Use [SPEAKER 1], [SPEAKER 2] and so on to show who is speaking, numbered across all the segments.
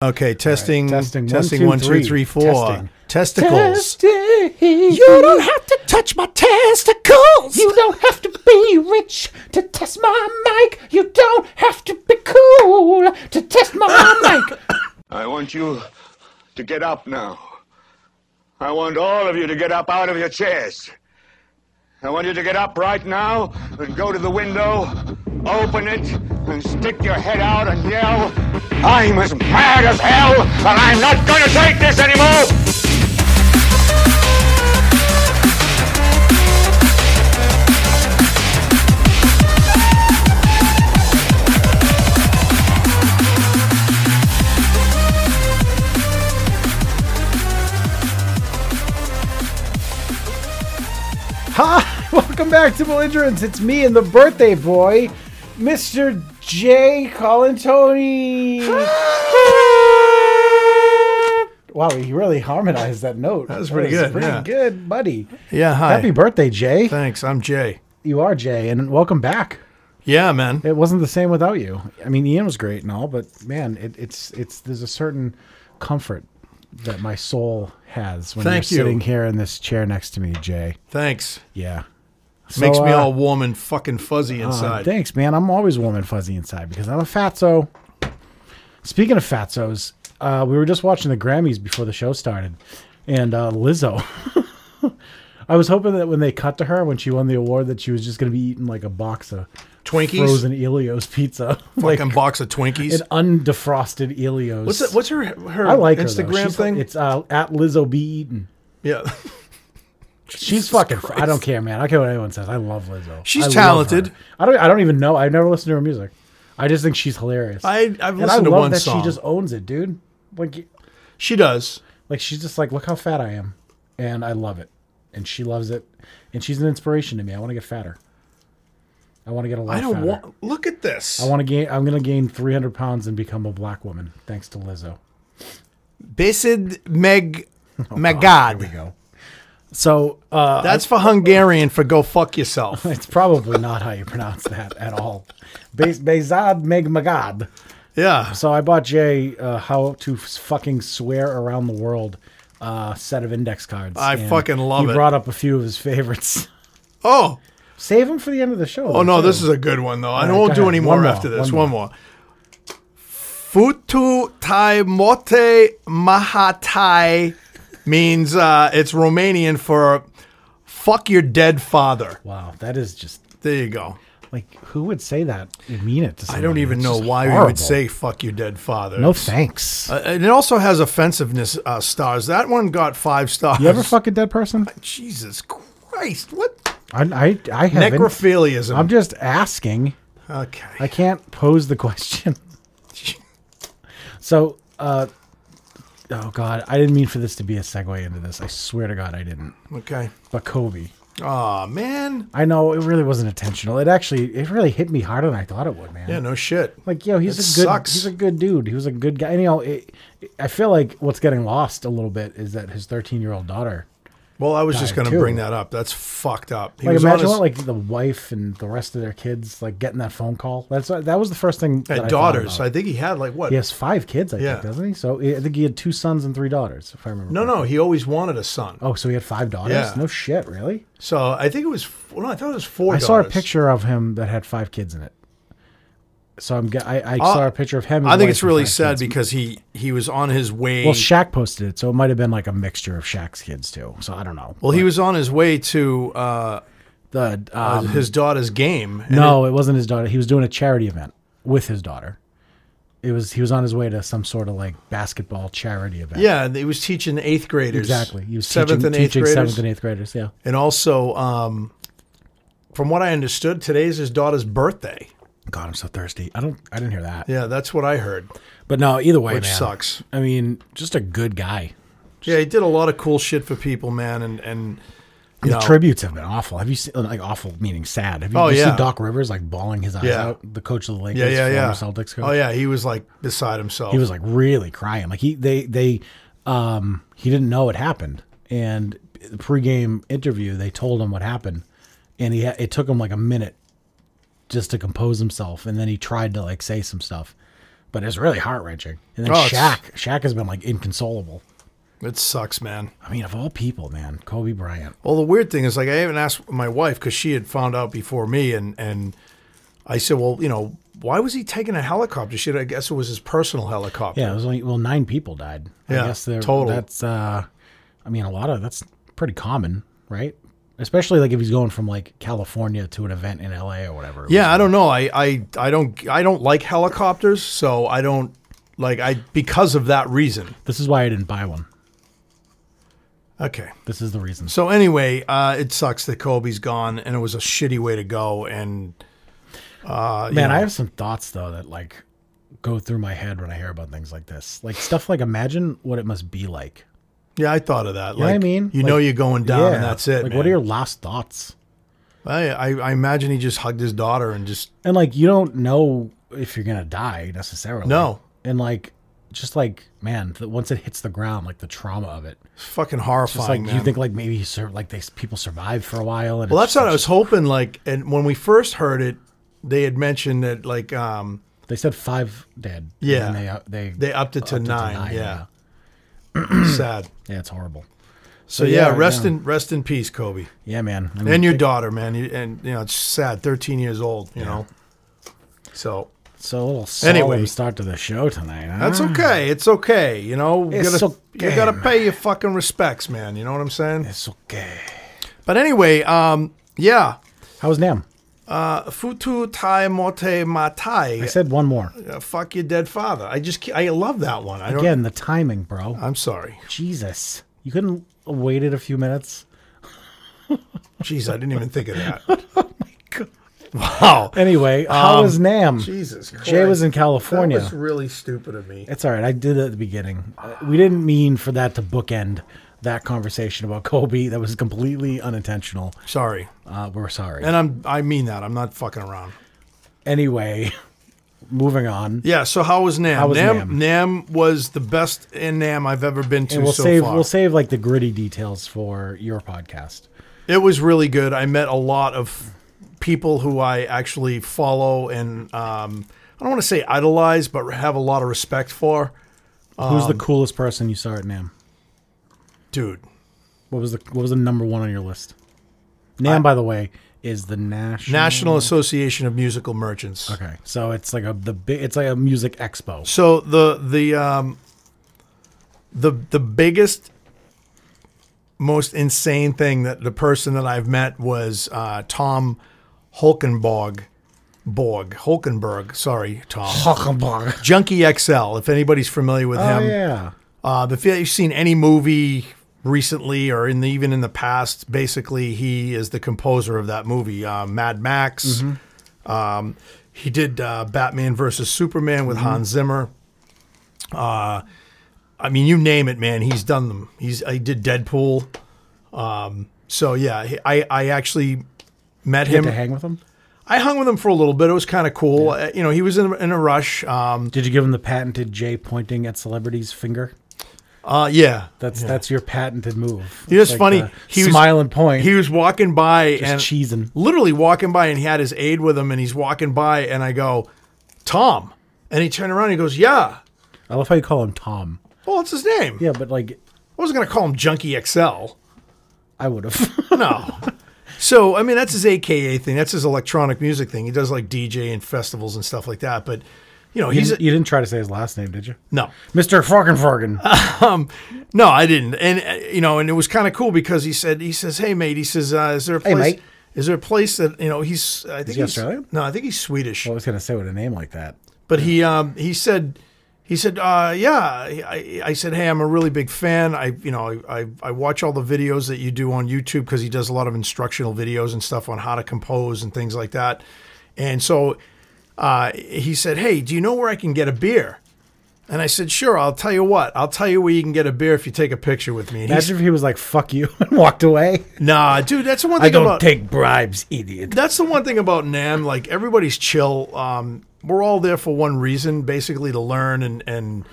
[SPEAKER 1] Okay, testing, testing,
[SPEAKER 2] testing. One,
[SPEAKER 1] testing,
[SPEAKER 2] two,
[SPEAKER 1] one, two,
[SPEAKER 2] three.
[SPEAKER 1] three, four.
[SPEAKER 2] Testing.
[SPEAKER 1] Testicles.
[SPEAKER 2] You
[SPEAKER 3] You don't have to touch my testicles. You don't have to be rich to test my mic. You don't have to be cool to test my mic.
[SPEAKER 4] I want you to get up now. I want all of you to get up out of your chairs. I want you to get up right now and go to the window, open it, and stick your head out and yell, I'm as mad as hell, and I'm not going to take this anymore!
[SPEAKER 2] Hi, welcome back to Belligerence. It's me and the birthday boy, Mr. J. Colin Tony. wow, he really harmonized that note. That
[SPEAKER 1] was pretty good,
[SPEAKER 2] Pretty
[SPEAKER 1] yeah.
[SPEAKER 2] good, buddy.
[SPEAKER 1] Yeah, hi.
[SPEAKER 2] Happy birthday, Jay.
[SPEAKER 1] Thanks. I'm Jay.
[SPEAKER 2] You are Jay, and welcome back.
[SPEAKER 1] Yeah, man.
[SPEAKER 2] It wasn't the same without you. I mean, Ian was great and all, but man, it, it's it's there's a certain comfort that my soul has when
[SPEAKER 1] Thank
[SPEAKER 2] you're
[SPEAKER 1] you.
[SPEAKER 2] sitting here in this chair next to me, Jay.
[SPEAKER 1] Thanks.
[SPEAKER 2] Yeah.
[SPEAKER 1] Makes
[SPEAKER 2] So,
[SPEAKER 1] me
[SPEAKER 2] uh,
[SPEAKER 1] all warm and fucking fuzzy
[SPEAKER 2] Uh,
[SPEAKER 1] inside.
[SPEAKER 2] thanks, man. I'm always warm and fuzzy inside because I'm a fatso. Speaking of fatsos, uh, we were just watching the Grammys before the show started, and uh, Lizzo. I was hoping that when they cut to her when she won the award that she was just going to be eating like a box of
[SPEAKER 1] Twinkies.
[SPEAKER 2] frozen Elios pizza, like
[SPEAKER 1] Fucking
[SPEAKER 2] an
[SPEAKER 1] box of Twinkies.
[SPEAKER 2] undefrosted Elios.
[SPEAKER 1] what's that, what's her her
[SPEAKER 2] I like her, though.
[SPEAKER 1] Instagram
[SPEAKER 2] She's-
[SPEAKER 1] thing?
[SPEAKER 2] It's uh, at Lizzo Be Eaten.
[SPEAKER 1] yeah.
[SPEAKER 2] She's fucking. I don't care, man. I don't care what anyone says. I love Lizzo.
[SPEAKER 1] She's
[SPEAKER 2] I love
[SPEAKER 1] talented.
[SPEAKER 2] her. I don't. I don't even know. I've never listened to her music. I just think she's hilarious.
[SPEAKER 1] I- I've
[SPEAKER 2] And
[SPEAKER 1] listened to
[SPEAKER 2] love
[SPEAKER 1] one
[SPEAKER 2] that
[SPEAKER 1] song.
[SPEAKER 2] She just owns it, dude. Like,
[SPEAKER 1] She does.
[SPEAKER 2] like she's just like, look how fat I am, and I love it, and she loves it, and she's an inspiration to me. I want to get fatter. I want to get a lot.
[SPEAKER 1] I don't
[SPEAKER 2] fatter.
[SPEAKER 1] want look at this.
[SPEAKER 2] I want to gain. I'm gonna gain 300 pounds and become a black woman thanks to Lizzo.
[SPEAKER 1] Basid Meg
[SPEAKER 2] There Oh, we
[SPEAKER 1] Megad.
[SPEAKER 2] go. So uh,
[SPEAKER 1] That's for Hungarian for go fuck yourself.
[SPEAKER 2] it's probably not how you pronounce that at all. Be- Bezad Megmagad.
[SPEAKER 1] Yeah.
[SPEAKER 2] So I bought Jay uh, how to f- fucking swear around the world uh, set of index cards.
[SPEAKER 1] I
[SPEAKER 2] and
[SPEAKER 1] fucking love
[SPEAKER 2] he
[SPEAKER 1] it.
[SPEAKER 2] brought up a few of his favorites.
[SPEAKER 1] Oh.
[SPEAKER 2] Save them for the end of the show.
[SPEAKER 1] Oh no, this is a good one though. I
[SPEAKER 2] right, go
[SPEAKER 1] won't do
[SPEAKER 2] ahead.
[SPEAKER 1] any
[SPEAKER 2] One
[SPEAKER 1] more
[SPEAKER 2] more,
[SPEAKER 1] after this. One
[SPEAKER 2] one
[SPEAKER 1] more. Futu Taimote Mahatai means uh, it's Romanian for fuck your dead father.
[SPEAKER 2] wow. That is just
[SPEAKER 1] There you go.
[SPEAKER 2] like who would say that and mean it to
[SPEAKER 1] I
[SPEAKER 2] somebody?
[SPEAKER 1] don't even
[SPEAKER 2] It's
[SPEAKER 1] know
[SPEAKER 2] just
[SPEAKER 1] why we
[SPEAKER 2] Oh, horrible.
[SPEAKER 1] would say fuck your dead father.
[SPEAKER 2] no
[SPEAKER 1] It's-
[SPEAKER 2] thanks.
[SPEAKER 1] Uh, and it also has offensiveness uh, stars. That one got five stars.
[SPEAKER 2] you ever fuck a dead person?
[SPEAKER 1] Jesus Christ. What?
[SPEAKER 2] I I, I haven't.
[SPEAKER 1] Necrophiliism.
[SPEAKER 2] I'm just asking.
[SPEAKER 1] okay.
[SPEAKER 2] I can't pose the question. So, uh, oh God, I didn't mean for this to be a segue into this. I swear to God, I didn't.
[SPEAKER 1] okay.
[SPEAKER 2] But Kobe,
[SPEAKER 1] Aw, man.
[SPEAKER 2] I know it really wasn't intentional. It actually, it really hit me harder than I thought it would, man.
[SPEAKER 1] Yeah, no shit.
[SPEAKER 2] Like, yo, he's
[SPEAKER 1] It
[SPEAKER 2] a good,
[SPEAKER 1] sucks.
[SPEAKER 2] he's a good dude. He was a good guy. And, you know, it, I feel like what's getting lost a little bit is that his 13 year old daughter.
[SPEAKER 1] Well, I was just
[SPEAKER 2] died,
[SPEAKER 1] going to
[SPEAKER 2] too.
[SPEAKER 1] bring that up. That's fucked up. He
[SPEAKER 2] Like,
[SPEAKER 1] was
[SPEAKER 2] imagine
[SPEAKER 1] on
[SPEAKER 2] what
[SPEAKER 1] his
[SPEAKER 2] like the wife and the rest of their kids like getting that phone call. That's what, that was the first thing. that I
[SPEAKER 1] had
[SPEAKER 2] thought
[SPEAKER 1] daughters.
[SPEAKER 2] about.
[SPEAKER 1] I think he had like what?
[SPEAKER 2] He has five kids, I
[SPEAKER 1] Yeah.
[SPEAKER 2] think, doesn't he? So I think he had two sons and three daughters, if I remember.
[SPEAKER 1] No,
[SPEAKER 2] correctly.
[SPEAKER 1] no. He always wanted a son.
[SPEAKER 2] Oh, so he had five daughters?
[SPEAKER 1] Yeah.
[SPEAKER 2] No shit, really?
[SPEAKER 1] So I think it was. Well, no, I thought it was four.
[SPEAKER 2] I saw a
[SPEAKER 1] daughters.
[SPEAKER 2] picture of him that had five kids in it. So I'm. ge- I, I saw a picture of him. and
[SPEAKER 1] Uh, I think
[SPEAKER 2] wife
[SPEAKER 1] it's
[SPEAKER 2] and
[SPEAKER 1] really
[SPEAKER 2] five
[SPEAKER 1] sad
[SPEAKER 2] kids.
[SPEAKER 1] because he he was on his way.
[SPEAKER 2] Well, Shaq posted it, so it might have been like a mixture of Shaq's kids too. So I don't know.
[SPEAKER 1] Well, he was on his way to uh,
[SPEAKER 2] the um,
[SPEAKER 1] his daughter's game. and
[SPEAKER 2] no, it wasn't his daughter. He was doing a charity event with his daughter. It was he was on his way to some sort of like basketball charity event.
[SPEAKER 1] Yeah, and he was teaching eighth graders.
[SPEAKER 2] exactly. He was
[SPEAKER 1] seventh
[SPEAKER 2] teaching,
[SPEAKER 1] and eighth
[SPEAKER 2] teaching
[SPEAKER 1] graders.
[SPEAKER 2] seventh and eighth graders. Yeah.
[SPEAKER 1] And also, um, from what I understood, today's his daughter's birthday.
[SPEAKER 2] God, I'm so thirsty. I don't. I didn't hear that.
[SPEAKER 1] Yeah, that's what I heard.
[SPEAKER 2] But no, either way,
[SPEAKER 1] Which
[SPEAKER 2] man.
[SPEAKER 1] sucks.
[SPEAKER 2] I mean, just a good guy.
[SPEAKER 1] Yeah, he did a lot of cool shit for people, man. And and you
[SPEAKER 2] The
[SPEAKER 1] know,
[SPEAKER 2] tributes have been awful. Have you seen like awful meaning sad? Have you,
[SPEAKER 1] Oh,
[SPEAKER 2] you
[SPEAKER 1] yeah.
[SPEAKER 2] seen Doc Rivers like bawling his eyes
[SPEAKER 1] Yeah.
[SPEAKER 2] out? The coach of the Lakers,
[SPEAKER 1] Yeah, yeah, yeah.
[SPEAKER 2] former Celtics coach.
[SPEAKER 1] Oh yeah, he was like beside himself.
[SPEAKER 2] He was like really crying. Like he they they um he didn't know it happened. And the pregame interview, they told him what happened, and he ha- it took him like a minute just to compose himself, and then he tried to like say some stuff. but it's really heart wrenching. And then
[SPEAKER 1] Oh, it's-
[SPEAKER 2] Shaq, Shaq has been like inconsolable.
[SPEAKER 1] It sucks, man.
[SPEAKER 2] I mean, of all people, man, Kobe Bryant.
[SPEAKER 1] Well, the weird thing is, like, I even asked my wife because she had found out before me, and and I said, well, you know, why was he taking a helicopter? She, said, I guess it was his personal helicopter.
[SPEAKER 2] Yeah, it was only well nine people died.
[SPEAKER 1] Yeah,
[SPEAKER 2] I guess they're,
[SPEAKER 1] total.
[SPEAKER 2] That's uh, I mean, a lot of that's pretty common, right? Especially like if he's going from like California to an event in LA or whatever. It
[SPEAKER 1] Yeah, I don't know. I, I I don't I don't like helicopters, so I don't like I because of that reason.
[SPEAKER 2] was- this is why I didn't buy one.
[SPEAKER 1] Okay.
[SPEAKER 2] This is the reason.
[SPEAKER 1] So anyway, uh, it sucks that Kobe's gone, and it was a shitty way to go. And Uh,
[SPEAKER 2] Man, I have some thoughts though that like go through my head when I hear about things like this. Like stuff like imagine what it must be like.
[SPEAKER 1] yeah, I thought of that.
[SPEAKER 2] know
[SPEAKER 1] like,
[SPEAKER 2] what I mean?
[SPEAKER 1] you know,
[SPEAKER 2] Like,
[SPEAKER 1] you're going down, and that's it.
[SPEAKER 2] Like, what are
[SPEAKER 1] man.
[SPEAKER 2] your last thoughts?
[SPEAKER 1] I, I I imagine he just hugged his daughter and just
[SPEAKER 2] And like, you don't know if you're gonna die necessarily.
[SPEAKER 1] No.
[SPEAKER 2] And like, just like, man, the, once it hits the ground, like the trauma of it.
[SPEAKER 1] it's fucking
[SPEAKER 2] It's
[SPEAKER 1] horrifying.
[SPEAKER 2] like
[SPEAKER 1] man.
[SPEAKER 2] you think like maybe he sur- like they people survive for a while. And
[SPEAKER 1] Well,
[SPEAKER 2] it's
[SPEAKER 1] that's what I
[SPEAKER 2] such-
[SPEAKER 1] was hoping. Like, and when we first heard it, they had mentioned that like um,
[SPEAKER 2] They said five dead. and
[SPEAKER 1] Yeah.
[SPEAKER 2] then they uh, they
[SPEAKER 1] they upped it to
[SPEAKER 2] upped it
[SPEAKER 1] nine. yeah, sad.
[SPEAKER 2] yeah, it's horrible.
[SPEAKER 1] So, yeah,
[SPEAKER 2] yeah,
[SPEAKER 1] rest
[SPEAKER 2] yeah.
[SPEAKER 1] in rest in peace, Kobe,
[SPEAKER 2] Yeah, man. I mean,
[SPEAKER 1] and your daughter, man. You, and you know it's sad. Thirteen years old, you know. So
[SPEAKER 2] it's a little solemn
[SPEAKER 1] Anyway.
[SPEAKER 2] start to the show tonight. huh?
[SPEAKER 1] that's okay. It's okay. You know, you
[SPEAKER 2] It's
[SPEAKER 1] gotta,
[SPEAKER 2] okay,
[SPEAKER 1] you gotta
[SPEAKER 2] man.
[SPEAKER 1] pay your fucking respects, man. You know what I'm saying?
[SPEAKER 2] It's okay.
[SPEAKER 1] But anyway, um, yeah.
[SPEAKER 2] How was Nam?
[SPEAKER 1] Futu tai mote matai.
[SPEAKER 2] I said one more.
[SPEAKER 1] Uh, fuck your dead father. I just ca- I love that one. I don't. Uh,
[SPEAKER 2] Again, the timing, bro.
[SPEAKER 1] I'm sorry.
[SPEAKER 2] Jesus, you couldn't wait it a few minutes.
[SPEAKER 1] Jeez, I didn't even think of that.
[SPEAKER 2] Oh
[SPEAKER 1] Wow.
[SPEAKER 2] Anyway, how
[SPEAKER 1] Um,
[SPEAKER 2] was Nam?
[SPEAKER 1] Jesus Christ.
[SPEAKER 2] Jay was in California.
[SPEAKER 1] That was really stupid of me.
[SPEAKER 2] It's all right. I did it at the beginning. Uh, We didn't mean for that to bookend that conversation about Kobe. That was completely unintentional.
[SPEAKER 1] Sorry.
[SPEAKER 2] Uh, we're sorry.
[SPEAKER 1] And I'm I mean that. I'm not fucking around.
[SPEAKER 2] anyway, moving on.
[SPEAKER 1] Yeah, so how was Nam?
[SPEAKER 2] How was
[SPEAKER 1] Nam,
[SPEAKER 2] Nam?
[SPEAKER 1] Nam was the best in Nam I've ever been to
[SPEAKER 2] And we'll
[SPEAKER 1] so
[SPEAKER 2] save
[SPEAKER 1] far.
[SPEAKER 2] we'll save like the gritty details for your podcast.
[SPEAKER 1] It was really good. I met a lot of people who I actually follow and um, I don't want to say idolize, but have a lot of respect for.
[SPEAKER 2] Who's
[SPEAKER 1] Um,
[SPEAKER 2] the coolest person you saw at Nam?
[SPEAKER 1] Dude,
[SPEAKER 2] What was the what was the number one on your list? Nam, by the way, is the national.
[SPEAKER 1] National Association of Musical Merchants.
[SPEAKER 2] Mm. Okay, so it's like a the big it's like a music expo.
[SPEAKER 1] So the the um the the biggest most insane thing that the person that I've met was uh, Tom Holkenborg Borg Holkenberg sorry Tom
[SPEAKER 2] Hockenbach.
[SPEAKER 1] Junkie XL if anybody's familiar with
[SPEAKER 2] Oh
[SPEAKER 1] him
[SPEAKER 2] yeah.
[SPEAKER 1] uh, if you've seen any movie recently or in the, even in the past basically he is the composer of that movie uh, Mad Max
[SPEAKER 2] Mm-hmm.
[SPEAKER 1] um, he did uh, Batman versus Superman
[SPEAKER 2] Mm-hmm.
[SPEAKER 1] with Hans Zimmer Uh, I mean, you name it, man. He's done them. He's I did Deadpool. Um, so yeah, he- I I actually met
[SPEAKER 2] Get
[SPEAKER 1] him.
[SPEAKER 2] to hang with him.
[SPEAKER 1] I hung with him for a little bit. It was kind of cool. Uh, you know, he was in, a- in a rush. Um,
[SPEAKER 2] Did you give him the patented J pointing at celebrities finger?
[SPEAKER 1] uh, yeah,
[SPEAKER 2] That's that's your patented move.
[SPEAKER 1] It was
[SPEAKER 2] Like
[SPEAKER 1] funny.
[SPEAKER 2] the
[SPEAKER 1] He was-
[SPEAKER 2] smile and point.
[SPEAKER 1] he was walking by and
[SPEAKER 2] cheesing.
[SPEAKER 1] literally walking by, and he had his aide with him, and he's walking by, and I go, Tom, and he turned around, and he goes, Yeah,
[SPEAKER 2] I love how you call him Tom.
[SPEAKER 1] well, that's his name.
[SPEAKER 2] Yeah, but like
[SPEAKER 1] I wasn't gonna call him Junkie XL.
[SPEAKER 2] I would have.
[SPEAKER 1] No. So I mean that's his AKA thing. That's his electronic music thing. He does like DJ and festivals and stuff like that. But you know
[SPEAKER 2] you,
[SPEAKER 1] he's a,
[SPEAKER 2] didn't, you didn't try to say his last name, did you?
[SPEAKER 1] no,
[SPEAKER 2] Mr. Fargan Fargan.
[SPEAKER 1] no, I didn't. And uh, you know, and it was kind of cool because he said he says, "Hey mate," he says, uh, "Is there a place?
[SPEAKER 2] mate.
[SPEAKER 1] Is there a place that you know he's? I think
[SPEAKER 2] he
[SPEAKER 1] he's
[SPEAKER 2] Australian?
[SPEAKER 1] No, I think he's Swedish.
[SPEAKER 2] I was gonna say with a name like that.
[SPEAKER 1] But he um, he said he said uh, yeah. I, I said hey, I'm a really big fan. I you know I, I, I watch all the videos that you do on YouTube because he does a lot of instructional videos and stuff on how to compose and things like that. And so uh, he said, hey, do you know where I can get a beer? And I said, sure. I'll tell you what. I'll tell you where you can get a beer if you take a picture with me. And he's,
[SPEAKER 2] Imagine if he was like "fuck you" and walked away.
[SPEAKER 1] nah, dude, that's the one thing
[SPEAKER 2] I don't
[SPEAKER 1] about
[SPEAKER 2] take bribes, idiot.
[SPEAKER 1] that's the one thing about Nam. Like everybody's chill. Um, we're all there for one reason, basically to learn and and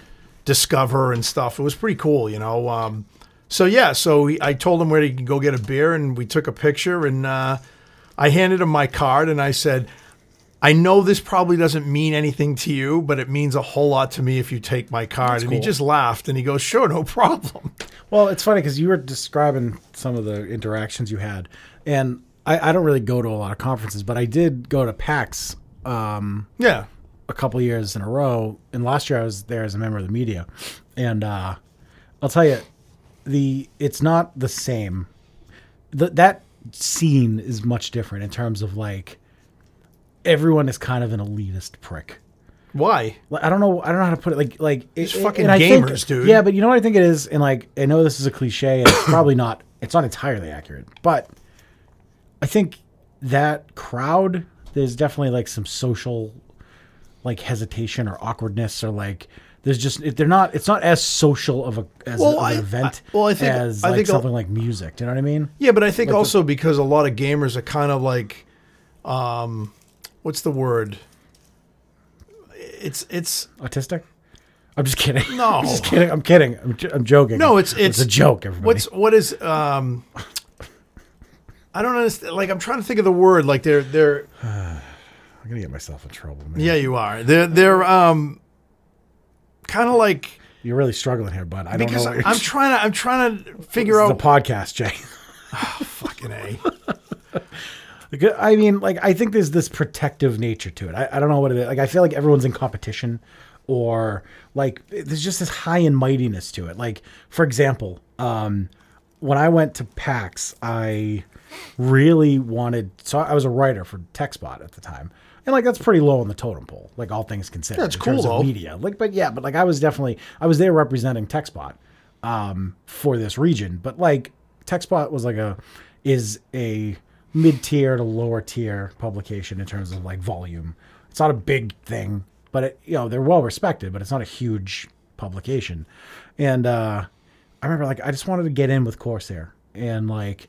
[SPEAKER 1] discover and stuff. It was pretty cool, you know. Um, so yeah, so he, I told him where he could go get a beer, and we took a picture, and uh, I handed him my card, and I said. I know this probably doesn't mean anything to you, but it means a whole lot to me if you take my card. and he
[SPEAKER 2] cool.
[SPEAKER 1] just laughed and he goes, Sure, no problem.
[SPEAKER 2] Well, it's funny because you were describing some of the interactions you had, and I, I don't really go to a lot of conferences, but I did go to PAX um,
[SPEAKER 1] Yeah.
[SPEAKER 2] a couple years in a row. And last year I was there as a member of the media, and uh, I'll tell you, the it's not the same. Th- that scene is much different in terms of like everyone is kind of an elitist prick.
[SPEAKER 1] Why?
[SPEAKER 2] Like, I don't know. I don't know how to put it. Like, like it's
[SPEAKER 1] fucking gamers, dude.
[SPEAKER 2] Yeah, but you know what I think it is, and like I know this is a cliche, and it's probably not. It's not entirely accurate, but I think that crowd there's definitely like some social, like hesitation or awkwardness or like there's just it- they're not. It's not as social of a as
[SPEAKER 1] Well,
[SPEAKER 2] an,
[SPEAKER 1] I-
[SPEAKER 2] of an event.
[SPEAKER 1] I- well, I think-
[SPEAKER 2] as
[SPEAKER 1] I
[SPEAKER 2] like
[SPEAKER 1] think a-
[SPEAKER 2] something like music. Do you know what I mean?
[SPEAKER 1] Yeah, but I think also because a lot of gamers are kind of like, um, what's the word? It's it's
[SPEAKER 2] Autistic. I'm just kidding.
[SPEAKER 1] No.
[SPEAKER 2] I'm just kidding. I'm kidding. I'm, j- I'm joking.
[SPEAKER 1] No, it's- it's-
[SPEAKER 2] a joke. Everybody.
[SPEAKER 1] what's what is um. I don't understand. Like I'm trying to think of the word. Like they're they're
[SPEAKER 2] I'm gonna get myself in trouble, man.
[SPEAKER 1] yeah you are they're they're um. Kind of like
[SPEAKER 2] You're really struggling here, bud. I
[SPEAKER 1] because
[SPEAKER 2] don't know. what
[SPEAKER 1] I'm trying to I'm trying to figure
[SPEAKER 2] you're-
[SPEAKER 1] out
[SPEAKER 2] the podcast, Jay.
[SPEAKER 1] fucking a.
[SPEAKER 2] Like, I mean, like, I think there's this protective nature to it. I, I don't know what it is. Like, I feel like everyone's in competition, or like, there's just this high and mightiness to it. Like, for example, um, when I went to PAX, I really wanted. So I was a writer for TechSpot at the time, and like, that's pretty low on the totem pole. Like, all things considered,
[SPEAKER 1] That's
[SPEAKER 2] in terms
[SPEAKER 1] cool,
[SPEAKER 2] of
[SPEAKER 1] though.
[SPEAKER 2] media. Like, but yeah, but like, I was definitely I was there representing TechSpot um, for this region. But like TechSpot was like a is a mid tier to lower tier publication in terms of like volume. It's not a big thing, but it, you know they're well respected, but it's not a huge publication. And uh, I remember like I just wanted to get in with Corsair and like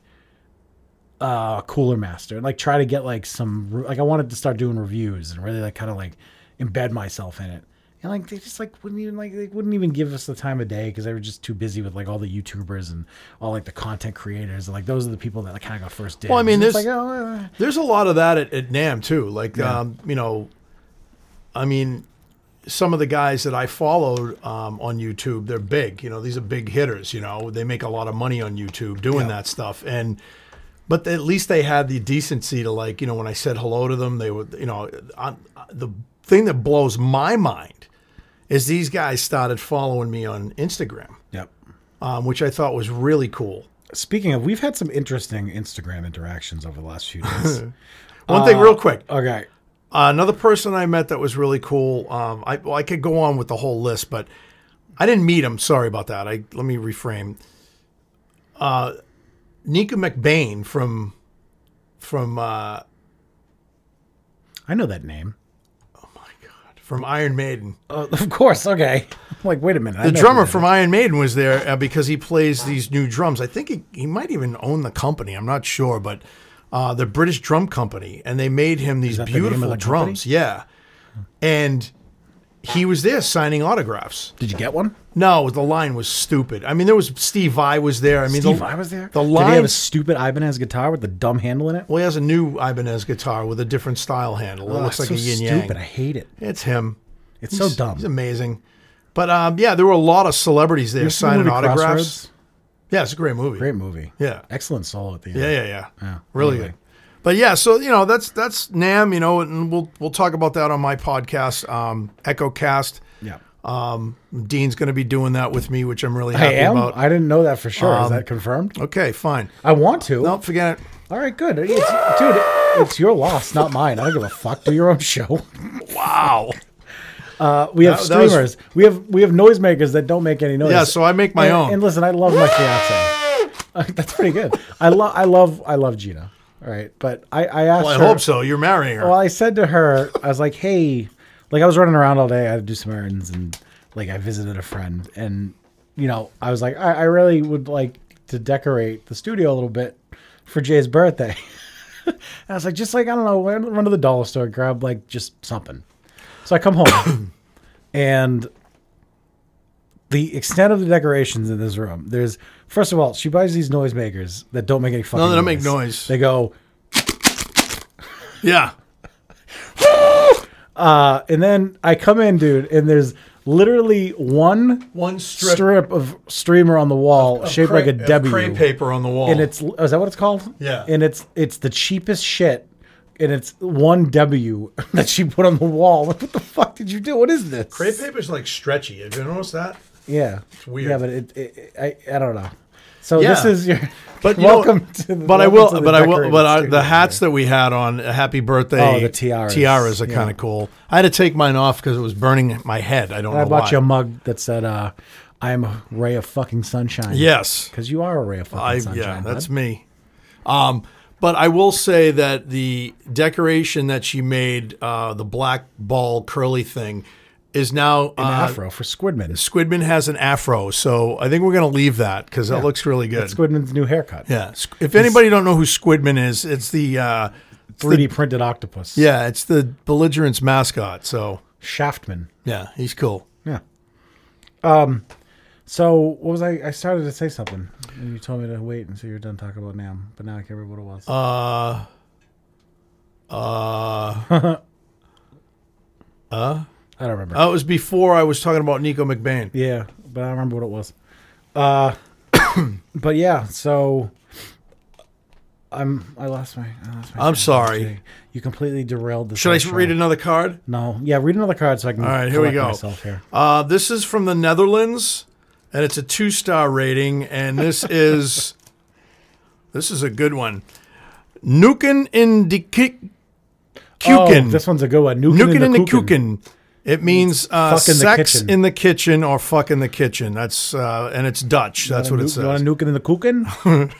[SPEAKER 2] uh cooler master and like try to get like some re- like i wanted to start doing reviews and really like kind of like embed myself in it and like they just like wouldn't even like they wouldn't even give us the time of day because they were just too busy with like all the youtubers and all like the content creators and like those are the people that like kind of got first dibs
[SPEAKER 1] Well, I mean,
[SPEAKER 2] And it's
[SPEAKER 1] there's-
[SPEAKER 2] like oh, uh,
[SPEAKER 1] There's a lot of that at, at Nam too. Like, um, you know, I mean, some of the guys that I followed um, on YouTube, they're big. You know, these are big hitters. You know, they make a lot of money on YouTube doing that stuff. And but at least they had the decency to like, you know, when I said hello to them, they were, you know, I, I- the thing that blows my mind is these guys started following me on Instagram,
[SPEAKER 2] yep
[SPEAKER 1] um, which I thought was really cool.
[SPEAKER 2] speaking of we've had some interesting instagram interactions over the last few days
[SPEAKER 1] One thing, real quick.
[SPEAKER 2] okay
[SPEAKER 1] Uh, another person I met that was really cool. Um, I well, I could go on with the whole list, but I didn't meet him. Sorry about that. I let me reframe. Uh, Nika McBain from from uh,
[SPEAKER 2] i know that name
[SPEAKER 1] from Iron Maiden.
[SPEAKER 2] uh, of course okay I'm like wait a minute
[SPEAKER 1] The drummer from Iron Maiden was there uh, because he plays these new drums. I think he, he might even own the company. I'm not sure, but uh, the British Drum Company, and they made him these
[SPEAKER 2] that the name of
[SPEAKER 1] beautiful
[SPEAKER 2] the
[SPEAKER 1] drums. Yeah, and he was there signing autographs.
[SPEAKER 2] did you get one
[SPEAKER 1] No, the line was stupid. I mean, there was Steve Vai was there. I mean,
[SPEAKER 2] Steve,
[SPEAKER 1] the,
[SPEAKER 2] I was there.
[SPEAKER 1] The
[SPEAKER 2] Did he
[SPEAKER 1] line.
[SPEAKER 2] have a stupid Ibanez guitar with the dumb handle in it?
[SPEAKER 1] well, he has a new Ibanez guitar with a different style handle. It
[SPEAKER 2] Oh,
[SPEAKER 1] looks
[SPEAKER 2] it's
[SPEAKER 1] like
[SPEAKER 2] so
[SPEAKER 1] a yin
[SPEAKER 2] stupid. I
[SPEAKER 1] yang.
[SPEAKER 2] hate it.
[SPEAKER 1] It's him.
[SPEAKER 2] It's so dumb.
[SPEAKER 1] He's amazing. But um, yeah, there were a lot of celebrities there
[SPEAKER 2] You ever seen the
[SPEAKER 1] signing
[SPEAKER 2] movie
[SPEAKER 1] autographs.
[SPEAKER 2] Crossroads?
[SPEAKER 1] Yeah, it's a great movie.
[SPEAKER 2] Great movie.
[SPEAKER 1] Yeah.
[SPEAKER 2] Excellent solo at the end.
[SPEAKER 1] Yeah, yeah, yeah. really
[SPEAKER 2] anyway.
[SPEAKER 1] good. But yeah, so you know that's that's Nam. You know, and we'll we'll talk about that on my podcast, um, EchoCast.
[SPEAKER 2] Yeah.
[SPEAKER 1] Dean's going to be doing that with me, which I'm really
[SPEAKER 2] I
[SPEAKER 1] happy
[SPEAKER 2] am.
[SPEAKER 1] about. Um,
[SPEAKER 2] I didn't know that for sure. Is that confirmed?
[SPEAKER 1] okay, fine.
[SPEAKER 2] I want to.
[SPEAKER 1] Don't forget it.
[SPEAKER 2] All right, good. It's, dude, it's your loss, not mine. I don't give a fuck. Do your own show.
[SPEAKER 1] Wow.
[SPEAKER 2] Uh, we have
[SPEAKER 1] That- that was-
[SPEAKER 2] streamers. we have we have noisemakers that don't make any noise.
[SPEAKER 1] Yeah, so I make my
[SPEAKER 2] and,
[SPEAKER 1] own.
[SPEAKER 2] And listen, I love my fiance. Uh, That's pretty good. I love I love I love Gina. All right, but I I asked.
[SPEAKER 1] Well, I
[SPEAKER 2] her-
[SPEAKER 1] hope so. You're marrying her.
[SPEAKER 2] Well, I said to her, I was like, hey, like I was running around all day. I had to do some errands and like I visited a friend. And, you know, I was like, I, I really would like to decorate the studio a little bit for Jay's birthday. and I was like, just like, I don't know, run run to the dollar store, grab like just something. So I come home and the extent of the decorations in this room, there's, first of all, she buys these noisemakers that don't make any fucking
[SPEAKER 1] they don't make noise.
[SPEAKER 2] They go,
[SPEAKER 1] yeah.
[SPEAKER 2] Uh, and then I come in, dude, and there's literally one
[SPEAKER 1] One strip,
[SPEAKER 2] strip, of streamer on the wall shaped like a
[SPEAKER 1] of
[SPEAKER 2] W.
[SPEAKER 1] Cray paper on the wall.
[SPEAKER 2] and it's is that what it's called?
[SPEAKER 1] Yeah.
[SPEAKER 2] And it's it's the cheapest shit, and it's one W that she put on the wall. Like, what the fuck did you do? What is this?
[SPEAKER 1] Cray paper's like stretchy. Have you noticed that?
[SPEAKER 2] Yeah, it's
[SPEAKER 1] weird.
[SPEAKER 2] Yeah, but it, it, it I I don't know. So this
[SPEAKER 1] Yeah.
[SPEAKER 2] is your
[SPEAKER 1] But you know-
[SPEAKER 2] welcome to. The,
[SPEAKER 1] But I
[SPEAKER 2] welcome
[SPEAKER 1] will.
[SPEAKER 2] to the
[SPEAKER 1] But I will.
[SPEAKER 2] decorated
[SPEAKER 1] But I, the
[SPEAKER 2] studio.
[SPEAKER 1] hats that we had on uh, Happy Birthday.
[SPEAKER 2] Oh, the tiaras.
[SPEAKER 1] Tiaras are
[SPEAKER 2] Yeah.
[SPEAKER 1] kind of cool. I had to take mine off because it was burning my head. I don't know
[SPEAKER 2] I bought
[SPEAKER 1] why.
[SPEAKER 2] you a mug that said, uh, "I am a ray of fucking sunshine."
[SPEAKER 1] yes.
[SPEAKER 2] because you are a ray of fucking
[SPEAKER 1] I
[SPEAKER 2] sunshine.
[SPEAKER 1] yeah,
[SPEAKER 2] bud.
[SPEAKER 1] that's me. Um, but I will say that the decoration that she made, uh, the black ball curly thing, is now
[SPEAKER 2] An
[SPEAKER 1] uh,
[SPEAKER 2] afro for Squidman.
[SPEAKER 1] Squidman has an afro, so I think we're gonna leave that because that looks really good.
[SPEAKER 2] Squidman's new haircut.
[SPEAKER 1] yeah. Squ- If anybody don't know who Squidman is, it's the uh, it's the-
[SPEAKER 2] 3D printed octopus.
[SPEAKER 1] yeah, it's the belligerent's mascot. So
[SPEAKER 2] Shaftman.
[SPEAKER 1] yeah, he's cool.
[SPEAKER 2] Yeah. Um. So what was I? I started to say something, and you told me to wait until you're done talking about Nam, but now I can't remember what it was.
[SPEAKER 1] Uh,
[SPEAKER 2] I don't remember.
[SPEAKER 1] oh, it was before I was talking about Nico McBain.
[SPEAKER 2] Yeah, but I don't remember what it was. Uh, but yeah, so I'm. I lost my. I lost
[SPEAKER 1] I'm
[SPEAKER 2] my train of
[SPEAKER 1] sorry.
[SPEAKER 2] thought. You completely derailed the.
[SPEAKER 1] Should I read another card?
[SPEAKER 2] No. Yeah, read another card so I can.
[SPEAKER 1] All right, here we
[SPEAKER 2] collect
[SPEAKER 1] go.
[SPEAKER 2] Myself here.
[SPEAKER 1] Uh, this is from the Netherlands, and it's a two-star rating, and this is this is a good one. Nuken in de Ki-
[SPEAKER 2] Oh,
[SPEAKER 1] Kuken.
[SPEAKER 2] this one's a good one. Nukin,
[SPEAKER 1] Nuken in the
[SPEAKER 2] Kuken.
[SPEAKER 1] Kuken. It means uh,
[SPEAKER 2] Fuck in the
[SPEAKER 1] sex
[SPEAKER 2] kitchen.
[SPEAKER 1] in the kitchen or fuck in the kitchen. That's uh, and it's Dutch. That's what
[SPEAKER 2] Wanna
[SPEAKER 1] it
[SPEAKER 2] nuke- You want
[SPEAKER 1] says.
[SPEAKER 2] to nuke it in the kuken?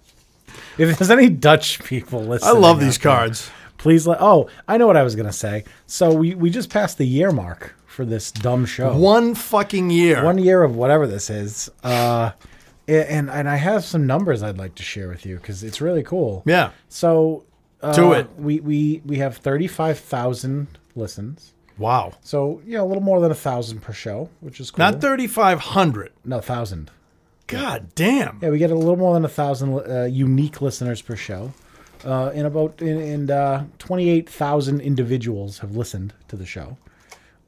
[SPEAKER 2] if there's any Dutch people
[SPEAKER 1] I
[SPEAKER 2] listening,
[SPEAKER 1] love
[SPEAKER 2] out
[SPEAKER 1] these
[SPEAKER 2] there,
[SPEAKER 1] cards.
[SPEAKER 2] Please let. Oh, I know what I was gonna say. So we we just passed the year mark for this dumb show.
[SPEAKER 1] One fucking year.
[SPEAKER 2] One year of whatever this is. Uh, a- and and I have some numbers I'd like to share with you because it's really cool.
[SPEAKER 1] Yeah.
[SPEAKER 2] So. Uh,
[SPEAKER 1] Do it.
[SPEAKER 2] We we we have thirty five thousand listens.
[SPEAKER 1] Wow.
[SPEAKER 2] So yeah, a little more than a thousand per show, which is cool.
[SPEAKER 1] Not thirty-five hundred.
[SPEAKER 2] no thousand.
[SPEAKER 1] God damn.
[SPEAKER 2] Yeah, we get a little more than a thousand uh, unique listeners per show, uh, and about and, and uh, twenty-eight thousand individuals have listened to the show,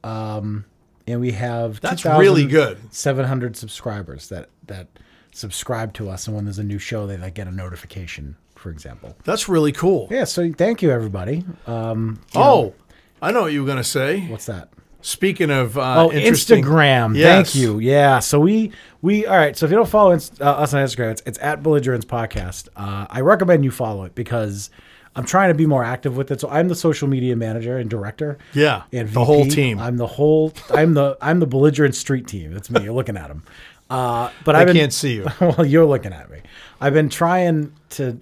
[SPEAKER 2] um, and we have
[SPEAKER 1] That's really good.
[SPEAKER 2] Seven hundred subscribers that that subscribe to us, and when there's a new show, they like get a notification, for example.
[SPEAKER 1] That's really cool.
[SPEAKER 2] Yeah, so thank you everybody. Um,
[SPEAKER 1] Oh, I know what you were gonna say.
[SPEAKER 2] what's that?
[SPEAKER 1] Speaking of uh,
[SPEAKER 2] Oh,
[SPEAKER 1] interesting-
[SPEAKER 2] Instagram.
[SPEAKER 1] Yes.
[SPEAKER 2] Thank you. Yeah. So we we all right. So if you don't follow inst- uh, us on Instagram, it's, it's at Belligerence Podcast. Uh, I recommend you follow it because I'm trying to be more active with it. So I'm the social media manager and director.
[SPEAKER 1] Yeah,
[SPEAKER 2] And
[SPEAKER 1] the whole team.
[SPEAKER 2] I'm the whole. I'm the I'm the belligerent street team. That's me. You're looking at them. Uh, but I
[SPEAKER 1] I can't see you.
[SPEAKER 2] well, you're looking at me. I've been trying to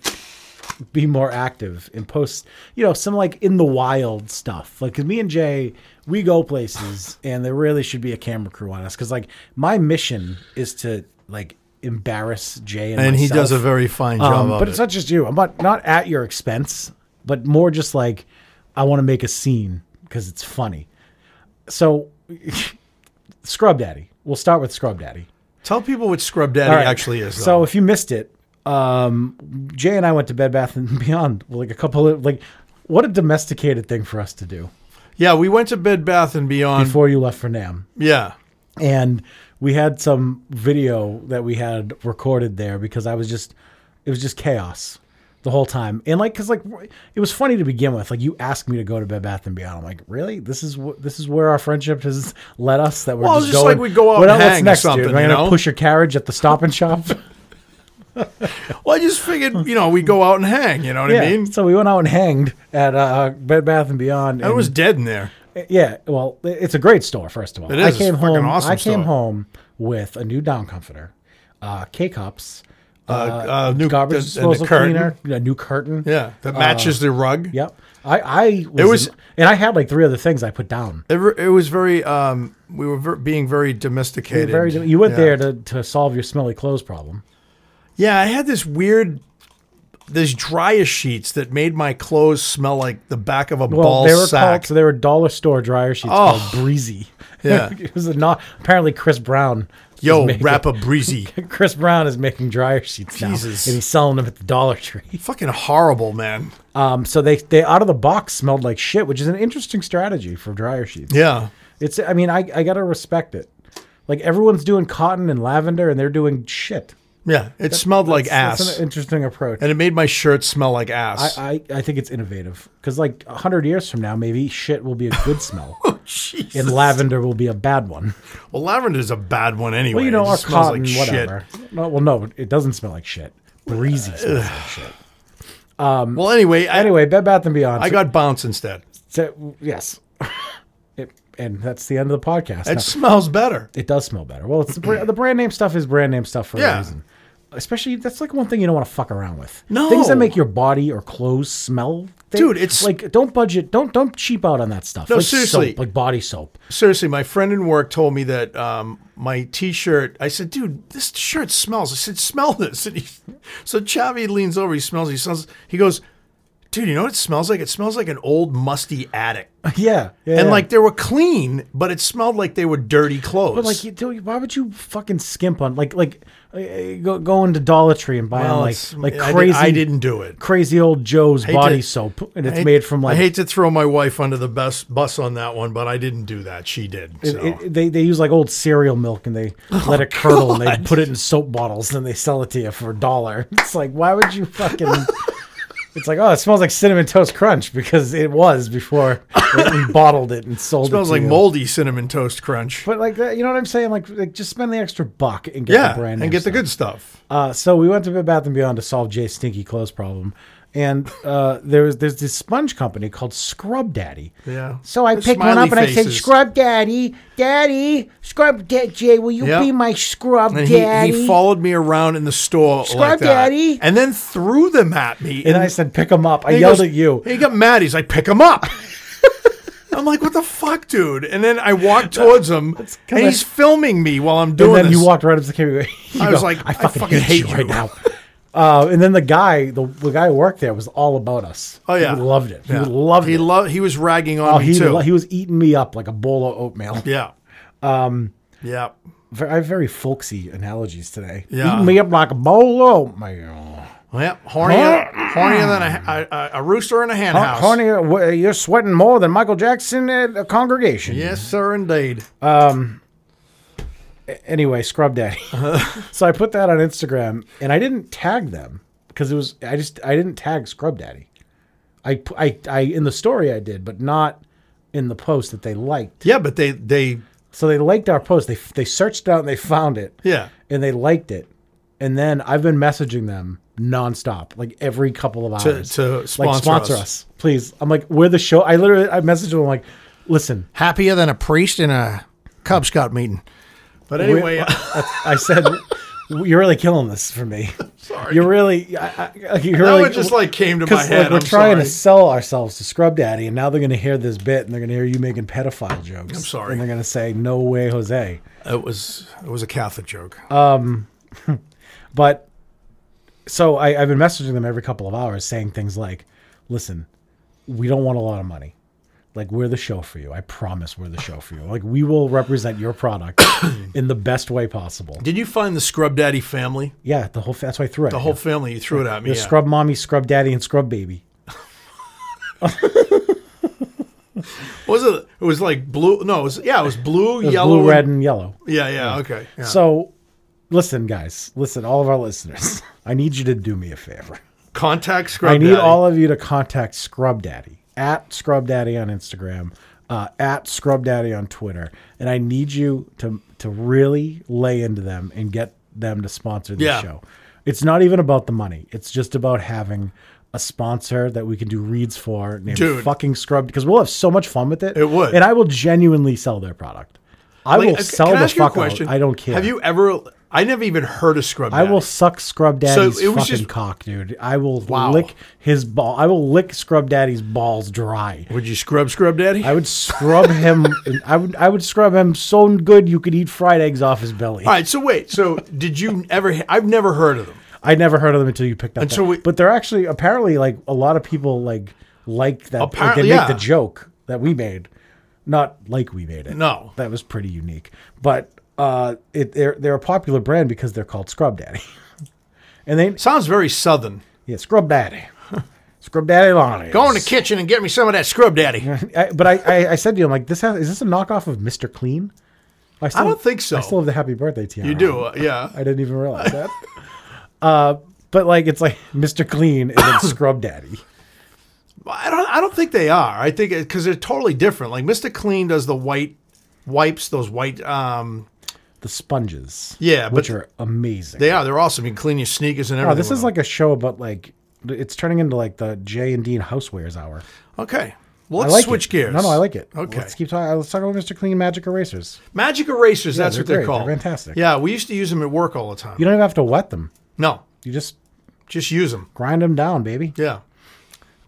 [SPEAKER 2] be more active and post, you know, some like in the wild stuff. Like 'cause me and Jay, we go places, and there really should be a camera crew on us. Because like my mission is to like embarrass Jay, and,
[SPEAKER 1] And he does a
[SPEAKER 2] myself.
[SPEAKER 1] very fine job
[SPEAKER 2] Um,
[SPEAKER 1] of
[SPEAKER 2] but it's
[SPEAKER 1] it.
[SPEAKER 2] not just you. I'm not not at your expense, but more just like I want to make a scene because it's funny. So, Scrub Daddy. We'll start with Scrub Daddy.
[SPEAKER 1] Tell people what Scrub Daddy
[SPEAKER 2] All right.
[SPEAKER 1] actually is.
[SPEAKER 2] So
[SPEAKER 1] Though.
[SPEAKER 2] if you missed it, um, Jay and I went to Bed Bath and Beyond. Like a couple of like, what a domesticated thing for us to do
[SPEAKER 1] yeah, we went to Bed Bath and Beyond.
[SPEAKER 2] before you left for Nam.
[SPEAKER 1] yeah,
[SPEAKER 2] And we had some video that we had recorded there because I was just, it was just chaos the whole time. And like, cause like, it was funny to begin with. Like you asked me to go to Bed Bath and Beyond. I'm like, really? This is what this is where our friendship has led us. That we're
[SPEAKER 1] Well,
[SPEAKER 2] just,
[SPEAKER 1] it's just
[SPEAKER 2] going.
[SPEAKER 1] like we go out
[SPEAKER 2] What
[SPEAKER 1] and
[SPEAKER 2] else
[SPEAKER 1] hang or
[SPEAKER 2] next, dude?
[SPEAKER 1] something,
[SPEAKER 2] Am I
[SPEAKER 1] you
[SPEAKER 2] gonna
[SPEAKER 1] know?
[SPEAKER 2] push your carriage at the Stop and Shop?
[SPEAKER 1] well, I just figured you know we go out and hang. You know what I mean?
[SPEAKER 2] So we went out and hanged at uh, Bed Bath and Beyond.
[SPEAKER 1] I
[SPEAKER 2] and-
[SPEAKER 1] was dead in there.
[SPEAKER 2] yeah. Well, it's a great store. First of all,
[SPEAKER 1] It is.
[SPEAKER 2] I
[SPEAKER 1] It's
[SPEAKER 2] came
[SPEAKER 1] a fucking
[SPEAKER 2] home.
[SPEAKER 1] awesome
[SPEAKER 2] I came
[SPEAKER 1] store.
[SPEAKER 2] home with a new down comforter, uh, K cups, uh,
[SPEAKER 1] uh, new-
[SPEAKER 2] garbage
[SPEAKER 1] and the
[SPEAKER 2] disposal
[SPEAKER 1] curtain. Uh,
[SPEAKER 2] cleaner, a new curtain.
[SPEAKER 1] Yeah, that matches the rug.
[SPEAKER 2] Yep. I I was,
[SPEAKER 1] was-
[SPEAKER 2] in- and I had like three other things I put down.
[SPEAKER 1] It, re- it was very. Um, we were ver- being very domesticated.
[SPEAKER 2] Very, you went
[SPEAKER 1] Yeah.
[SPEAKER 2] there to, to solve your smelly clothes problem.
[SPEAKER 1] Yeah, I had this weird these dryer sheets that made my clothes smell like the back of a
[SPEAKER 2] Well,
[SPEAKER 1] ball
[SPEAKER 2] they were
[SPEAKER 1] sack. Oh.
[SPEAKER 2] called so they were dollar store dryer sheets called Breezy.
[SPEAKER 1] Yeah.
[SPEAKER 2] it was a not apparently Chris Brown. is
[SPEAKER 1] Yo,
[SPEAKER 2] making-
[SPEAKER 1] rapper breezy,
[SPEAKER 2] Chris Brown is making dryer sheets
[SPEAKER 1] Jesus.
[SPEAKER 2] now, and he's selling them at the Dollar Tree.
[SPEAKER 1] fucking horrible, man.
[SPEAKER 2] Um, so they they out of the box smelled like shit, which is an interesting strategy for dryer sheets.
[SPEAKER 1] Yeah,
[SPEAKER 2] It's I mean I I gotta respect it. Like everyone's doing cotton and lavender, and they're doing shit.
[SPEAKER 1] yeah. It smelled like ass,
[SPEAKER 2] That's an interesting approach.
[SPEAKER 1] and it made my shirt smell like ass.
[SPEAKER 2] I, I, I think it's innovative because like hundred years from now, maybe shit will be a good smell,
[SPEAKER 1] Jeez.
[SPEAKER 2] and lavender will be a bad one.
[SPEAKER 1] Well, lavender's a bad one anyway.
[SPEAKER 2] Well, you know,
[SPEAKER 1] It
[SPEAKER 2] our
[SPEAKER 1] just smells
[SPEAKER 2] cotton, whatever. No, well, no, it doesn't smell like shit. Breezy smells like shit.
[SPEAKER 1] Shit. Well, anyway, I,
[SPEAKER 2] Anyway, Bed Bath and Beyond.
[SPEAKER 1] I got bounce instead.
[SPEAKER 2] So- yes, it, and that's the end of the podcast.
[SPEAKER 1] It
[SPEAKER 2] No,
[SPEAKER 1] smells better.
[SPEAKER 2] it does smell better. Well, it's the, bra- the brand name stuff is brand name stuff for
[SPEAKER 1] Yeah.
[SPEAKER 2] a reason. Especially that's like one thing you don't want to fuck around with.
[SPEAKER 1] No.
[SPEAKER 2] things that make your body or clothes smell. Thing,
[SPEAKER 1] Dude, it's-
[SPEAKER 2] like don't budget, don't don't cheap out on that stuff.
[SPEAKER 1] No,
[SPEAKER 2] like
[SPEAKER 1] seriously.
[SPEAKER 2] soap, like body soap.
[SPEAKER 1] Seriously, my friend in work told me that um, my T-shirt. I said, "Dude, this shirt smells." I said, "Smell this." And he, so Chavi leans over. He smells. He smells. He goes, "Dude, you know what it smells like? It smells like an old musty attic."
[SPEAKER 2] yeah, yeah,
[SPEAKER 1] And
[SPEAKER 2] yeah.
[SPEAKER 1] like they were clean, but it smelled like they were dirty clothes.
[SPEAKER 2] But like, you do, why would you fucking skimp on like like uh, go going to Dollar Tree and buying
[SPEAKER 1] Well,
[SPEAKER 2] like
[SPEAKER 1] it's-
[SPEAKER 2] like
[SPEAKER 1] I did-
[SPEAKER 2] crazy
[SPEAKER 1] I didn't do it.
[SPEAKER 2] crazy old Joe's
[SPEAKER 1] to-
[SPEAKER 2] body soap and it's
[SPEAKER 1] I hate-
[SPEAKER 2] made from like
[SPEAKER 1] I hate to throw my wife under the bus bus on that one, but I didn't do that. She did. So. Oh,
[SPEAKER 2] it- it- they they use like old cereal milk and they let it curdle and they put it in soap bottles and they sell it to you for a dollar. It's like why would you fucking. It's like, oh, it smells like cinnamon toast crunch because it was before we we bottled it and sold it.
[SPEAKER 1] smells
[SPEAKER 2] to
[SPEAKER 1] like
[SPEAKER 2] you.
[SPEAKER 1] moldy cinnamon toast crunch.
[SPEAKER 2] But like that, you know what I'm saying? Like, like just spend the extra buck and get
[SPEAKER 1] yeah,
[SPEAKER 2] the brand
[SPEAKER 1] and
[SPEAKER 2] name
[SPEAKER 1] get the
[SPEAKER 2] stuff.
[SPEAKER 1] good stuff.
[SPEAKER 2] Uh, so we went to Bed Bath and Beyond to solve Jay's stinky clothes problem, and uh, there was there's this sponge company called Scrub Daddy.
[SPEAKER 1] Yeah.
[SPEAKER 3] So I
[SPEAKER 1] The
[SPEAKER 3] picked one up and
[SPEAKER 1] smiley
[SPEAKER 3] I said,
[SPEAKER 1] faces.
[SPEAKER 3] "Scrub, Daddy, Daddy, Scrub, da- Jay, will you
[SPEAKER 1] Yep.
[SPEAKER 3] be my Scrub,
[SPEAKER 1] And
[SPEAKER 3] Daddy?"
[SPEAKER 1] he, he followed me around in the store like that,
[SPEAKER 3] Daddy.
[SPEAKER 1] and then threw them at me.
[SPEAKER 2] And I said, "Pick them up." I
[SPEAKER 1] he
[SPEAKER 2] yelled
[SPEAKER 1] goes-
[SPEAKER 2] at you.
[SPEAKER 1] He got mad. He's like, "Pick him up." I'm like, "What the fuck, dude?" And then I walked towards him, and
[SPEAKER 2] 'cause I-
[SPEAKER 1] he's filming me while I'm
[SPEAKER 2] And
[SPEAKER 1] doing
[SPEAKER 2] then
[SPEAKER 1] this.
[SPEAKER 2] you walked right up to the camera. You
[SPEAKER 1] I was like, "I fucking hate you."
[SPEAKER 2] right now." Uh, and then the guy, the, the guy who worked there, was all about us.
[SPEAKER 1] oh yeah,
[SPEAKER 2] he loved it. He
[SPEAKER 1] Yeah.
[SPEAKER 2] loved
[SPEAKER 1] He
[SPEAKER 2] it.
[SPEAKER 1] loved. He was ragging on
[SPEAKER 2] Oh,
[SPEAKER 1] me
[SPEAKER 2] he,
[SPEAKER 1] too.
[SPEAKER 2] lo- he was eating me up like a bowl of oatmeal.
[SPEAKER 1] yeah. Um. Yeah.
[SPEAKER 2] Ve- I have very folksy analogies today.
[SPEAKER 1] Yeah.
[SPEAKER 2] Eating me up like a bowl of oatmeal.
[SPEAKER 1] Yeah. Hornier, hornier than a, a, a rooster in a hen house.
[SPEAKER 2] Horny, wh- uh, you're sweating more than Michael Jackson at a congregation.
[SPEAKER 1] Yes, sir, indeed.
[SPEAKER 2] Anyway, Scrub Daddy.
[SPEAKER 1] Uh-huh.
[SPEAKER 2] so I put that on Instagram, and I didn't tag them because it was I just I didn't tag Scrub Daddy. I, pu- I I in the story I did, but not in the post that they liked.
[SPEAKER 1] yeah, but they they
[SPEAKER 2] So they liked our post. They f- they searched it out and they found it.
[SPEAKER 1] yeah.
[SPEAKER 2] And they liked it. And then I've been messaging them nonstop, like every couple of
[SPEAKER 1] To-
[SPEAKER 2] hours.
[SPEAKER 1] to
[SPEAKER 2] like
[SPEAKER 1] sponsor
[SPEAKER 2] sponsor
[SPEAKER 1] us.
[SPEAKER 2] us. please. I'm like, we're the show. I literally I messaged them like, listen,
[SPEAKER 1] Happier than a priest in a Cub Scout meeting. But anyway,
[SPEAKER 2] Wait, that's- I said, "You're really killing this for me.
[SPEAKER 1] Sorry.
[SPEAKER 2] You're really, I, I, like, you're
[SPEAKER 1] that
[SPEAKER 2] really."
[SPEAKER 1] one just like came to my
[SPEAKER 2] because
[SPEAKER 1] head.
[SPEAKER 2] we're
[SPEAKER 1] I'm
[SPEAKER 2] trying
[SPEAKER 1] sorry.
[SPEAKER 2] to sell ourselves to Scrub Daddy, and now they're going to hear this bit, and they're going to hear you making pedophile jokes. I'm
[SPEAKER 1] sorry.
[SPEAKER 2] and they're going to say, "No way, Jose."
[SPEAKER 1] It was it was a Catholic joke.
[SPEAKER 2] Uh, But so I, I've been messaging them every couple of hours, saying things like, "Listen, we don't want a lot of money." Like we're the show for you. I promise we're the show for you. Like we will represent your product in the best way possible.
[SPEAKER 1] Did you find the Scrub Daddy family?
[SPEAKER 2] Yeah, the whole that's why I threw it.
[SPEAKER 1] The whole family you threw it at me.
[SPEAKER 2] There's
[SPEAKER 1] yeah.
[SPEAKER 2] scrub mommy, scrub daddy, and scrub baby.
[SPEAKER 1] Was it? It was like blue. No, it was yeah. It was blue,
[SPEAKER 2] There's
[SPEAKER 1] yellow,
[SPEAKER 2] blue, red, and yellow.
[SPEAKER 1] Yeah, yeah. Okay. yeah.
[SPEAKER 2] So, listen, guys, listen, all of our listeners, I need you to do me a favor.
[SPEAKER 1] Contact Scrub.
[SPEAKER 2] I need
[SPEAKER 1] Daddy.
[SPEAKER 2] all of you to contact Scrub Daddy at Scrub Daddy on Instagram, uh, at Scrub Daddy on Twitter, and I need you to to really lay into them and get them to sponsor the
[SPEAKER 1] Yeah.
[SPEAKER 2] show. It's not even about the money; it's just about having a sponsor that we can do reads for named
[SPEAKER 1] Dude.
[SPEAKER 2] fucking Scrub because we'll have so much fun with it.
[SPEAKER 1] It would.
[SPEAKER 2] and I will genuinely sell their product. I
[SPEAKER 1] Like,
[SPEAKER 2] will
[SPEAKER 1] uh,
[SPEAKER 2] sell
[SPEAKER 1] can I
[SPEAKER 2] the
[SPEAKER 1] ask you a
[SPEAKER 2] fuck out.
[SPEAKER 1] question?
[SPEAKER 2] I don't care.
[SPEAKER 1] Have you ever? I never even heard of Scrub.
[SPEAKER 2] I
[SPEAKER 1] Daddy.
[SPEAKER 2] will suck Scrub Daddy's
[SPEAKER 1] it was
[SPEAKER 2] fucking
[SPEAKER 1] just-
[SPEAKER 2] cock, dude. I will
[SPEAKER 1] Wow.
[SPEAKER 2] lick his ball. I will lick Scrub Daddy's balls dry.
[SPEAKER 1] Would you scrub Scrub Daddy?
[SPEAKER 2] I would scrub him. I would. I would scrub him so good you could eat fried eggs off his belly.
[SPEAKER 1] All right, so wait. So did you ever? I've never heard of them.
[SPEAKER 2] I never heard of them until you picked up.
[SPEAKER 1] Until
[SPEAKER 2] that.
[SPEAKER 1] we-
[SPEAKER 2] but they're actually apparently like a lot of people like like that. like,
[SPEAKER 1] Apparently,
[SPEAKER 2] they
[SPEAKER 1] yeah.
[SPEAKER 2] make the joke that we made, not like we made it.
[SPEAKER 1] No.
[SPEAKER 2] that was pretty unique. But uh, it they're they're a popular brand because they're called Scrub Daddy, and they
[SPEAKER 1] Sounds very southern.
[SPEAKER 2] yeah Scrub Daddy, Scrub Daddy Lonnie.
[SPEAKER 1] Go in the kitchen and get me some of that scrub daddy.
[SPEAKER 2] I, but I, I I said to him like this has, is this a knockoff of Mister Clean? still-
[SPEAKER 1] don't think so.
[SPEAKER 2] I still have the Happy Birthday tiara.
[SPEAKER 1] You do, uh, yeah.
[SPEAKER 2] I didn't even realize that. uh, but like it's like Mr. Clean and then Scrub Daddy.
[SPEAKER 1] I don't. I don't think they are. I think because they're totally different. Like Mister Clean does the white wipes, those white. Um,
[SPEAKER 2] The sponges.
[SPEAKER 1] Yeah,
[SPEAKER 2] Which
[SPEAKER 1] but-
[SPEAKER 2] are amazing.
[SPEAKER 1] they are. They're awesome. You can clean your sneakers and
[SPEAKER 2] oh,
[SPEAKER 1] everything.
[SPEAKER 2] this
[SPEAKER 1] with
[SPEAKER 2] is
[SPEAKER 1] them.
[SPEAKER 2] like a show about like it's turning into like the Jay and Dean Housewares hour.
[SPEAKER 1] okay. Well,
[SPEAKER 2] I
[SPEAKER 1] let's
[SPEAKER 2] like
[SPEAKER 1] switch
[SPEAKER 2] it.
[SPEAKER 1] gears.
[SPEAKER 2] No, no, I like it.
[SPEAKER 1] Okay.
[SPEAKER 2] Let's keep talking. Let's talk about Mr. Clean Magic Erasers.
[SPEAKER 1] Magic erasers. that's
[SPEAKER 2] they're
[SPEAKER 1] what they're
[SPEAKER 2] great. They're
[SPEAKER 1] called.
[SPEAKER 2] fantastic.
[SPEAKER 1] Yeah, we used to use them at work all the time.
[SPEAKER 2] You don't even have to wet them.
[SPEAKER 1] no,
[SPEAKER 2] You just
[SPEAKER 1] just use them.
[SPEAKER 2] grind them down, baby.
[SPEAKER 1] Yeah.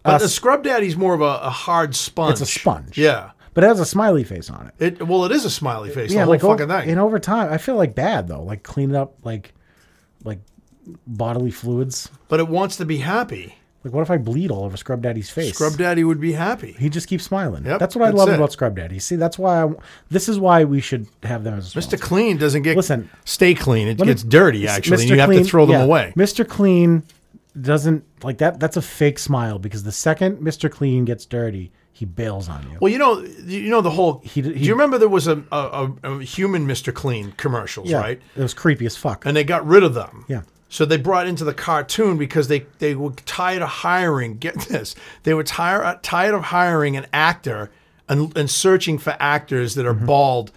[SPEAKER 1] But
[SPEAKER 2] Uh,
[SPEAKER 1] the scrub daddy's more of a, a hard sponge.
[SPEAKER 2] It's a sponge.
[SPEAKER 1] Yeah.
[SPEAKER 2] But it has a smiley face on it.
[SPEAKER 1] It well, it is a smiley face. the whole
[SPEAKER 2] like
[SPEAKER 1] fucking
[SPEAKER 2] over,
[SPEAKER 1] thing.
[SPEAKER 2] And over time, I feel like bad though. Like cleaning up like like bodily fluids.
[SPEAKER 1] but it wants to be happy.
[SPEAKER 2] Like, what if I bleed all over Scrub Daddy's face?
[SPEAKER 1] Scrub daddy would be happy.
[SPEAKER 2] He just keeps smiling.
[SPEAKER 1] Yep,
[SPEAKER 2] that's what I
[SPEAKER 1] that's
[SPEAKER 2] love
[SPEAKER 1] it.
[SPEAKER 2] about Scrub Daddy. See, that's why I, this is why we should have them as a
[SPEAKER 1] Mr.
[SPEAKER 2] sponsor.
[SPEAKER 1] Clean doesn't get
[SPEAKER 2] Listen.
[SPEAKER 1] stay clean. It
[SPEAKER 2] Let me-
[SPEAKER 1] gets dirty actually. and
[SPEAKER 2] Mr.
[SPEAKER 1] you have
[SPEAKER 2] Clean-
[SPEAKER 1] to throw them
[SPEAKER 2] yeah,
[SPEAKER 1] away.
[SPEAKER 2] Mr. Clean doesn't like that. That's a fake smile because the second Mr. Clean gets dirty, he bails on you.
[SPEAKER 1] Well, you know, you know the whole.
[SPEAKER 2] He-
[SPEAKER 1] do
[SPEAKER 2] he-
[SPEAKER 1] you remember there was a, a, a, a human Mr. Clean commercials,
[SPEAKER 2] yeah,
[SPEAKER 1] right?
[SPEAKER 2] It was creepy as fuck.
[SPEAKER 1] And they got rid of them.
[SPEAKER 2] Yeah.
[SPEAKER 1] So they brought into the cartoon because they, they were tired of hiring. Get this, they were tired tired of hiring an actor and, and searching for actors that are bald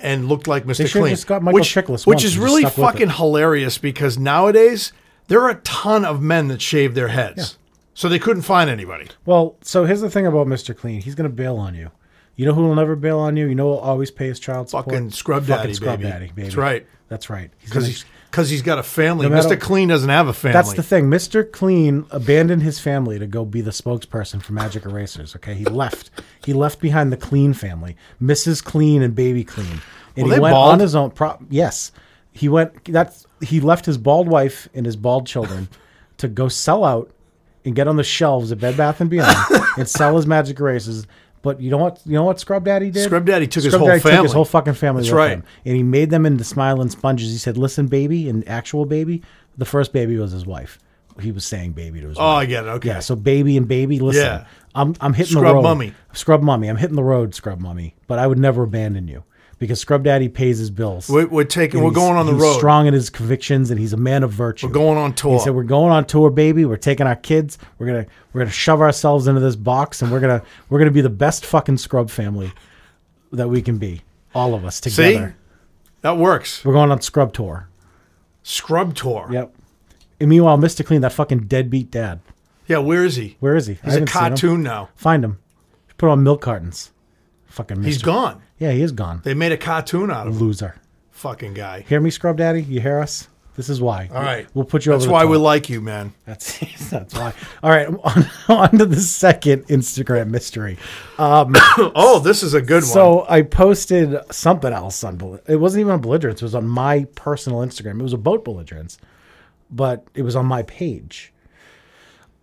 [SPEAKER 1] and looked like Mr.
[SPEAKER 2] Mm-hmm. should've
[SPEAKER 1] Clean,
[SPEAKER 2] just got Michael
[SPEAKER 1] which,
[SPEAKER 2] Chiklis once
[SPEAKER 1] which is
[SPEAKER 2] and just
[SPEAKER 1] really
[SPEAKER 2] stuck with it.
[SPEAKER 1] fucking hilarious because nowadays there are a ton of men that shave their heads, so they couldn't find anybody.
[SPEAKER 2] Well, so here's the thing about Mr. Clean. He's going to bail on you. You know who will never bail on you? You know who will always pay his child support?
[SPEAKER 1] Fucking scrub daddy, baby. That's right.
[SPEAKER 2] That's right. He's
[SPEAKER 1] Because
[SPEAKER 2] gonna-
[SPEAKER 1] he's because he's got a family.
[SPEAKER 2] No matter-
[SPEAKER 1] Mr. Clean doesn't have a family.
[SPEAKER 2] That's the thing. Mr. Clean abandoned his family to go be the spokesperson for Magic Erasers. Okay, he left. He left behind the Clean family, Mrs. Clean and Baby Clean, and
[SPEAKER 1] Were
[SPEAKER 2] he
[SPEAKER 1] they
[SPEAKER 2] went on
[SPEAKER 1] bald?
[SPEAKER 2] his own. Pro- yes, he went. That's he left his bald wife and his bald children to go sell out and get on the shelves at Bed Bath and Beyond and sell his Magic Erasers. But you know what? You know what Scrub Daddy did?
[SPEAKER 1] Scrub Daddy took his
[SPEAKER 2] Scrub
[SPEAKER 1] whole
[SPEAKER 2] Daddy took his
[SPEAKER 1] family.
[SPEAKER 2] whole fucking family.
[SPEAKER 1] That's
[SPEAKER 2] with
[SPEAKER 1] right.
[SPEAKER 2] him and he made them into smiling sponges. He said, "Listen, baby, and actual baby. The first baby was his wife. He was saying baby to his
[SPEAKER 1] Oh,
[SPEAKER 2] wife.
[SPEAKER 1] I get it. Okay.
[SPEAKER 2] yeah. So baby and baby, listen.
[SPEAKER 1] Yeah.
[SPEAKER 2] I'm I'm hitting the
[SPEAKER 1] Scrub
[SPEAKER 2] road.
[SPEAKER 1] mummy.
[SPEAKER 2] Scrub mummy. I'm hitting the road, scrub mummy. But I would never abandon you because scrub daddy pays his bills.
[SPEAKER 1] We're, we're taking.
[SPEAKER 2] And
[SPEAKER 1] We're
[SPEAKER 2] he's-
[SPEAKER 1] going on the
[SPEAKER 2] he's
[SPEAKER 1] road.
[SPEAKER 2] Strong in his convictions, and he's a man of virtue.
[SPEAKER 1] We're going on tour.
[SPEAKER 2] He said, "We're going on tour, baby. We're taking our kids. We're gonna we're gonna shove ourselves into this box, and we're gonna we're gonna be the best fucking scrub family that we can be, all of us
[SPEAKER 1] See,
[SPEAKER 2] together.
[SPEAKER 1] that works.
[SPEAKER 2] We're going on scrub tour.
[SPEAKER 1] Scrub tour.
[SPEAKER 2] Yep. And meanwhile, Mister Clean, that fucking deadbeat dad.
[SPEAKER 1] Yeah. Where is he?
[SPEAKER 2] Where is he? I
[SPEAKER 1] He's a
[SPEAKER 2] haven't seen him.
[SPEAKER 1] cartoon now.
[SPEAKER 2] Find him. Put him on milk cartons. Fucking. Mr.
[SPEAKER 1] He's gone.
[SPEAKER 2] Yeah, he is gone.
[SPEAKER 1] They made a cartoon out of him.
[SPEAKER 2] Loser.
[SPEAKER 1] Fucking guy.
[SPEAKER 2] Hear me, scrub daddy. You hear us? This is why.
[SPEAKER 1] All right.
[SPEAKER 2] We'll put you
[SPEAKER 1] That's
[SPEAKER 2] over. the
[SPEAKER 1] why
[SPEAKER 2] top.
[SPEAKER 1] we like you, man.
[SPEAKER 2] That's that's why. All right, on, on to the second Instagram mystery.
[SPEAKER 1] Oh, this is a good one.
[SPEAKER 2] So I posted something else on Bel- it wasn't even on belligerence. It was on my personal Instagram. It was about belligerence, but it was on my page.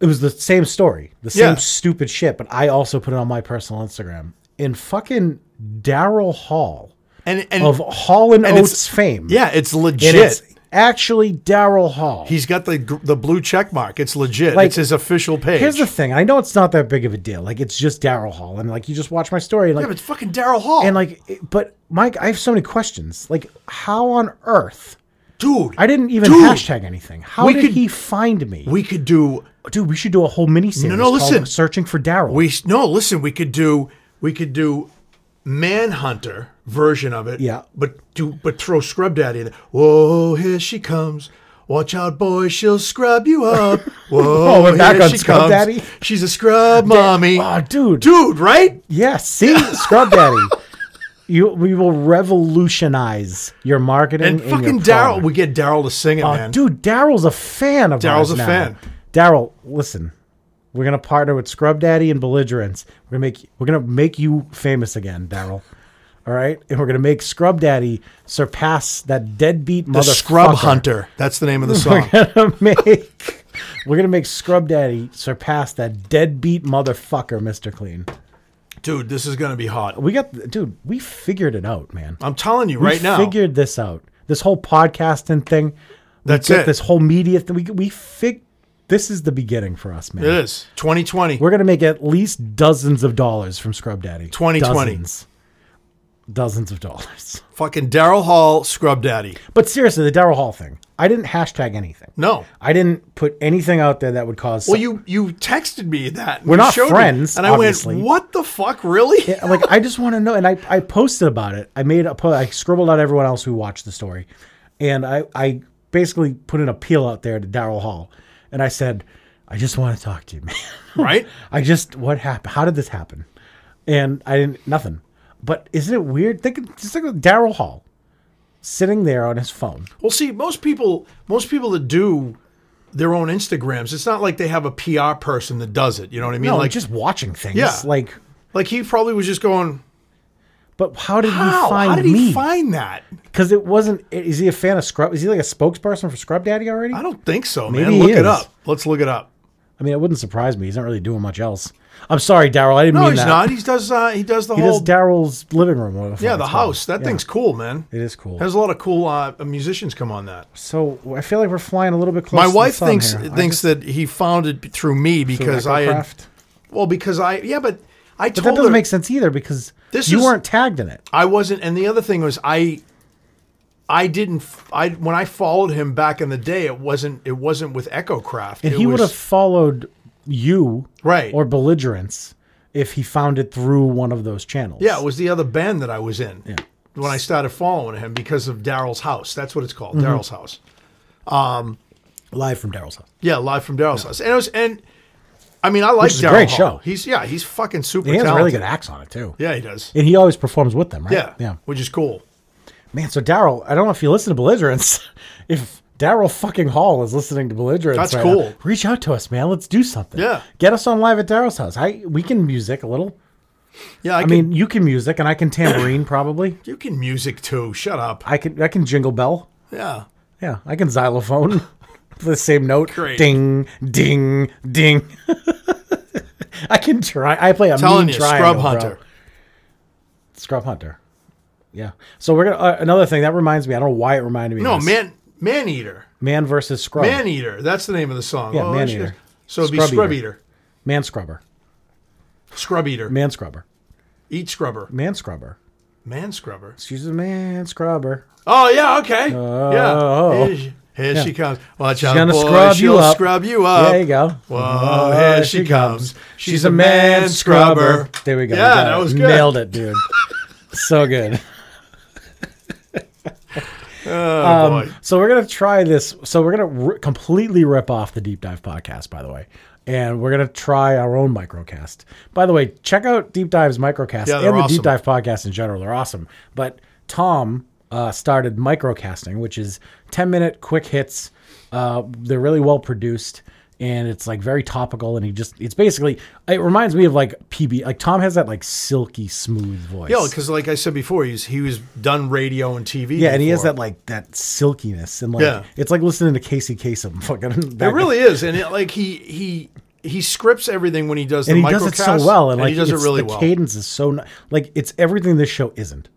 [SPEAKER 2] It was the same story, the same
[SPEAKER 1] Yeah.
[SPEAKER 2] stupid shit. But I also put it on my personal Instagram. In fucking Daryl Hall
[SPEAKER 1] And and
[SPEAKER 2] of Hall and,
[SPEAKER 1] and it's-
[SPEAKER 2] Oates fame.
[SPEAKER 1] yeah, it's
[SPEAKER 2] and
[SPEAKER 1] legit.
[SPEAKER 2] it's actually Daryl Hall.
[SPEAKER 1] He's got the gr- the blue check mark. It's legit.
[SPEAKER 2] Like,
[SPEAKER 1] it's his official page.
[SPEAKER 2] Here's the thing. I know it's not that big of a deal. Like it's just Daryl Hall, and like you just watch my story, and
[SPEAKER 1] yeah, but
[SPEAKER 2] like
[SPEAKER 1] it's fucking Daryl Hall.
[SPEAKER 2] and like, it- but Mike, I have so many questions. Like, how on earth?
[SPEAKER 1] dude,
[SPEAKER 2] I didn't even
[SPEAKER 1] Dude.
[SPEAKER 2] hashtag anything. How
[SPEAKER 1] We
[SPEAKER 2] did
[SPEAKER 1] could-
[SPEAKER 2] he find me?
[SPEAKER 1] we could do
[SPEAKER 2] Dude, we should do a whole mini series.
[SPEAKER 1] No, no, listen.
[SPEAKER 2] searching for Daryl.
[SPEAKER 1] We no, listen. We could do we could do Manhunter version of it.
[SPEAKER 2] Yeah.
[SPEAKER 1] But do but throw Scrub Daddy in there. Whoa, here she comes. Watch out, boy, she'll scrub you up. Whoa,
[SPEAKER 2] Oh, we're back
[SPEAKER 1] here
[SPEAKER 2] on
[SPEAKER 1] she
[SPEAKER 2] Scrub
[SPEAKER 1] comes.
[SPEAKER 2] Daddy?
[SPEAKER 1] She's a scrub mommy.
[SPEAKER 2] oh, dude.
[SPEAKER 1] Dude, right?
[SPEAKER 2] Yeah, see, Scrub Daddy. You, we will revolutionize your marketing
[SPEAKER 1] And,
[SPEAKER 2] and your
[SPEAKER 1] fucking Daryl,
[SPEAKER 2] product.
[SPEAKER 1] we get Daryl to sing it,
[SPEAKER 2] Oh,
[SPEAKER 1] man.
[SPEAKER 2] dude, Daryl's a fan of
[SPEAKER 1] Daryl's
[SPEAKER 2] ours
[SPEAKER 1] a
[SPEAKER 2] now.
[SPEAKER 1] fan.
[SPEAKER 2] Daryl, listen, we're gonna partner with Scrub Daddy and Belligerents. We're gonna make we're gonna make you famous again, Daryl. All right, and we're gonna make Scrub Daddy surpass that deadbeat
[SPEAKER 1] The
[SPEAKER 2] motherfucker.
[SPEAKER 1] Scrub Hunter. That's the name of the song.
[SPEAKER 2] gonna make we're gonna make Scrub Daddy surpass that deadbeat motherfucker, Mister Clean.
[SPEAKER 1] Dude, this is going to be hot.
[SPEAKER 2] We got dude, we figured it out, man.
[SPEAKER 1] I'm telling you
[SPEAKER 2] We
[SPEAKER 1] right now.
[SPEAKER 2] figured this out. This whole podcasting thing.
[SPEAKER 1] That's
[SPEAKER 2] we get
[SPEAKER 1] it.
[SPEAKER 2] This whole media thing. We we fig. This is the beginning for us, man.
[SPEAKER 1] it is 2020.
[SPEAKER 2] We're gonna make at least dozens of dollars from Scrub Daddy.
[SPEAKER 1] 2020.
[SPEAKER 2] Dozens. Dozens of dollars.
[SPEAKER 1] Fucking Daryl Hall, Scrub Daddy.
[SPEAKER 2] But seriously, the Daryl Hall thing. I didn't hashtag anything.
[SPEAKER 1] No.
[SPEAKER 2] I didn't put anything out there that would cause.
[SPEAKER 1] Well, you you texted me that.
[SPEAKER 2] We're
[SPEAKER 1] You
[SPEAKER 2] not
[SPEAKER 1] showed me.
[SPEAKER 2] friends,
[SPEAKER 1] and I
[SPEAKER 2] obviously.
[SPEAKER 1] went, "What the fuck, really?"
[SPEAKER 2] Yeah, like I just want to know, and I, I posted about it. I made a po- I scribbled out everyone else who watched the story, and I I basically put an appeal out there to Daryl Hall, and I said, I just want to talk to you, man.
[SPEAKER 1] Right?
[SPEAKER 2] I just what happened? How did this happen? And I didn't nothing. But isn't it weird? Think just think of Daryl Hall sitting there on his phone.
[SPEAKER 1] Well, see, most people, most people that do their own Instagrams, it's not like they have a PR person that does it. You know what I mean?
[SPEAKER 2] No,
[SPEAKER 1] like,
[SPEAKER 2] like just watching things.
[SPEAKER 1] Yeah.
[SPEAKER 2] Like,
[SPEAKER 1] like he probably was just going,
[SPEAKER 2] but how did
[SPEAKER 1] "How?
[SPEAKER 2] he find
[SPEAKER 1] How did
[SPEAKER 2] me?
[SPEAKER 1] he find that?"
[SPEAKER 2] Because it wasn't. Is he a fan of Scrub? Is he like a spokesperson for Scrub Daddy already?
[SPEAKER 1] I don't think so,
[SPEAKER 2] Maybe
[SPEAKER 1] man.
[SPEAKER 2] he
[SPEAKER 1] Look it
[SPEAKER 2] is.
[SPEAKER 1] up. Let's look it up.
[SPEAKER 2] I mean, it wouldn't surprise me. He's not really doing much else. I'm sorry, Daryl. I didn't
[SPEAKER 1] No,
[SPEAKER 2] mean
[SPEAKER 1] he's
[SPEAKER 2] that.
[SPEAKER 1] not. He does. Uh, he does the
[SPEAKER 2] He
[SPEAKER 1] whole.
[SPEAKER 2] does Daryl's living room. or whatever
[SPEAKER 1] yeah, the
[SPEAKER 2] it's called.
[SPEAKER 1] house. That
[SPEAKER 2] Yeah,
[SPEAKER 1] thing's cool, man.
[SPEAKER 2] It is cool.
[SPEAKER 1] There's a lot of cool uh, musicians come on that.
[SPEAKER 2] so I feel like we're flying a little bit close.
[SPEAKER 1] My
[SPEAKER 2] to the
[SPEAKER 1] wife
[SPEAKER 2] sun
[SPEAKER 1] thinks
[SPEAKER 2] here. I
[SPEAKER 1] thinks
[SPEAKER 2] just-
[SPEAKER 1] that he found it through me because I had
[SPEAKER 2] Ecclecraft.
[SPEAKER 1] well because I yeah but I
[SPEAKER 2] But
[SPEAKER 1] told
[SPEAKER 2] that doesn't
[SPEAKER 1] her
[SPEAKER 2] make sense either because
[SPEAKER 1] This
[SPEAKER 2] you
[SPEAKER 1] is-
[SPEAKER 2] weren't tagged in it.
[SPEAKER 1] I wasn't and the other thing was I I didn't f- I when I followed him back in the day it wasn't it wasn't with Echo Craft
[SPEAKER 2] And
[SPEAKER 1] it
[SPEAKER 2] he would
[SPEAKER 1] was-
[SPEAKER 2] have followed you
[SPEAKER 1] Right.
[SPEAKER 2] or belligerents if he found it through one of those channels.
[SPEAKER 1] yeah it was the other band that I was in when I started following him because of Daryl's house that's what it's called
[SPEAKER 2] Mm-hmm.
[SPEAKER 1] Daryl's house
[SPEAKER 2] live from Daryl's house.
[SPEAKER 1] yeah live from Daryl's house and it was and I mean I like
[SPEAKER 2] is a
[SPEAKER 1] Daryl
[SPEAKER 2] great
[SPEAKER 1] Hall.
[SPEAKER 2] show.
[SPEAKER 1] he's yeah he's fucking super
[SPEAKER 2] And he has a really
[SPEAKER 1] talented
[SPEAKER 2] good axe on it too.
[SPEAKER 1] yeah he does
[SPEAKER 2] And he always performs with them, right?
[SPEAKER 1] yeah
[SPEAKER 2] Yeah.
[SPEAKER 1] which is cool
[SPEAKER 2] Man, so Daryl, I don't know if you listen to Belligerents. If Daryl fucking Hall is listening to Belligerents,
[SPEAKER 1] That's
[SPEAKER 2] right
[SPEAKER 1] cool.
[SPEAKER 2] now, reach out to us, man. Let's do something.
[SPEAKER 1] Yeah.
[SPEAKER 2] Get us on live at Daryl's house. I we can music a little.
[SPEAKER 1] yeah I,
[SPEAKER 2] I mean, you can music, and I can tambourine probably.
[SPEAKER 1] you can music too shut up
[SPEAKER 2] I can I can jingle bell.
[SPEAKER 1] yeah.
[SPEAKER 2] Yeah, I can xylophone the same note.
[SPEAKER 1] Great.
[SPEAKER 2] Ding, ding, ding. I can try. I play a
[SPEAKER 1] telling
[SPEAKER 2] mean
[SPEAKER 1] you,
[SPEAKER 2] triangle,
[SPEAKER 1] Scrub
[SPEAKER 2] bro.
[SPEAKER 1] Hunter.
[SPEAKER 2] Scrub hunter. Yeah. So we're gonna uh, another thing that reminds me. I don't know why it reminded me. of
[SPEAKER 1] No,
[SPEAKER 2] this.
[SPEAKER 1] man, man eater,
[SPEAKER 2] man versus scrub.
[SPEAKER 1] man eater. That's the name of the song.
[SPEAKER 2] Oh. Yeah, Man
[SPEAKER 1] shit.
[SPEAKER 2] Eater.
[SPEAKER 1] So it'd be
[SPEAKER 2] Scrub
[SPEAKER 1] scrub
[SPEAKER 2] Eater.
[SPEAKER 1] eater,
[SPEAKER 2] Man scrubber.
[SPEAKER 1] scrub eater,
[SPEAKER 2] Man scrubber.
[SPEAKER 1] eat scrubber,
[SPEAKER 2] Man scrubber.
[SPEAKER 1] man scrubber.
[SPEAKER 2] She's a man scrubber.
[SPEAKER 1] Oh yeah, okay,
[SPEAKER 2] Oh.
[SPEAKER 1] yeah. Here, she- here she comes. Watch out,
[SPEAKER 2] gonna
[SPEAKER 1] boy.
[SPEAKER 2] scrub you
[SPEAKER 1] She'll
[SPEAKER 2] up.
[SPEAKER 1] scrub you up.
[SPEAKER 2] There you go. Oh,
[SPEAKER 1] Whoa, here she comes. She's, a man scrubber.
[SPEAKER 2] There we go.
[SPEAKER 1] Yeah,
[SPEAKER 2] Got
[SPEAKER 1] that
[SPEAKER 2] it.
[SPEAKER 1] was good.
[SPEAKER 2] Nailed it, dude. so good.
[SPEAKER 1] Oh boy.
[SPEAKER 2] So we're gonna try this. So we're gonna r- completely rip off the deep dive podcast, by the way, and we're gonna try our own microcast. By the way, check out deep dive's microcast
[SPEAKER 1] Yeah,
[SPEAKER 2] and
[SPEAKER 1] they're
[SPEAKER 2] the
[SPEAKER 1] awesome.
[SPEAKER 2] deep dive podcast in general. They're awesome. But Tom uh, started microcasting, which is ten minute quick hits. Uh, they're really well produced. And it's like very topical, and he just—it's basically. It reminds me of like PB. Like Tom has that like silky smooth voice.
[SPEAKER 1] Yeah, because like I said before, he's he was done radio and TV.
[SPEAKER 2] Yeah, and he has
[SPEAKER 1] before.
[SPEAKER 2] that like that silkiness and like
[SPEAKER 1] Yeah.
[SPEAKER 2] it's like listening to Casey Kasem. Fucking
[SPEAKER 1] It really is, and it, like he he he scripts everything when he does the
[SPEAKER 2] and he
[SPEAKER 1] microcast,
[SPEAKER 2] does it so well, and, like
[SPEAKER 1] he does it
[SPEAKER 2] it's-
[SPEAKER 1] really
[SPEAKER 2] the
[SPEAKER 1] well.
[SPEAKER 2] cadence is so ni- like it's everything this show isn't.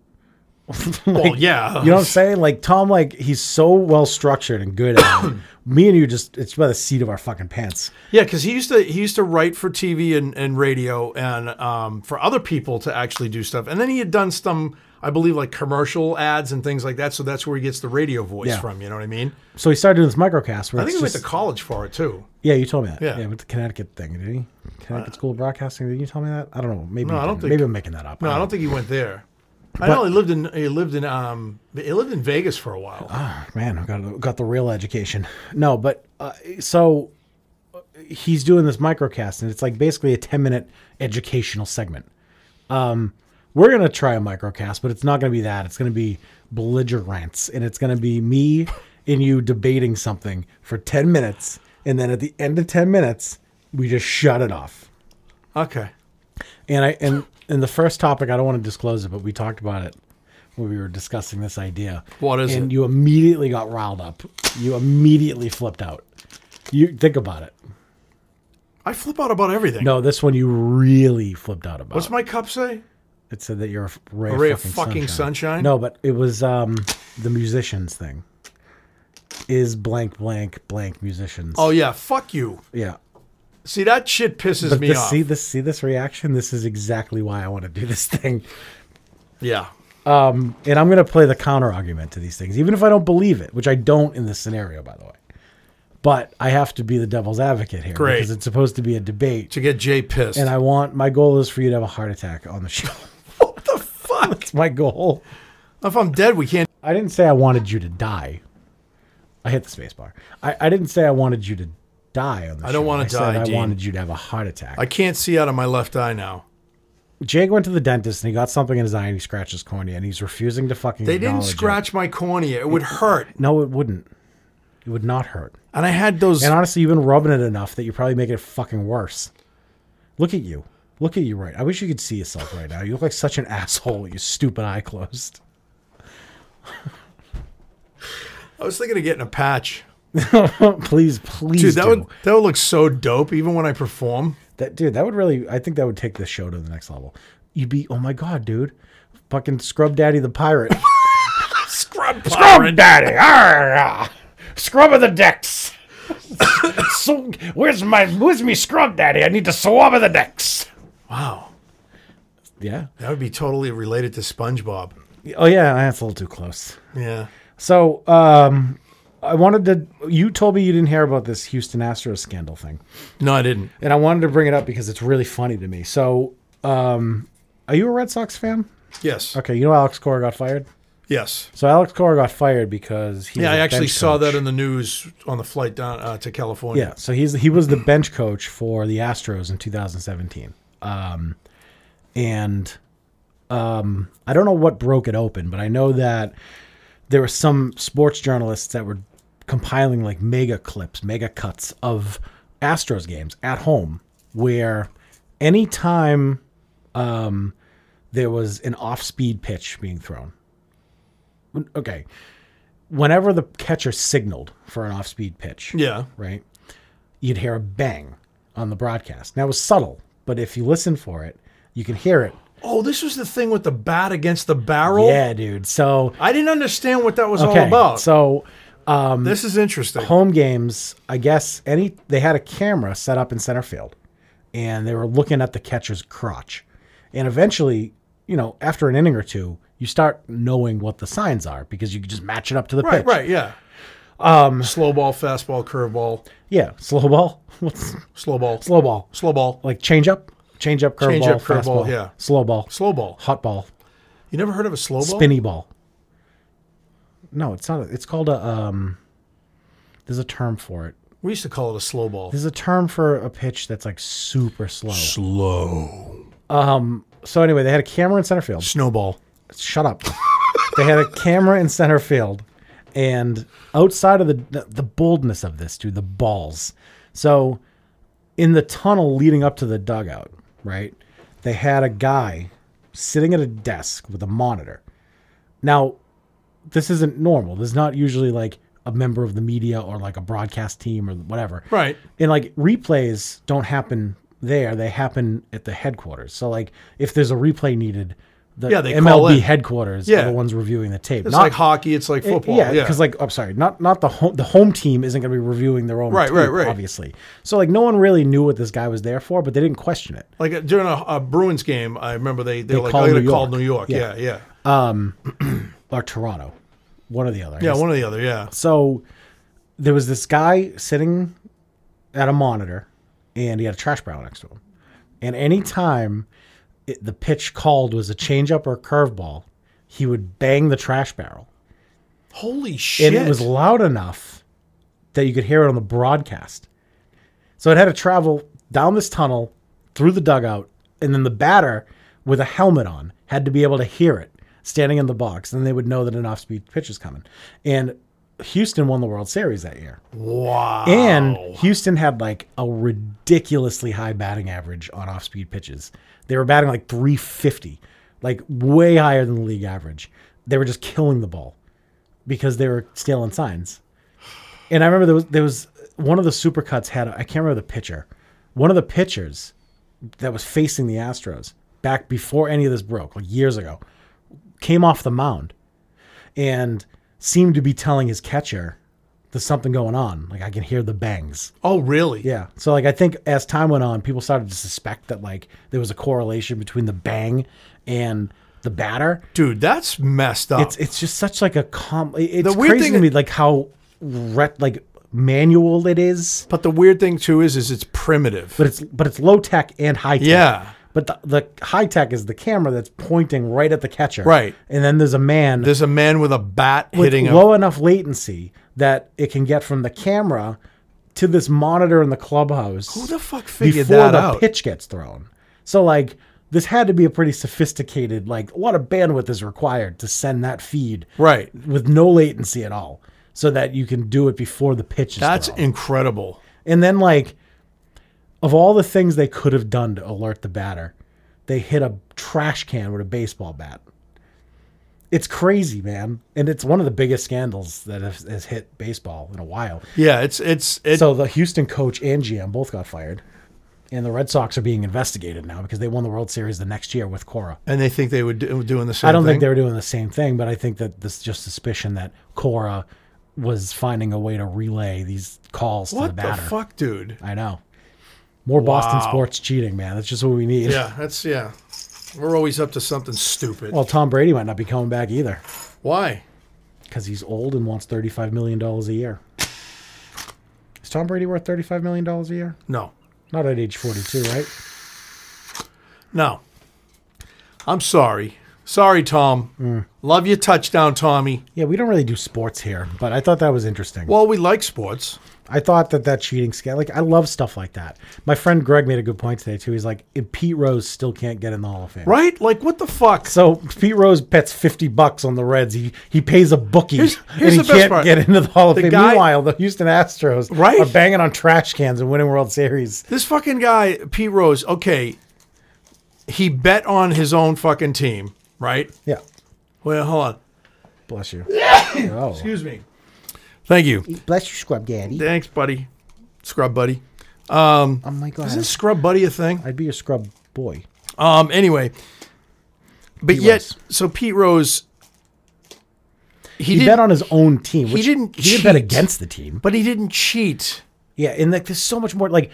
[SPEAKER 1] well, yeah,
[SPEAKER 2] You know what I'm saying? Like Tom, like he's so well structured and good. at it. Me and you just it's by the seat of our fucking pants.
[SPEAKER 1] Yeah, because he used to he used to write for TV and, and radio and um, for other people to actually do stuff, and then he had done some, I believe, like commercial ads and things like that. So that's where he gets the radio voice
[SPEAKER 2] Yeah.
[SPEAKER 1] from. You know what I mean?
[SPEAKER 2] So he started doing this microcast. Where
[SPEAKER 1] I think
[SPEAKER 2] it's
[SPEAKER 1] he went
[SPEAKER 2] just,
[SPEAKER 1] to college for it too.
[SPEAKER 2] yeah, you told me that.
[SPEAKER 1] Yeah. Uh,
[SPEAKER 2] yeah, with the Connecticut thing, did he? Connecticut School of Broadcasting. Did you tell me that? I don't know. Maybe
[SPEAKER 1] No,
[SPEAKER 2] you
[SPEAKER 1] I don't
[SPEAKER 2] didn't.
[SPEAKER 1] think-
[SPEAKER 2] Maybe I'm making that up.
[SPEAKER 1] No, I
[SPEAKER 2] don't
[SPEAKER 1] don't think he went there. I know he lived in he lived in um he lived in Vegas for a while.
[SPEAKER 2] Uh-huh. Ah, man, I got got the real education. No, but uh, so uh, he's doing this microcast, and it's like basically a ten minute educational segment. Um, we're gonna try a microcast, but it's not gonna be that. It's gonna be belligerents, and it's gonna be me and you debating something for ten minutes, and then at the end of ten minutes, we just shut it off.
[SPEAKER 1] okay,
[SPEAKER 2] And I and in the first topic, I don't want to disclose it, but we talked about it when we were discussing this idea.
[SPEAKER 1] What is
[SPEAKER 2] and
[SPEAKER 1] it?
[SPEAKER 2] you immediately got riled up. You immediately flipped out. You think about it.
[SPEAKER 1] I flip out about everything.
[SPEAKER 2] No, this one you really flipped out about.
[SPEAKER 1] What's my cup say?
[SPEAKER 2] it said that you're a f- ray,
[SPEAKER 1] A ray
[SPEAKER 2] of fucking,
[SPEAKER 1] sunshine?
[SPEAKER 2] No, but it was um, the musicians thing. Is blank blank blank musicians?
[SPEAKER 1] Oh yeah, fuck you.
[SPEAKER 2] yeah.
[SPEAKER 1] See that shit pisses
[SPEAKER 2] But
[SPEAKER 1] me
[SPEAKER 2] this,
[SPEAKER 1] off.
[SPEAKER 2] see this see this reaction. This is exactly why I want to do this thing.
[SPEAKER 1] yeah.
[SPEAKER 2] and I'm going to play the counter argument to these things, even if I don't believe it, which I don't in this scenario, by the way. But I have to be the devil's advocate here
[SPEAKER 1] Great.
[SPEAKER 2] because it's supposed to be a debate,
[SPEAKER 1] To get Jay pissed.
[SPEAKER 2] and I want my goal is for you to have a heart attack on the show.
[SPEAKER 1] what the fuck?
[SPEAKER 2] It's my goal.
[SPEAKER 1] If I'm dead, we can't
[SPEAKER 2] I didn't say I wanted you to die. I hit the space bar. I, I didn't say I wanted you to die on the show.
[SPEAKER 1] I don't wanna
[SPEAKER 2] said
[SPEAKER 1] die,
[SPEAKER 2] I
[SPEAKER 1] Dean.
[SPEAKER 2] wanted you to have a heart attack.
[SPEAKER 1] I can't see out of my left eye now.
[SPEAKER 2] Jake went to the dentist and he got something in his eye and he scratched his cornea and he's refusing to fucking.
[SPEAKER 1] They didn't
[SPEAKER 2] acknowledge it.
[SPEAKER 1] scratch my cornea. It would hurt.
[SPEAKER 2] No, it wouldn't. It would not hurt.
[SPEAKER 1] And I had those
[SPEAKER 2] And honestly, you've been rubbing it enough that you're probably making it fucking worse. Look at you. Look at you right. I wish you could see yourself right now. You look like such an asshole with your stupid eye closed.
[SPEAKER 1] I was thinking of getting a patch.
[SPEAKER 2] please, please.
[SPEAKER 1] Dude, that
[SPEAKER 2] do.
[SPEAKER 1] would that would look so dope even when I perform.
[SPEAKER 2] That dude, that would really I think that would take this show to the next level. You'd be, oh my god, dude. Fucking Scrub Daddy the Pirate.
[SPEAKER 1] Scrub
[SPEAKER 2] Scrub Daddy! Arr, ah. Scrub of the decks. so, where's my where's me Scrub Daddy? I need to swab of the decks.
[SPEAKER 1] Wow.
[SPEAKER 2] Yeah.
[SPEAKER 1] That would be totally related to SpongeBob.
[SPEAKER 2] Oh yeah, that's a little too close.
[SPEAKER 1] Yeah.
[SPEAKER 2] So, um, I wanted to. You told me you didn't hear about this Houston Astros scandal thing,
[SPEAKER 1] No, I didn't.
[SPEAKER 2] and I wanted to bring it up because it's really funny to me. So, um, are you a Red Sox fan?
[SPEAKER 1] Yes.
[SPEAKER 2] Okay, you know Alex Cora got fired.
[SPEAKER 1] Yes.
[SPEAKER 2] So Alex Cora got fired because he
[SPEAKER 1] Yeah, I
[SPEAKER 2] was a
[SPEAKER 1] actually
[SPEAKER 2] bench
[SPEAKER 1] saw
[SPEAKER 2] coach.
[SPEAKER 1] that in the news on the flight down uh, to California.
[SPEAKER 2] yeah, so he's he was the bench coach for the Astros in 2017, um, and um, I don't know what broke it open, but I know that there were some sports journalists that were compiling like mega clips, mega cuts of Astros games at home, where anytime um, there was an off-speed pitch being thrown, okay, whenever the catcher signaled for an off-speed pitch,
[SPEAKER 1] Yeah.
[SPEAKER 2] right? You'd hear a bang on the broadcast. Now it was subtle, but if you listen for it, you can hear it.
[SPEAKER 1] Oh, this was the thing with the bat against the barrel?
[SPEAKER 2] Yeah, dude. So
[SPEAKER 1] I didn't understand what that was all
[SPEAKER 2] okay,
[SPEAKER 1] about.
[SPEAKER 2] so
[SPEAKER 1] this is interesting.
[SPEAKER 2] home games, I guess any they had a camera set up in center field, and they were looking at the catcher's crotch, and eventually, you know, after an inning or two, you start knowing what the signs are because you can just match it up to the
[SPEAKER 1] right,
[SPEAKER 2] pitch.
[SPEAKER 1] right, yeah. Um, slow ball, fastball, curveball,
[SPEAKER 2] Yeah, slow ball. What's
[SPEAKER 1] slow ball, slow,
[SPEAKER 2] slow ball?
[SPEAKER 1] ball,
[SPEAKER 2] Like change up, change up, curveball,
[SPEAKER 1] Change up, curveball,
[SPEAKER 2] fastball,
[SPEAKER 1] yeah.
[SPEAKER 2] slow ball,
[SPEAKER 1] slow ball.
[SPEAKER 2] hot ball,
[SPEAKER 1] You never heard of a slow ball?
[SPEAKER 2] spinny ball. No, it's not. A, it's called a. Um, there's a term for it.
[SPEAKER 1] We used to call it a slow ball.
[SPEAKER 2] There's a term for a pitch that's like super slow.
[SPEAKER 1] Slow
[SPEAKER 2] So anyway, they had a camera in center field.
[SPEAKER 1] snowball.
[SPEAKER 2] Shut up. they had a camera in center field, and outside of the the, the boldness of this, dude, the balls. So, in the tunnel leading up to the dugout, right? They had a guy sitting at a desk with a monitor. Now, this isn't normal. There's not usually like a member of the media or like a broadcast team or whatever.
[SPEAKER 1] Right.
[SPEAKER 2] And like replays don't happen there; they happen at the headquarters. So like, if there's a replay needed, the
[SPEAKER 1] Yeah, they call
[SPEAKER 2] MLB
[SPEAKER 1] in.
[SPEAKER 2] headquarters are
[SPEAKER 1] Yeah.
[SPEAKER 2] the ones reviewing the tape.
[SPEAKER 1] It's like hockey. It's like football.
[SPEAKER 2] Eh, Yeah,
[SPEAKER 1] Yeah,
[SPEAKER 2] because like I'm sorry, not not the home the home team isn't going to be reviewing their own
[SPEAKER 1] Right,
[SPEAKER 2] tape,
[SPEAKER 1] right, right.
[SPEAKER 2] obviously. So like no one really knew what this guy was there for, but they didn't question it.
[SPEAKER 1] Like, uh, during a, a Bruins game, I remember they they, were like
[SPEAKER 2] called
[SPEAKER 1] I gotta
[SPEAKER 2] New
[SPEAKER 1] call
[SPEAKER 2] York.
[SPEAKER 1] New York. Yeah,
[SPEAKER 2] Yeah.
[SPEAKER 1] yeah,
[SPEAKER 2] Or Toronto, one or the other. I
[SPEAKER 1] yeah.
[SPEAKER 2] guess.
[SPEAKER 1] One or the other. Yeah.
[SPEAKER 2] So there was this guy sitting at a monitor, and he had a trash barrel next to him. And anytime it, the pitch called was a changeup or a curveball, he would bang the trash barrel.
[SPEAKER 1] Holy shit!
[SPEAKER 2] and it was loud enough that you could hear it on the broadcast. So it had to travel down this tunnel, through the dugout, and then the batter with a helmet on had to be able to hear it standing in the box. Then they would know that an off-speed pitch is coming. And Houston won the World Series that year.
[SPEAKER 1] Wow.
[SPEAKER 2] And Houston had like a ridiculously high batting average on off speed pitches. They were batting like 350, like way higher than the league average. They were just killing the ball because they were stealing signs. And I remember there was, there was one of the supercuts had, I can't remember the pitcher, one of the pitchers that was facing the Astros back before any of this broke, like years ago, came off the mound and seemed to be telling his catcher there's something going on. Like I can hear the bangs.
[SPEAKER 1] oh, really?
[SPEAKER 2] Yeah. So like I think as time went on, people started to suspect that like there was a correlation between the bang and the batter.
[SPEAKER 1] Dude, that's messed up.
[SPEAKER 2] It's it's just such like a com. It's
[SPEAKER 1] The weird
[SPEAKER 2] crazy
[SPEAKER 1] thing
[SPEAKER 2] to me
[SPEAKER 1] that-
[SPEAKER 2] like how ret- like manual it is,
[SPEAKER 1] but the weird thing too is, is it's primitive.
[SPEAKER 2] but it's but it's low tech and high tech.
[SPEAKER 1] Yeah.
[SPEAKER 2] But the, the high tech is the camera that's pointing right at the catcher.
[SPEAKER 1] Right.
[SPEAKER 2] And then there's a man
[SPEAKER 1] There's a man with a bat
[SPEAKER 2] with
[SPEAKER 1] hitting
[SPEAKER 2] low enough latency that it can get from the camera to this monitor in the clubhouse.
[SPEAKER 1] Who the fuck figured
[SPEAKER 2] before
[SPEAKER 1] that
[SPEAKER 2] the
[SPEAKER 1] out?
[SPEAKER 2] pitch gets thrown. So like this had to be a pretty sophisticated like a lot of bandwidth is required to send that feed
[SPEAKER 1] Right.
[SPEAKER 2] with no latency at all, so that you can do it before the pitch is
[SPEAKER 1] That's
[SPEAKER 2] thrown.
[SPEAKER 1] incredible.
[SPEAKER 2] and then like of all the things they could have done to alert the batter, they hit a trash can with a baseball bat. It's crazy, man, and it's one of the biggest scandals that has, has hit baseball in a while.
[SPEAKER 1] Yeah, it's it's it's
[SPEAKER 2] So the Houston coach and GM both got fired, and the Red Sox are being investigated now because they won the World Series the next year with Cora.
[SPEAKER 1] and they think they would do, doing the same.
[SPEAKER 2] I don't
[SPEAKER 1] thing?
[SPEAKER 2] think they were doing the same thing, but I think that this is just suspicion that Cora was finding a way to relay these calls to the
[SPEAKER 1] What the,
[SPEAKER 2] batter.
[SPEAKER 1] fuck, dude?
[SPEAKER 2] I know. More Boston
[SPEAKER 1] Wow.
[SPEAKER 2] sports cheating, man. That's just what we need.
[SPEAKER 1] Yeah, that's yeah. We're always up to something stupid.
[SPEAKER 2] Well, Tom Brady might not be coming back either
[SPEAKER 1] Why?
[SPEAKER 2] because he's old and wants thirty-five million dollars a year. Is Tom Brady worth thirty-five million dollars a year?
[SPEAKER 1] No,
[SPEAKER 2] Not at age forty-two, right?
[SPEAKER 1] no. I'm sorry, sorry, Tom.
[SPEAKER 2] Mm.
[SPEAKER 1] Love your touchdown, Tommy.
[SPEAKER 2] Yeah, we don't really do sports here, but I thought that was interesting.
[SPEAKER 1] Well, we like sports.
[SPEAKER 2] I thought that that cheating scale, like I love stuff like that. My friend Greg made a good point today too. He's like, "If Pete Rose still can't get in the Hall of Fame,
[SPEAKER 1] Right? Like, what the fuck?
[SPEAKER 2] So Pete Rose bets fifty bucks on the Reds. He he pays a bookie
[SPEAKER 1] Here's-
[SPEAKER 2] and
[SPEAKER 1] here's
[SPEAKER 2] he
[SPEAKER 1] the best
[SPEAKER 2] can't
[SPEAKER 1] part.
[SPEAKER 2] get into the Hall of
[SPEAKER 1] The
[SPEAKER 2] Fame.
[SPEAKER 1] guy-
[SPEAKER 2] Meanwhile, the Houston Astros
[SPEAKER 1] Right?
[SPEAKER 2] are banging on trash cans and winning World Series.
[SPEAKER 1] This fucking guy, Pete Rose, okay, he bet on his own fucking team, right?
[SPEAKER 2] Yeah,
[SPEAKER 1] Well, hold on.
[SPEAKER 2] bless you. oh,
[SPEAKER 1] Excuse me. Thank you.
[SPEAKER 2] bless you, Scrub Daddy.
[SPEAKER 1] Thanks, buddy. Scrub buddy.
[SPEAKER 2] Oh my God,
[SPEAKER 1] Isn't scrub buddy a thing?
[SPEAKER 2] I'd be a scrub boy.
[SPEAKER 1] Um. Anyway, but
[SPEAKER 2] Pete
[SPEAKER 1] yet,
[SPEAKER 2] Rose.
[SPEAKER 1] so Pete Rose, he,
[SPEAKER 2] He,
[SPEAKER 1] didn't,
[SPEAKER 2] bet on his own team. Which
[SPEAKER 1] didn't
[SPEAKER 2] He didn't bet
[SPEAKER 1] cheat.
[SPEAKER 2] against the team.
[SPEAKER 1] but he didn't cheat.
[SPEAKER 2] Yeah, and like there's so much more. Like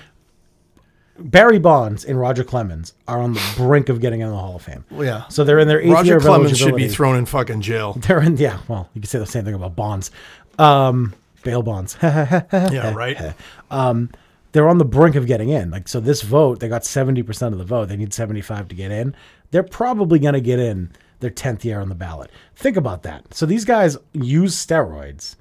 [SPEAKER 2] Barry Bonds and Roger Clemens are on the brink of getting in the Hall of Fame.
[SPEAKER 1] Yeah.
[SPEAKER 2] So they're in their eighth year
[SPEAKER 1] Roger
[SPEAKER 2] of
[SPEAKER 1] Clemens should be
[SPEAKER 2] eligibility.
[SPEAKER 1] thrown in fucking jail.
[SPEAKER 2] They're in yeah. Well, you could say the same thing about Bonds, um, bail bonds.
[SPEAKER 1] Yeah. Right.
[SPEAKER 2] they're on the brink of getting in. Like so, this vote they got seventy percent of the vote. They need seventy five to get in. They're probably going to get in their tenth year on the ballot. Think about that. So these guys use steroids.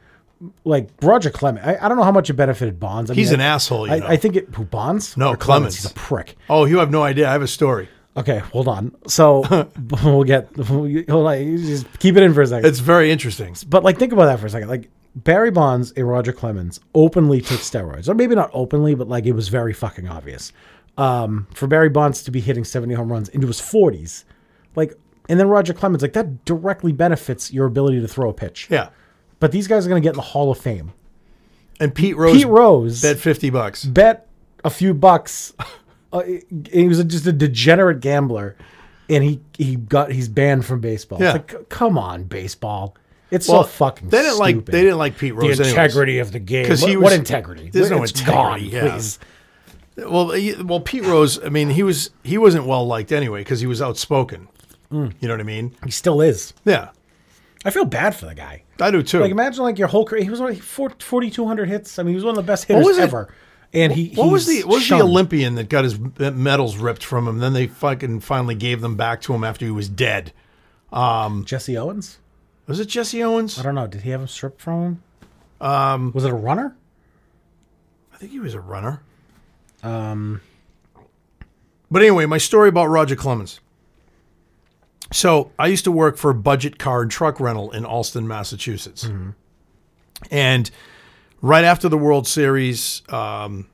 [SPEAKER 2] Like Roger Clemens, I, I don't know how much it benefited Bonds. I
[SPEAKER 1] He's
[SPEAKER 2] mean,
[SPEAKER 1] an
[SPEAKER 2] I-
[SPEAKER 1] asshole, you
[SPEAKER 2] I,
[SPEAKER 1] know.
[SPEAKER 2] I think it who Bonds.
[SPEAKER 1] No,
[SPEAKER 2] Or
[SPEAKER 1] Clemens.
[SPEAKER 2] He's a prick.
[SPEAKER 1] oh, you have no idea. I have a story.
[SPEAKER 2] Okay, hold on. So we'll get hold on. you Just keep it in for a second.
[SPEAKER 1] It's very interesting.
[SPEAKER 2] But like, think about that for a second. Like Barry Bonds and Roger Clemens openly took steroids, or maybe not openly, but like it was very fucking obvious. Um, for Barry Bonds to be hitting 70 home runs into his 40s, like, and then Roger Clemens, like that directly benefits your ability to throw a pitch.
[SPEAKER 1] Yeah.
[SPEAKER 2] But these guys are going to get in the Hall of Fame.
[SPEAKER 1] And Pete Rose.
[SPEAKER 2] Pete Rose
[SPEAKER 1] bet
[SPEAKER 2] bet,
[SPEAKER 1] fifty bucks.
[SPEAKER 2] a few bucks. uh, he was just a degenerate gambler, and he he got he's banned from baseball.
[SPEAKER 1] Yeah.
[SPEAKER 2] It's like, c- come on, baseball. It's so fucking.
[SPEAKER 1] They didn't like.
[SPEAKER 2] stupid
[SPEAKER 1] They didn't like Pete Rose.
[SPEAKER 2] the
[SPEAKER 1] anyways.
[SPEAKER 2] integrity of the game.
[SPEAKER 1] 'Cause
[SPEAKER 2] What,
[SPEAKER 1] he
[SPEAKER 2] what
[SPEAKER 1] was-
[SPEAKER 2] integrity?
[SPEAKER 1] there's no
[SPEAKER 2] It's
[SPEAKER 1] integrity,
[SPEAKER 2] gone,
[SPEAKER 1] yeah.
[SPEAKER 2] please.
[SPEAKER 1] Well, he, well, Pete Rose. I mean, he was he wasn't well liked anyway because he was outspoken.
[SPEAKER 2] Mm.
[SPEAKER 1] You know what I mean?
[SPEAKER 2] He still is.
[SPEAKER 1] Yeah,
[SPEAKER 2] I feel bad for the guy.
[SPEAKER 1] I do too.
[SPEAKER 2] Like imagine like your whole career. He was only 4,200 hits. I mean, he was one of the best hitters
[SPEAKER 1] was it?
[SPEAKER 2] ever. And he
[SPEAKER 1] What was the
[SPEAKER 2] he's
[SPEAKER 1] what was
[SPEAKER 2] shunned.
[SPEAKER 1] the Olympian that got his medals ripped from him? Then they fucking finally gave them back to him after he was dead.
[SPEAKER 2] Jesse Owens?
[SPEAKER 1] Was it Jesse Owens?
[SPEAKER 2] I
[SPEAKER 1] I,
[SPEAKER 2] don't know. Did he have him stripped from him? Um, was it a runner?
[SPEAKER 1] think he was a runner. Um,
[SPEAKER 2] Um,
[SPEAKER 1] but anyway, my story about Roger Clemens.
[SPEAKER 2] Mm-hmm.
[SPEAKER 1] So I used to work for a budget car and truck rental in Alston, Massachusetts. And right after the World Series, um,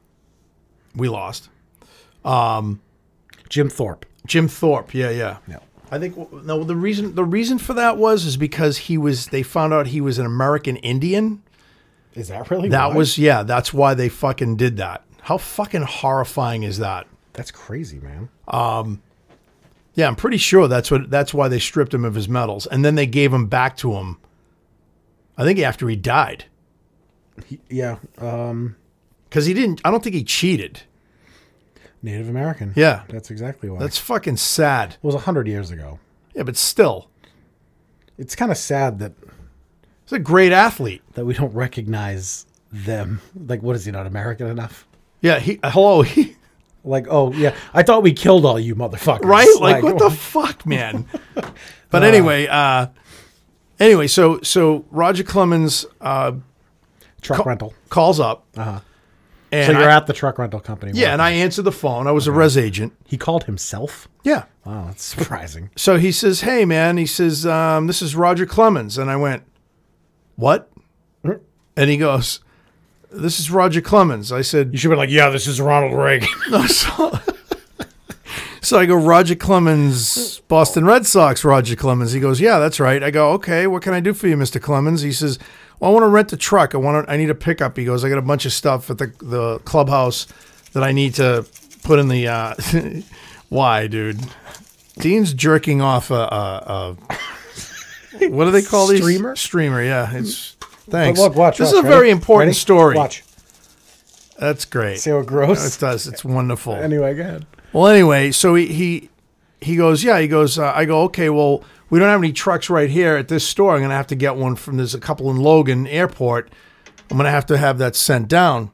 [SPEAKER 1] we lost.
[SPEAKER 2] Jim Thorpe.
[SPEAKER 1] Jim Thorpe. Yeah, yeah.
[SPEAKER 2] No.
[SPEAKER 1] I think no. The reason the reason for that was is because he was. They found out he was an American Indian.
[SPEAKER 2] Is that really
[SPEAKER 1] That
[SPEAKER 2] why?
[SPEAKER 1] was yeah. That's why they fucking did that. How fucking horrifying is that?
[SPEAKER 2] That's crazy, man.
[SPEAKER 1] Yeah, I'm pretty sure that's what that's why they stripped him of his medals, and then they gave him back to him. I think after he died,
[SPEAKER 2] Yeah, um,
[SPEAKER 1] because he didn't. I don't think he cheated.
[SPEAKER 2] Native American.
[SPEAKER 1] Yeah.
[SPEAKER 2] that's exactly why.
[SPEAKER 1] That's fucking sad.
[SPEAKER 2] it was hundred years ago.
[SPEAKER 1] Yeah, but still,
[SPEAKER 2] It's kind of sad that
[SPEAKER 1] he's a great athlete.
[SPEAKER 2] that we don't recognize them. Like, what is he not American enough?
[SPEAKER 1] Yeah, he hello, he,
[SPEAKER 2] Like, oh yeah, I thought we killed all you motherfuckers.
[SPEAKER 1] right? Like, what the fuck, man? but anyway, uh, anyway, so so Roger Clemens uh,
[SPEAKER 2] truck rental?
[SPEAKER 1] calls up, and
[SPEAKER 2] So you're
[SPEAKER 1] I,
[SPEAKER 2] at the truck rental company.
[SPEAKER 1] yeah, and I answered the phone. I was a res agent.
[SPEAKER 2] he called himself.
[SPEAKER 1] Yeah,
[SPEAKER 2] Wow, that's surprising.
[SPEAKER 1] so he says, "Hey, man," he says, um, "This is Roger Clemens," and I went, "What?" Hmm. And he goes, "This is Roger Clemens." I said,
[SPEAKER 2] You should be like, yeah, this is Ronald Reagan.
[SPEAKER 1] no, so, so I go, "Roger Clemens, Boston Red Sox." Roger Clemens. He goes, "Yeah, that's right." I go, "Okay, what can I do for you, Mister Clemens?" He says, "Well, I want to rent a truck. I want to. I need a pickup." He goes, "I got a bunch of stuff at the the clubhouse that I need to put in the." Uh, why, dude? Dean's jerking off a, a, a what do they call these?
[SPEAKER 2] Streamer?
[SPEAKER 1] Streamer. Yeah, it's. Thanks.
[SPEAKER 2] look, watch.
[SPEAKER 1] this is
[SPEAKER 2] watch,
[SPEAKER 1] a
[SPEAKER 2] ready?
[SPEAKER 1] very important
[SPEAKER 2] Ready?
[SPEAKER 1] story.
[SPEAKER 2] Watch.
[SPEAKER 1] That's great.
[SPEAKER 2] See how gross.
[SPEAKER 1] It does. It's uh, wonderful.
[SPEAKER 2] Anyway, go ahead.
[SPEAKER 1] Well, anyway, so he he, he goes, yeah. He goes. Uh, I go, okay. Well, we don't have any trucks right here at this store. I'm gonna have to get one from. There's a couple in Logan Airport. I'm gonna have to have that sent down.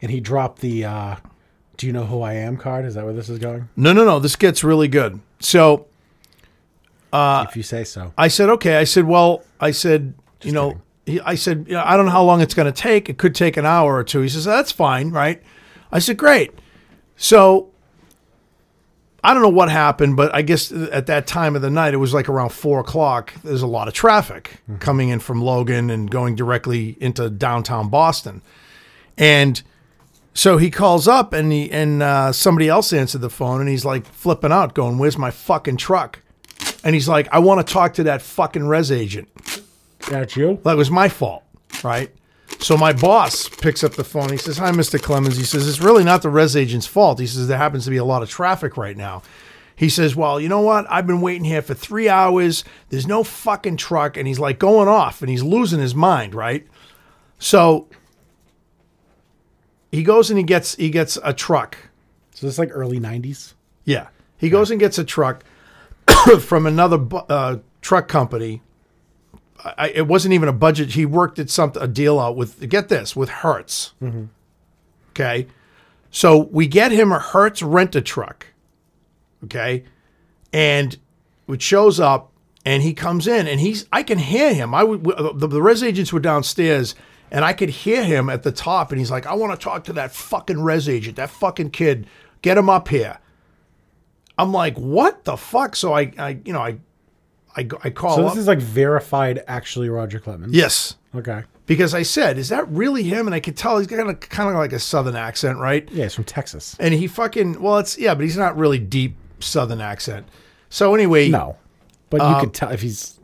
[SPEAKER 2] And he dropped the uh, "Do you know who I am?" card. Is that where this is going?
[SPEAKER 1] No, no, no. This gets really good. So Uh,
[SPEAKER 2] if you say so.
[SPEAKER 1] I said, okay. I said, well, I said, you know, he, I said, yeah, I don't know how long it's going to take. It could take an hour or two. He says, that's fine, right? I said, great. So I don't know what happened, but I guess at that time of the night, it was like around four o'clock. There's a lot of traffic coming in from Logan and going directly into downtown Boston. And so he calls up and he, and uh, somebody else answered the phone and he's like flipping out, going, where's my fucking truck? And he's like, I want to talk to that fucking res agent.
[SPEAKER 2] That's you.
[SPEAKER 1] That was my fault, right? So my boss picks up the phone. He says, Hi, Mr. Clemens. He says, It's really not the res agent's fault. He says, There happens to be a lot of traffic right now. He says, Well, you know what? I've been waiting here for three hours. There's no fucking truck. And he's like going off and he's losing his mind, right? So he goes and he gets he gets a truck.
[SPEAKER 2] So this is like early '90s.
[SPEAKER 1] Yeah. He goes and gets a truck from another bu- uh, truck company. I, I- it wasn't even a budget. He worked at some a deal out with get this with Hertz. Okay, so we get him a Hertz rent a truck. Okay, and it shows up and he comes in and he's I can hear him. I would w- the, the res agents were downstairs and I could hear him at the top and he's like, I want to talk to that fucking res agent, that fucking kid. Get him up here. I'm like, what the fuck? So I, I you know, I, I, go- I call
[SPEAKER 2] So
[SPEAKER 1] up.
[SPEAKER 2] this is like verified, actually Roger Clemens.
[SPEAKER 1] yes,
[SPEAKER 2] Okay.
[SPEAKER 1] because I said, "Is that really him?" And I could tell he's got a kind of like a southern accent, right?
[SPEAKER 2] Yeah, he's from Texas.
[SPEAKER 1] And he fucking well, it's yeah, but he's not really deep southern accent. So anyway,
[SPEAKER 2] No, but you could tell if he's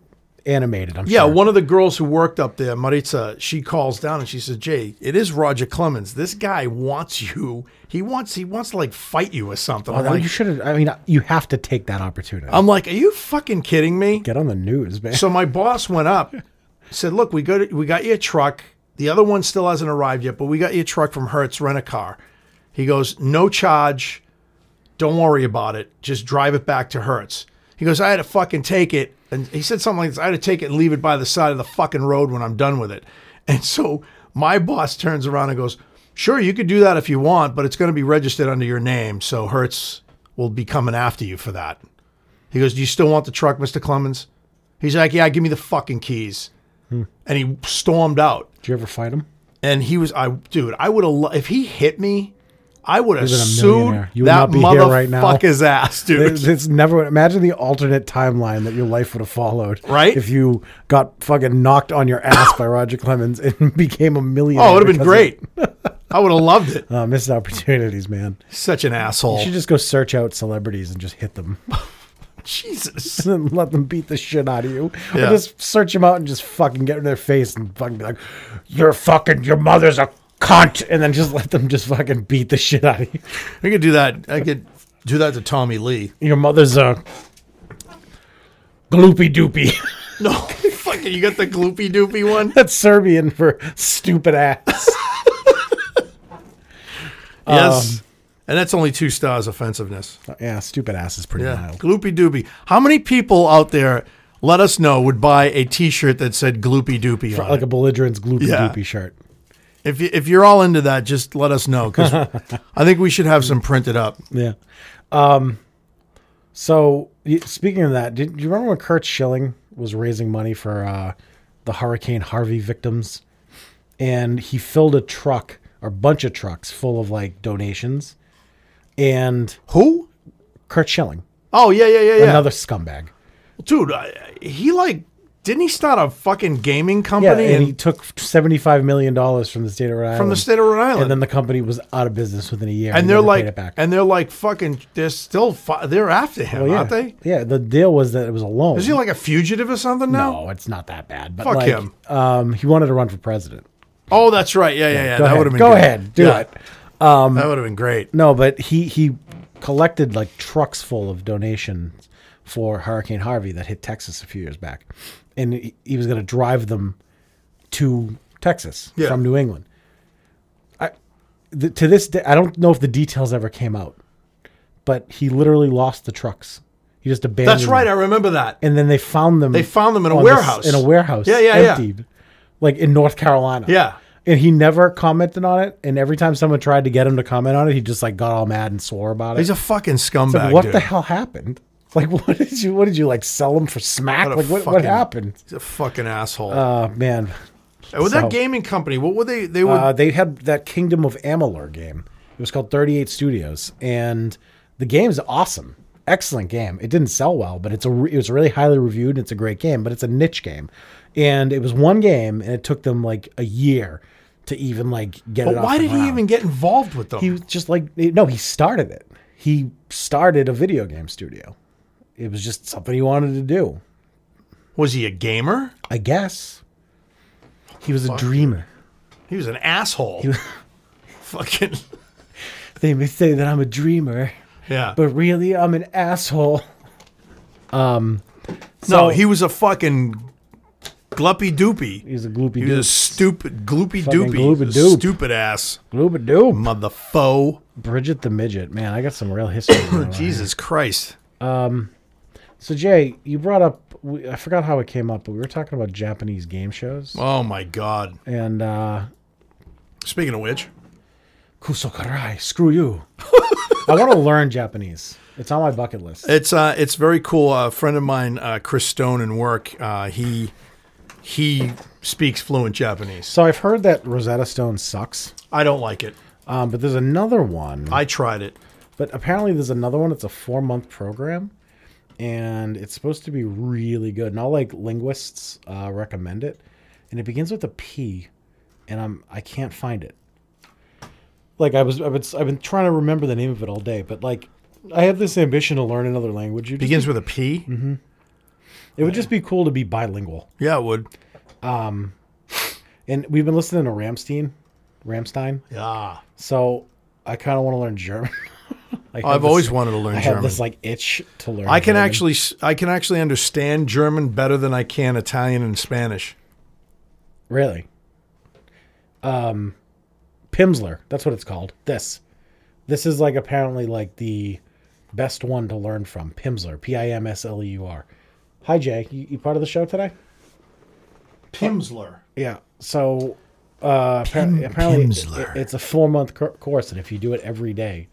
[SPEAKER 2] animated. I'm
[SPEAKER 1] Um, yeah,
[SPEAKER 2] sure.
[SPEAKER 1] one of the girls who worked up there, Maritza, she calls down and she says, "Jay, it is Roger Clemens. This guy wants you. He wants he wants to like fight you or something."
[SPEAKER 2] Well,
[SPEAKER 1] I'm like,
[SPEAKER 2] you should have. I mean, you have to take that opportunity.
[SPEAKER 1] I'm like, "Are you fucking kidding me?"
[SPEAKER 2] Get on the news, man.
[SPEAKER 1] So my boss went up, said, "Look, we got we got your truck. The other one still hasn't arrived yet, but we got your truck from Hertz Rent a Car." He goes, "No charge. Don't worry about it. Just drive it back to Hertz." He goes, "I had to fucking take it," and he said something like this: "I had to take it and leave it by the side of the fucking road when I'm done with it." And so my boss turns around and goes, "Sure, you could do that if you want, but it's going to be registered under your name, so Hertz will be coming after you for that." He goes, "Do you still want the truck, Mister Clemens?" He's like, "Yeah, give me the fucking keys,"
[SPEAKER 2] Hmm.
[SPEAKER 1] and he stormed out.
[SPEAKER 2] Did you ever fight him?
[SPEAKER 1] And he was, I dude, I would have if he hit me, I would have
[SPEAKER 2] been a
[SPEAKER 1] sued
[SPEAKER 2] millionaire. You would
[SPEAKER 1] that
[SPEAKER 2] not be here right now.
[SPEAKER 1] motherfucker's ass, dude.
[SPEAKER 2] It's, it's never. Imagine the alternate timeline that your life would have followed,
[SPEAKER 1] Right?
[SPEAKER 2] If you got fucking knocked on your ass by Roger Clemens and became a millionaire.
[SPEAKER 1] Oh, it would have been
[SPEAKER 2] because
[SPEAKER 1] great. I would have loved it.
[SPEAKER 2] of, uh, missed opportunities, man.
[SPEAKER 1] Such an
[SPEAKER 2] You
[SPEAKER 1] asshole.
[SPEAKER 2] should just go search out celebrities and just hit them
[SPEAKER 1] Jesus.
[SPEAKER 2] and let them beat the shit out of you.
[SPEAKER 1] Yeah.
[SPEAKER 2] Or just search them out and just fucking get in their face and fucking be like, "You're fucking. Your mother's a cunt," and then just let them just fucking beat the shit out of you.
[SPEAKER 1] I could do that. I could do that to Tommy Lee.
[SPEAKER 2] Your mother's a gloopy doopy.
[SPEAKER 1] No, fucking, you got the gloopy doopy one.
[SPEAKER 2] That's Serbian for stupid ass. Um,
[SPEAKER 1] Yes. and that's only two stars offensiveness.
[SPEAKER 2] yeah, stupid ass is pretty
[SPEAKER 1] Yeah.
[SPEAKER 2] mild.
[SPEAKER 1] Gloopy doopy. How many people out there, let us know, would buy a t shirt that said gloopy doopy on
[SPEAKER 2] Like
[SPEAKER 1] it?
[SPEAKER 2] a belligerent's gloopy
[SPEAKER 1] Yeah.
[SPEAKER 2] doopy shirt.
[SPEAKER 1] If, you, if you're all into that, just let us know because I think we should have some printed up.
[SPEAKER 2] Yeah. Um. So y- speaking of that, did do you remember when Kurt Schilling was raising money for uh, the Hurricane Harvey victims, and he filled a truck or bunch of trucks full of like donations, and
[SPEAKER 1] Who?
[SPEAKER 2] Kurt Schilling,
[SPEAKER 1] Oh, yeah, yeah, yeah, yeah.
[SPEAKER 2] another scumbag.
[SPEAKER 1] Dude, I, he like, didn't he start a fucking gaming
[SPEAKER 2] Yeah,
[SPEAKER 1] company
[SPEAKER 2] and
[SPEAKER 1] in-
[SPEAKER 2] he took seventy-five million dollars from the state of Rhode Island.
[SPEAKER 1] from the state of Rhode Island?
[SPEAKER 2] and then the company was out of business within a year.
[SPEAKER 1] and they're
[SPEAKER 2] never
[SPEAKER 1] like,
[SPEAKER 2] paid it back.
[SPEAKER 1] and they're like, fucking, they're still, fi- they're after him,
[SPEAKER 2] Well, yeah.
[SPEAKER 1] aren't they?
[SPEAKER 2] Yeah, the deal was that it was a loan.
[SPEAKER 1] Is he like a fugitive or something now?
[SPEAKER 2] no, it's not that bad. But
[SPEAKER 1] Fuck
[SPEAKER 2] like,
[SPEAKER 1] him.
[SPEAKER 2] Um, he wanted to run for president.
[SPEAKER 1] Oh, that's right. Yeah, yeah, yeah. that
[SPEAKER 2] Go ahead.
[SPEAKER 1] would have been
[SPEAKER 2] Go
[SPEAKER 1] good.
[SPEAKER 2] ahead, do
[SPEAKER 1] Yeah,
[SPEAKER 2] it. Um,
[SPEAKER 1] that would have been great.
[SPEAKER 2] No, but he he collected like trucks full of donations for Hurricane Harvey that hit Texas a few years back, and he, he was going to drive them to Texas
[SPEAKER 1] Yeah.
[SPEAKER 2] from New England. I th- to this day I don't know if the details ever came out, but he literally lost the trucks. He just abandoned.
[SPEAKER 1] That's
[SPEAKER 2] them.
[SPEAKER 1] right. I remember that.
[SPEAKER 2] and then they found them.
[SPEAKER 1] They found them in a
[SPEAKER 2] on this-
[SPEAKER 1] warehouse.
[SPEAKER 2] in a warehouse.
[SPEAKER 1] Yeah, yeah, yeah.
[SPEAKER 2] emptied, Like in North Carolina.
[SPEAKER 1] Yeah.
[SPEAKER 2] And he never commented on it. And every time someone tried to get him to comment on it, he just like got all mad and swore about it.
[SPEAKER 1] He's a fucking scumbag.
[SPEAKER 2] like, what
[SPEAKER 1] dude.
[SPEAKER 2] the hell happened? Like, what did you? What did you like sell him for smack?
[SPEAKER 1] What a
[SPEAKER 2] like, what, what
[SPEAKER 1] fucking-
[SPEAKER 2] happened?
[SPEAKER 1] He's a fucking asshole.
[SPEAKER 2] Uh, man,
[SPEAKER 1] and with
[SPEAKER 2] so-
[SPEAKER 1] that gaming company, what were they? They were.
[SPEAKER 2] uh, they had that Kingdom of Amalur game. It was called 38 Studios, and the game's awesome. Excellent game. It didn't sell well, but it's a re- it was really highly reviewed and it's a great game, but it's a niche game. And it was one game and it took them like a year to even like get
[SPEAKER 1] but
[SPEAKER 2] it off
[SPEAKER 1] why
[SPEAKER 2] the
[SPEAKER 1] did he
[SPEAKER 2] ground.
[SPEAKER 1] even get involved with them?
[SPEAKER 2] He was just like no, he started it. He started a video game studio. It was just something he wanted to do,
[SPEAKER 1] was he a gamer?
[SPEAKER 2] I guess. He was a dreamer.
[SPEAKER 1] He was an asshole. fucking
[SPEAKER 2] They may say that I'm a dreamer.
[SPEAKER 1] yeah.
[SPEAKER 2] but really I'm an asshole.
[SPEAKER 1] no,
[SPEAKER 2] so-
[SPEAKER 1] he was a fucking gluppy doopy.
[SPEAKER 2] He's a gloopy
[SPEAKER 1] He was a
[SPEAKER 2] dude.
[SPEAKER 1] stupid gloopy
[SPEAKER 2] Fucking
[SPEAKER 1] doopy.
[SPEAKER 2] gloopy doop.
[SPEAKER 1] Stupid ass
[SPEAKER 2] Gloopy dude.
[SPEAKER 1] motherfo.
[SPEAKER 2] Bridget the midget. Man, I got some real history. going on.
[SPEAKER 1] Jesus Christ.
[SPEAKER 2] So Jay, you brought up we, I forgot how it came up, but we were talking about Japanese game shows
[SPEAKER 1] Oh my God.
[SPEAKER 2] and uh
[SPEAKER 1] Speaking of which,
[SPEAKER 2] Kusokarai, screw you. I want to learn Japanese. It's on my bucket list.
[SPEAKER 1] It's uh, it's very cool. a friend of mine, uh, Chris Stone, in work, uh, he he speaks fluent Japanese.
[SPEAKER 2] So I've heard that Rosetta Stone sucks,
[SPEAKER 1] I don't like it.
[SPEAKER 2] um, but there's another one.
[SPEAKER 1] I tried it.
[SPEAKER 2] But apparently, there's another one. It's a four month program, and it's supposed to be really good. And all like linguists uh, recommend it. And it begins with a P, and I'm I can't find it. Like I was, I've been, I've been trying to remember the name of it all day. But like, I have this ambition to learn another language. You'd just-
[SPEAKER 1] Begins with a P?
[SPEAKER 2] Mm-hmm. it would just be cool to be bilingual.
[SPEAKER 1] Yeah, it would.
[SPEAKER 2] And we've been listening to Ramstein, Ramstein.
[SPEAKER 1] Yeah.
[SPEAKER 2] So I kind of want to learn German. I have
[SPEAKER 1] I've
[SPEAKER 2] this-
[SPEAKER 1] always wanted to learn
[SPEAKER 2] I have
[SPEAKER 1] German.
[SPEAKER 2] this like itch to learn.
[SPEAKER 1] I can
[SPEAKER 2] German.
[SPEAKER 1] actually s- I can actually understand German better than I can Italian and Spanish.
[SPEAKER 2] Really? Um, Pimsler. That's what it's called. This. This is like apparently like the best one to learn from. Pimsler. P I M S L E U R. Hi, Jay. You, you part of the show today?
[SPEAKER 1] Pimsler.
[SPEAKER 2] Yeah. So uh, apparently, apparently it-
[SPEAKER 1] Pimsler.
[SPEAKER 2] it's a four month cur- course, and if you do it every day,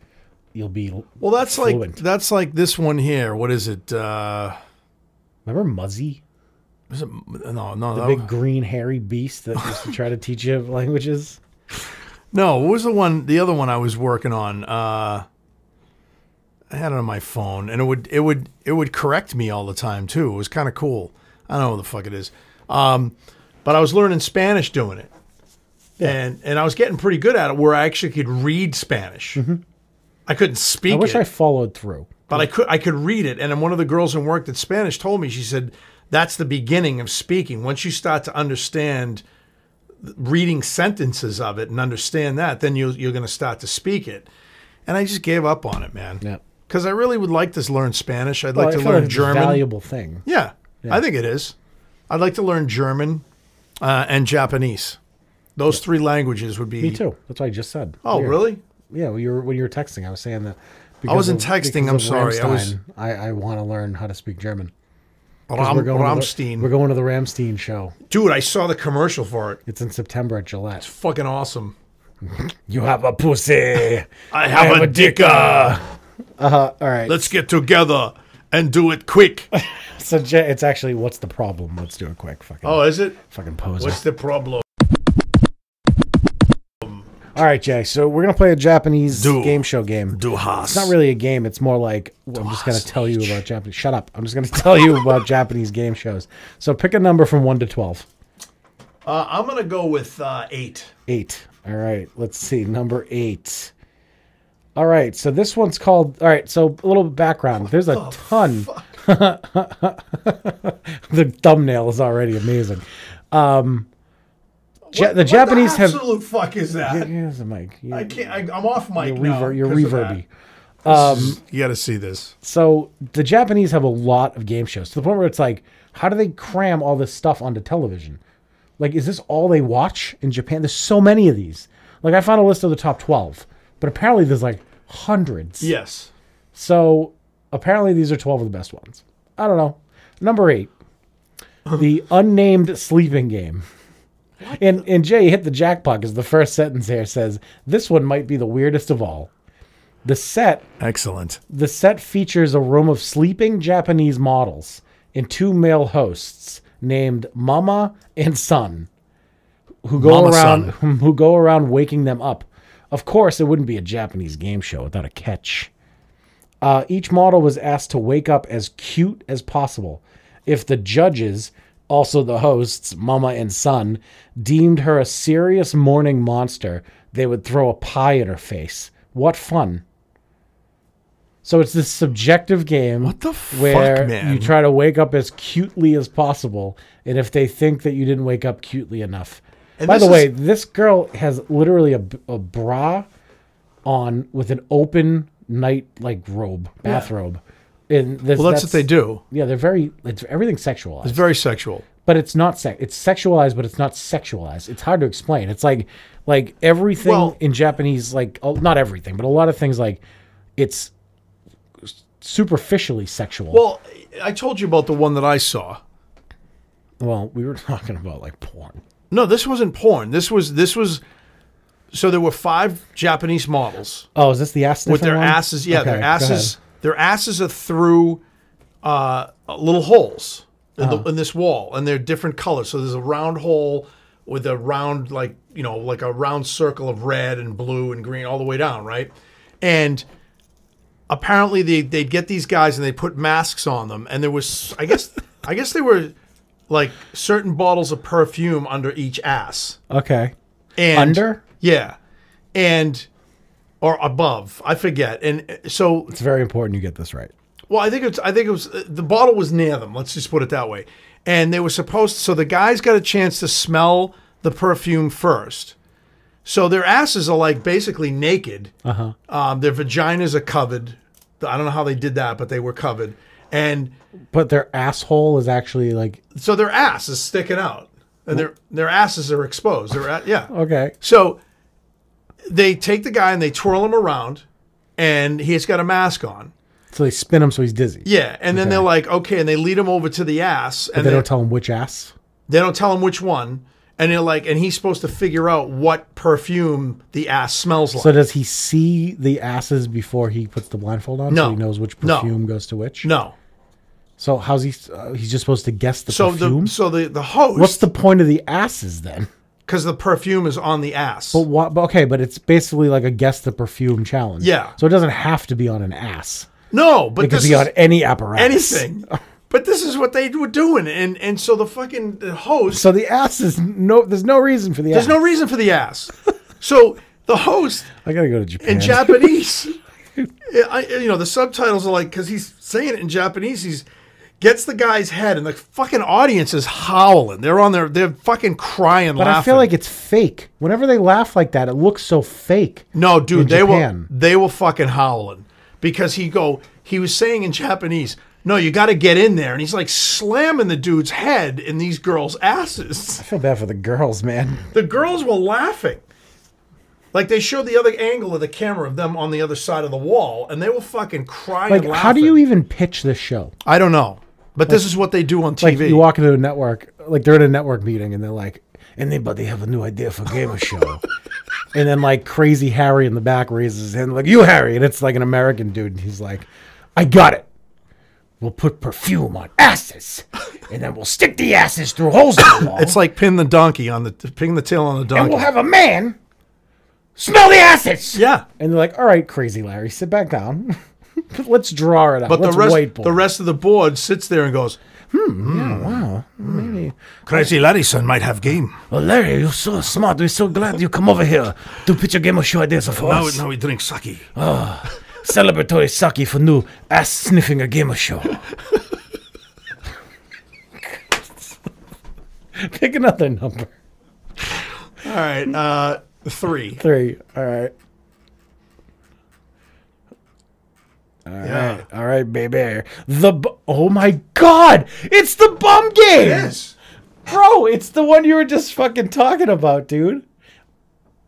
[SPEAKER 2] you'll be. l-
[SPEAKER 1] Well, that's like
[SPEAKER 2] Fluent.
[SPEAKER 1] that's like this one here. What is it? Uh,
[SPEAKER 2] Remember Muzzy?
[SPEAKER 1] is it no, no,
[SPEAKER 2] The
[SPEAKER 1] that-
[SPEAKER 2] big green hairy beast that used to try to teach you languages?
[SPEAKER 1] No, what was the one? The other one I was working on. Uh, I had it on my phone, and it would it would it would correct me all the time too. It was kind of cool. I don't know what the fuck it is, um, but I was learning Spanish doing it, and and I was getting pretty good at it. Where I actually could read Spanish. I couldn't speak.
[SPEAKER 2] Mm-hmm. I wish
[SPEAKER 1] it
[SPEAKER 2] I followed through.
[SPEAKER 1] but I could I could read it. And then one of the girls in work that Spanish told me, she said, "That's the beginning of speaking. Once you start to understand th- reading sentences of it and understand that, then you you're going to start to speak it." And I just gave up on it, man.
[SPEAKER 2] Yeah.
[SPEAKER 1] Because I really would like to learn Spanish. I'd
[SPEAKER 2] Well, I
[SPEAKER 1] like to
[SPEAKER 2] feel
[SPEAKER 1] learn
[SPEAKER 2] it's a
[SPEAKER 1] German.
[SPEAKER 2] Valuable thing.
[SPEAKER 1] Yeah, I think it is. I'd like to learn German uh, and Japanese. Those three languages would be.
[SPEAKER 2] Me too. That's what I just said.
[SPEAKER 1] Oh,
[SPEAKER 2] Weird.
[SPEAKER 1] really?
[SPEAKER 2] Yeah. When you were when you were texting, I was saying that. Because
[SPEAKER 1] wasn't texting,
[SPEAKER 2] because
[SPEAKER 1] I'm
[SPEAKER 2] of
[SPEAKER 1] sorry, I was-
[SPEAKER 2] Rammstein, I, I want to learn how to speak German. 'Cause
[SPEAKER 1] Ram, Ramstein.
[SPEAKER 2] To the, we're going to the Ramstein show.
[SPEAKER 1] Dude, I saw the commercial for it.
[SPEAKER 2] It's in September at Gillette.
[SPEAKER 1] Fucking awesome.
[SPEAKER 2] You have a pussy.
[SPEAKER 1] I have, a, dicker.
[SPEAKER 2] Uh-huh. All right.
[SPEAKER 1] Let's get together and do it quick.
[SPEAKER 2] So Ja- it's actually what's the problem? Let's do it quick. Fucking
[SPEAKER 1] Oh, is it?
[SPEAKER 2] fucking poser.
[SPEAKER 1] What's the problem?
[SPEAKER 2] All right, Jay. So we're gonna play a Japanese
[SPEAKER 1] Do.
[SPEAKER 2] game show game.
[SPEAKER 1] Do Haas.
[SPEAKER 2] It's not really a game. It's more like well, I'm just gonna tell you about Japanese. Shut up. I'm just gonna tell you about Japanese game shows. So pick a number from one to twelve.
[SPEAKER 1] Uh, I'm gonna go with uh, eight.
[SPEAKER 2] Eight. All right. Let's see. Number eight. All right. So this one's called. All right. So a little background. There's a ton. the thumbnail is already amazing. Um, Ja- the Japanese
[SPEAKER 1] what the
[SPEAKER 2] have.
[SPEAKER 1] absolute fuck is that?
[SPEAKER 2] Here's the mic. You,
[SPEAKER 1] I can't. I, I'm off mic
[SPEAKER 2] you're
[SPEAKER 1] now.
[SPEAKER 2] rever- you're
[SPEAKER 1] 'cause of that.
[SPEAKER 2] reverby. Um,
[SPEAKER 1] You got to see this.
[SPEAKER 2] So the Japanese have a lot of game shows to the point where it's like, how do they cram all this stuff onto television? Like, is this all they watch in Japan? There's so many of these. Like, I found a list of the top 12, but apparently there's like hundreds.
[SPEAKER 1] Yes.
[SPEAKER 2] So apparently these are 12 of the best ones. I don't know. Number eight, the unnamed sleeping game. And and Jay hit the jackpot because the first sentence here says this one might be the weirdest of all. The set
[SPEAKER 1] Excellent.
[SPEAKER 2] the set features a room of sleeping Japanese models and two male hosts named Mama and Son, who go
[SPEAKER 1] Mama
[SPEAKER 2] around who go around waking them up. Of course, it wouldn't be a Japanese game show without a catch. Uh, each model was asked to wake up as cute as possible. If the judges, also the hosts, Mama and Son, deemed her a serious morning monster, they would throw a pie at her face. What fun! So it's this subjective game.
[SPEAKER 1] What the fuck,
[SPEAKER 2] where
[SPEAKER 1] man?
[SPEAKER 2] you try to wake up as cutely as possible, and if they think that you didn't wake up cutely enough.
[SPEAKER 1] And
[SPEAKER 2] By the
[SPEAKER 1] this
[SPEAKER 2] way,
[SPEAKER 1] is-
[SPEAKER 2] this girl has literally a, b- a bra on with an open night like robe, bathrobe. And this,
[SPEAKER 1] Well, that's, what they do.
[SPEAKER 2] Yeah, they're very. It's everything's sexualized,
[SPEAKER 1] It's very sexual.
[SPEAKER 2] but it's not sex. It's sexualized, but it's not sexualized. It's hard to explain. It's like like everything
[SPEAKER 1] Well-
[SPEAKER 2] in Japanese, like oh, not everything, but a lot of things like it's superficially sexual. Well,
[SPEAKER 1] Well, I told you about the one that I saw.
[SPEAKER 2] we were talking about like porn.
[SPEAKER 1] No, this wasn't porn. This was this was. So there were five Japanese models.
[SPEAKER 2] Oh, is this the ass?
[SPEAKER 1] with
[SPEAKER 2] sniffer
[SPEAKER 1] their
[SPEAKER 2] one?
[SPEAKER 1] asses. Yeah,
[SPEAKER 2] Okay,
[SPEAKER 1] their
[SPEAKER 2] go ahead.
[SPEAKER 1] asses. Their asses are through uh, little holes in,
[SPEAKER 2] Oh.
[SPEAKER 1] the, in this wall, and they're different colors. So there's a round hole with a round, like you know, like a round circle of red and blue and green all the way down, right? And apparently they they'd get these guys and they put masks on them, and there was I guess I guess they were like certain bottles of perfume under each ass
[SPEAKER 2] Okay.
[SPEAKER 1] and
[SPEAKER 2] Under?
[SPEAKER 1] yeah and or above i forget and uh, so
[SPEAKER 2] It's very important you get this right.
[SPEAKER 1] well i think it's i think it was uh, the bottle was near them let's just put it that way and they were supposed so the guys got a chance to smell the perfume first so their asses are like basically naked uh-huh. um, their vaginas are covered i don't know how they did that but they were covered and
[SPEAKER 2] But their asshole is actually like
[SPEAKER 1] so their ass is sticking out and their their asses are exposed Their a- yeah
[SPEAKER 2] okay.
[SPEAKER 1] So they take the guy and they twirl him around, and he's got a mask on.
[SPEAKER 2] So they spin him so he's dizzy.
[SPEAKER 1] Yeah, and then they're like, okay, and they lead him over to the ass, and
[SPEAKER 2] They
[SPEAKER 1] they,
[SPEAKER 2] don't tell him which ass.
[SPEAKER 1] they don't tell him which one, and they're like, and he's supposed to figure out what perfume the ass smells like.
[SPEAKER 2] So does he see the asses before he puts the blindfold on? So
[SPEAKER 1] No.
[SPEAKER 2] he knows which
[SPEAKER 1] No.
[SPEAKER 2] perfume goes to which.
[SPEAKER 1] no,
[SPEAKER 2] So how's he? Uh, he's just supposed to guess the
[SPEAKER 1] so
[SPEAKER 2] perfume.
[SPEAKER 1] the so the the host
[SPEAKER 2] What's the point of the asses then?
[SPEAKER 1] because the perfume is on the ass.
[SPEAKER 2] But wha- but okay, but it's basically like a guess the perfume challenge.
[SPEAKER 1] Yeah.
[SPEAKER 2] So it doesn't have to be on an ass.
[SPEAKER 1] no, but
[SPEAKER 2] It could
[SPEAKER 1] this
[SPEAKER 2] be
[SPEAKER 1] is
[SPEAKER 2] on any apparatus.
[SPEAKER 1] anything. but this is what they were doing, and and so the fucking host.
[SPEAKER 2] So the ass is no. There's no reason for the
[SPEAKER 1] there's
[SPEAKER 2] ass.
[SPEAKER 1] no reason for the ass. So the host
[SPEAKER 2] I gotta go to Japan.
[SPEAKER 1] in Japanese. I, you know, the subtitles are like because he's saying it in Japanese. He's gets the guy's head, and the fucking audience is howling. They're on their, they're fucking crying,
[SPEAKER 2] but
[SPEAKER 1] laughing.
[SPEAKER 2] I feel like it's fake. Whenever they laugh like that, it looks so fake.
[SPEAKER 1] no, dude,
[SPEAKER 2] in
[SPEAKER 1] they
[SPEAKER 2] Japan.
[SPEAKER 1] were they were fucking howling because he go he was saying in Japanese. No, you got to get in there, and he's like slamming the dude's head in these girls' asses.
[SPEAKER 2] I feel bad for the girls, man.
[SPEAKER 1] The girls were laughing. Like they showed the other angle of the camera of them on the other side of the wall, and they were fucking crying.
[SPEAKER 2] Like, how do
[SPEAKER 1] laughing.
[SPEAKER 2] you even pitch this show?
[SPEAKER 1] I don't know. But this is what they do on
[SPEAKER 2] Like,
[SPEAKER 1] TV.
[SPEAKER 2] you walk into a network, like they're at a network meeting, and they're like, "Anybody have a new idea for a gamer show?" and then like crazy Harry in the back raises his hand, like, "You, Harry!" And it's like an American dude, and he's like, "I got it. We'll put perfume on asses, and then we'll stick the asses through holes in the wall,
[SPEAKER 1] it's like pin the donkey on the pin the tail on the donkey.
[SPEAKER 2] and we'll have a man."
[SPEAKER 3] Smell the asses!
[SPEAKER 1] yeah.
[SPEAKER 2] And they're like, "All right, crazy Larry, sit back down. Let's draw it out.
[SPEAKER 1] But the
[SPEAKER 2] Let's
[SPEAKER 1] rest
[SPEAKER 2] whiteboard."
[SPEAKER 1] the rest of the board sits there and goes, "Hmm,
[SPEAKER 2] wow, maybe."
[SPEAKER 1] Crazy Larryson might have game.
[SPEAKER 3] Oh, Larry, you're so smart. We're so glad you come over here to pitch your game of show ideas for
[SPEAKER 1] Now,
[SPEAKER 3] us.
[SPEAKER 1] now he drinks sake.
[SPEAKER 3] Celebratory sake for new ass sniffing a game of show.
[SPEAKER 2] Pick another number.
[SPEAKER 1] All right. Uh three.
[SPEAKER 2] Three. All right.
[SPEAKER 1] yeah.
[SPEAKER 2] All right, baby. The b- oh my god, it's the bum game,
[SPEAKER 1] Yes.
[SPEAKER 2] bro. It's the one you were just fucking talking about, dude.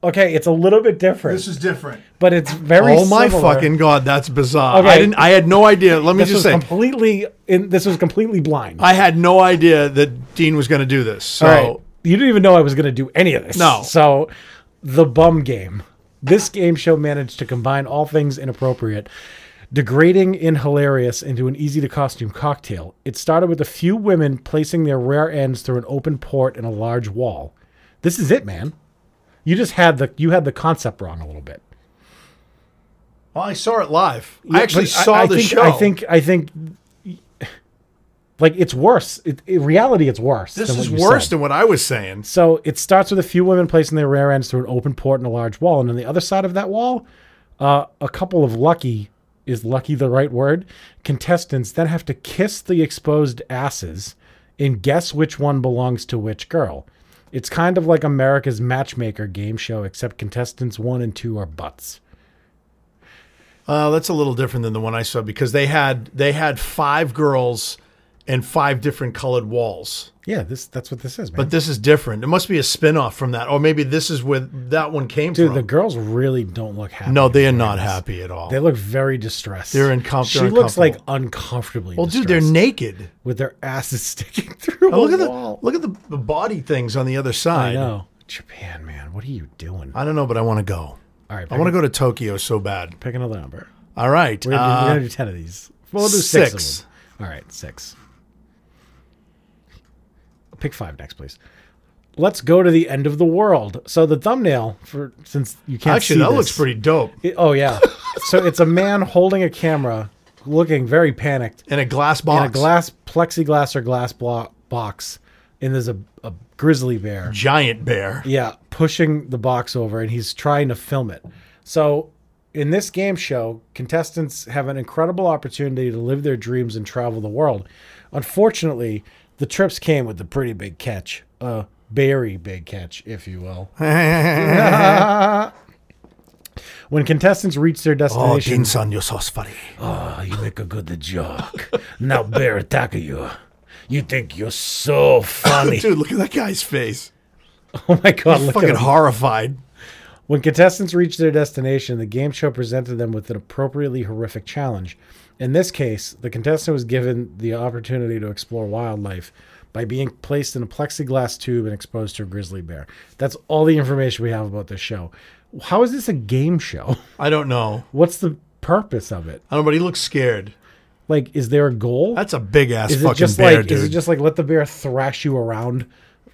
[SPEAKER 2] Okay, it's a little bit different,
[SPEAKER 1] This is different.
[SPEAKER 2] but it's very.
[SPEAKER 1] oh my
[SPEAKER 2] similar.
[SPEAKER 1] fucking god, that's bizarre. I
[SPEAKER 2] Okay.
[SPEAKER 1] didn't I had no idea. Let me
[SPEAKER 2] This
[SPEAKER 1] just
[SPEAKER 2] was
[SPEAKER 1] say
[SPEAKER 2] completely. In, this was completely blind.
[SPEAKER 1] I had no idea that Dean was gonna do this. So
[SPEAKER 2] All right. You didn't even know I was going to do any of this.
[SPEAKER 1] No.
[SPEAKER 2] So, the bum game. This game show managed to combine all things inappropriate, degrading and hilarious into an easy to costume cocktail. It started with a few women placing their rare ends through an open port in a large wall. This is it, man. You just had the you had the concept wrong a little bit.
[SPEAKER 1] well, I saw it live.
[SPEAKER 2] Yeah,
[SPEAKER 1] I actually
[SPEAKER 2] but
[SPEAKER 1] saw the
[SPEAKER 2] think,
[SPEAKER 1] show.
[SPEAKER 2] I think I think like it's worse. It, in reality, it's worse.
[SPEAKER 1] this
[SPEAKER 2] than
[SPEAKER 1] is
[SPEAKER 2] what you
[SPEAKER 1] worse
[SPEAKER 2] said.
[SPEAKER 1] than what I was saying.
[SPEAKER 2] So it starts with a few women placing their rear ends through an open port in a large wall, and on the other side of that wall, uh, a couple of lucky is lucky the right word contestants then have to kiss the exposed asses and guess which one belongs to which girl. It's kind of like America's Matchmaker game show, except contestants one and two are butts.
[SPEAKER 1] Uh, that's a little different than the one I saw because they had they had five girls and five different colored walls.
[SPEAKER 2] Yeah, this that's what this is, man.
[SPEAKER 1] But this is different. It must be a spin-off from that, or maybe this is where that one came
[SPEAKER 2] Dude,
[SPEAKER 1] from.
[SPEAKER 2] the girls really don't look happy.
[SPEAKER 1] no, they are not happy at all.
[SPEAKER 2] They look very distressed.
[SPEAKER 1] They're uncom-
[SPEAKER 2] She
[SPEAKER 1] they're
[SPEAKER 2] looks like
[SPEAKER 1] uncomfortable.
[SPEAKER 2] uncomfortably.
[SPEAKER 1] well, dude, they're
[SPEAKER 2] distressed.
[SPEAKER 1] naked.
[SPEAKER 2] with their asses sticking through.
[SPEAKER 1] Oh, look
[SPEAKER 2] a
[SPEAKER 1] at the
[SPEAKER 2] wall.
[SPEAKER 1] look at the, the body things on the other
[SPEAKER 2] I
[SPEAKER 1] side.
[SPEAKER 2] know. Japan, man, what are you doing?
[SPEAKER 1] I don't know, but I want to go.
[SPEAKER 2] All right,
[SPEAKER 1] I want to go to Tokyo so bad.
[SPEAKER 2] pick another number.
[SPEAKER 1] All right,
[SPEAKER 2] We're gonna, do,
[SPEAKER 1] uh,
[SPEAKER 2] we're gonna do ten of these. Well, we'll do six.
[SPEAKER 1] six.
[SPEAKER 2] of them. All right, six. Pick five next, please. Let's go to the end of the world. So the thumbnail for since you can't
[SPEAKER 1] uh, actually,
[SPEAKER 2] see
[SPEAKER 1] that
[SPEAKER 2] this-
[SPEAKER 1] looks pretty dope.
[SPEAKER 2] It- oh yeah. so it's a man holding a camera, looking very panicked.
[SPEAKER 1] In a glass
[SPEAKER 2] in
[SPEAKER 1] box,
[SPEAKER 2] a glass plexiglass or glass blo- box, and there's a, a grizzly bear.
[SPEAKER 1] giant bear.
[SPEAKER 2] Yeah, pushing the box over, and he's trying to film it. So, in this game show, contestants have an incredible opportunity to live their dreams and travel the world. Unfortunately, the trips came with a pretty big catch, a very big catch, if you will. when contestants reach their
[SPEAKER 1] Oh,
[SPEAKER 2] destination,
[SPEAKER 1] Jin-san, you're so funny.
[SPEAKER 3] Ah, you make a good joke. Now bear attack you. You think you're so funny.
[SPEAKER 1] Dude, look at that guy's face.
[SPEAKER 2] oh my god, look at
[SPEAKER 1] Fucking
[SPEAKER 2] him.
[SPEAKER 1] horrified.
[SPEAKER 2] When contestants reach their destination, the game show presented them with an appropriately horrific challenge. In this case, the contestant was given the opportunity to explore wildlife by being placed in a plexiglass tube and exposed to a grizzly bear. That's all the information we have about this show. How is this a game show?
[SPEAKER 1] I don't know.
[SPEAKER 2] What's the purpose of it?
[SPEAKER 1] I don't know, but he looks scared.
[SPEAKER 2] Like, is there a goal?
[SPEAKER 1] That's a big ass
[SPEAKER 2] is
[SPEAKER 1] fucking
[SPEAKER 2] it just
[SPEAKER 1] bear,
[SPEAKER 2] like
[SPEAKER 1] dude.
[SPEAKER 2] is it just like let the bear thrash you around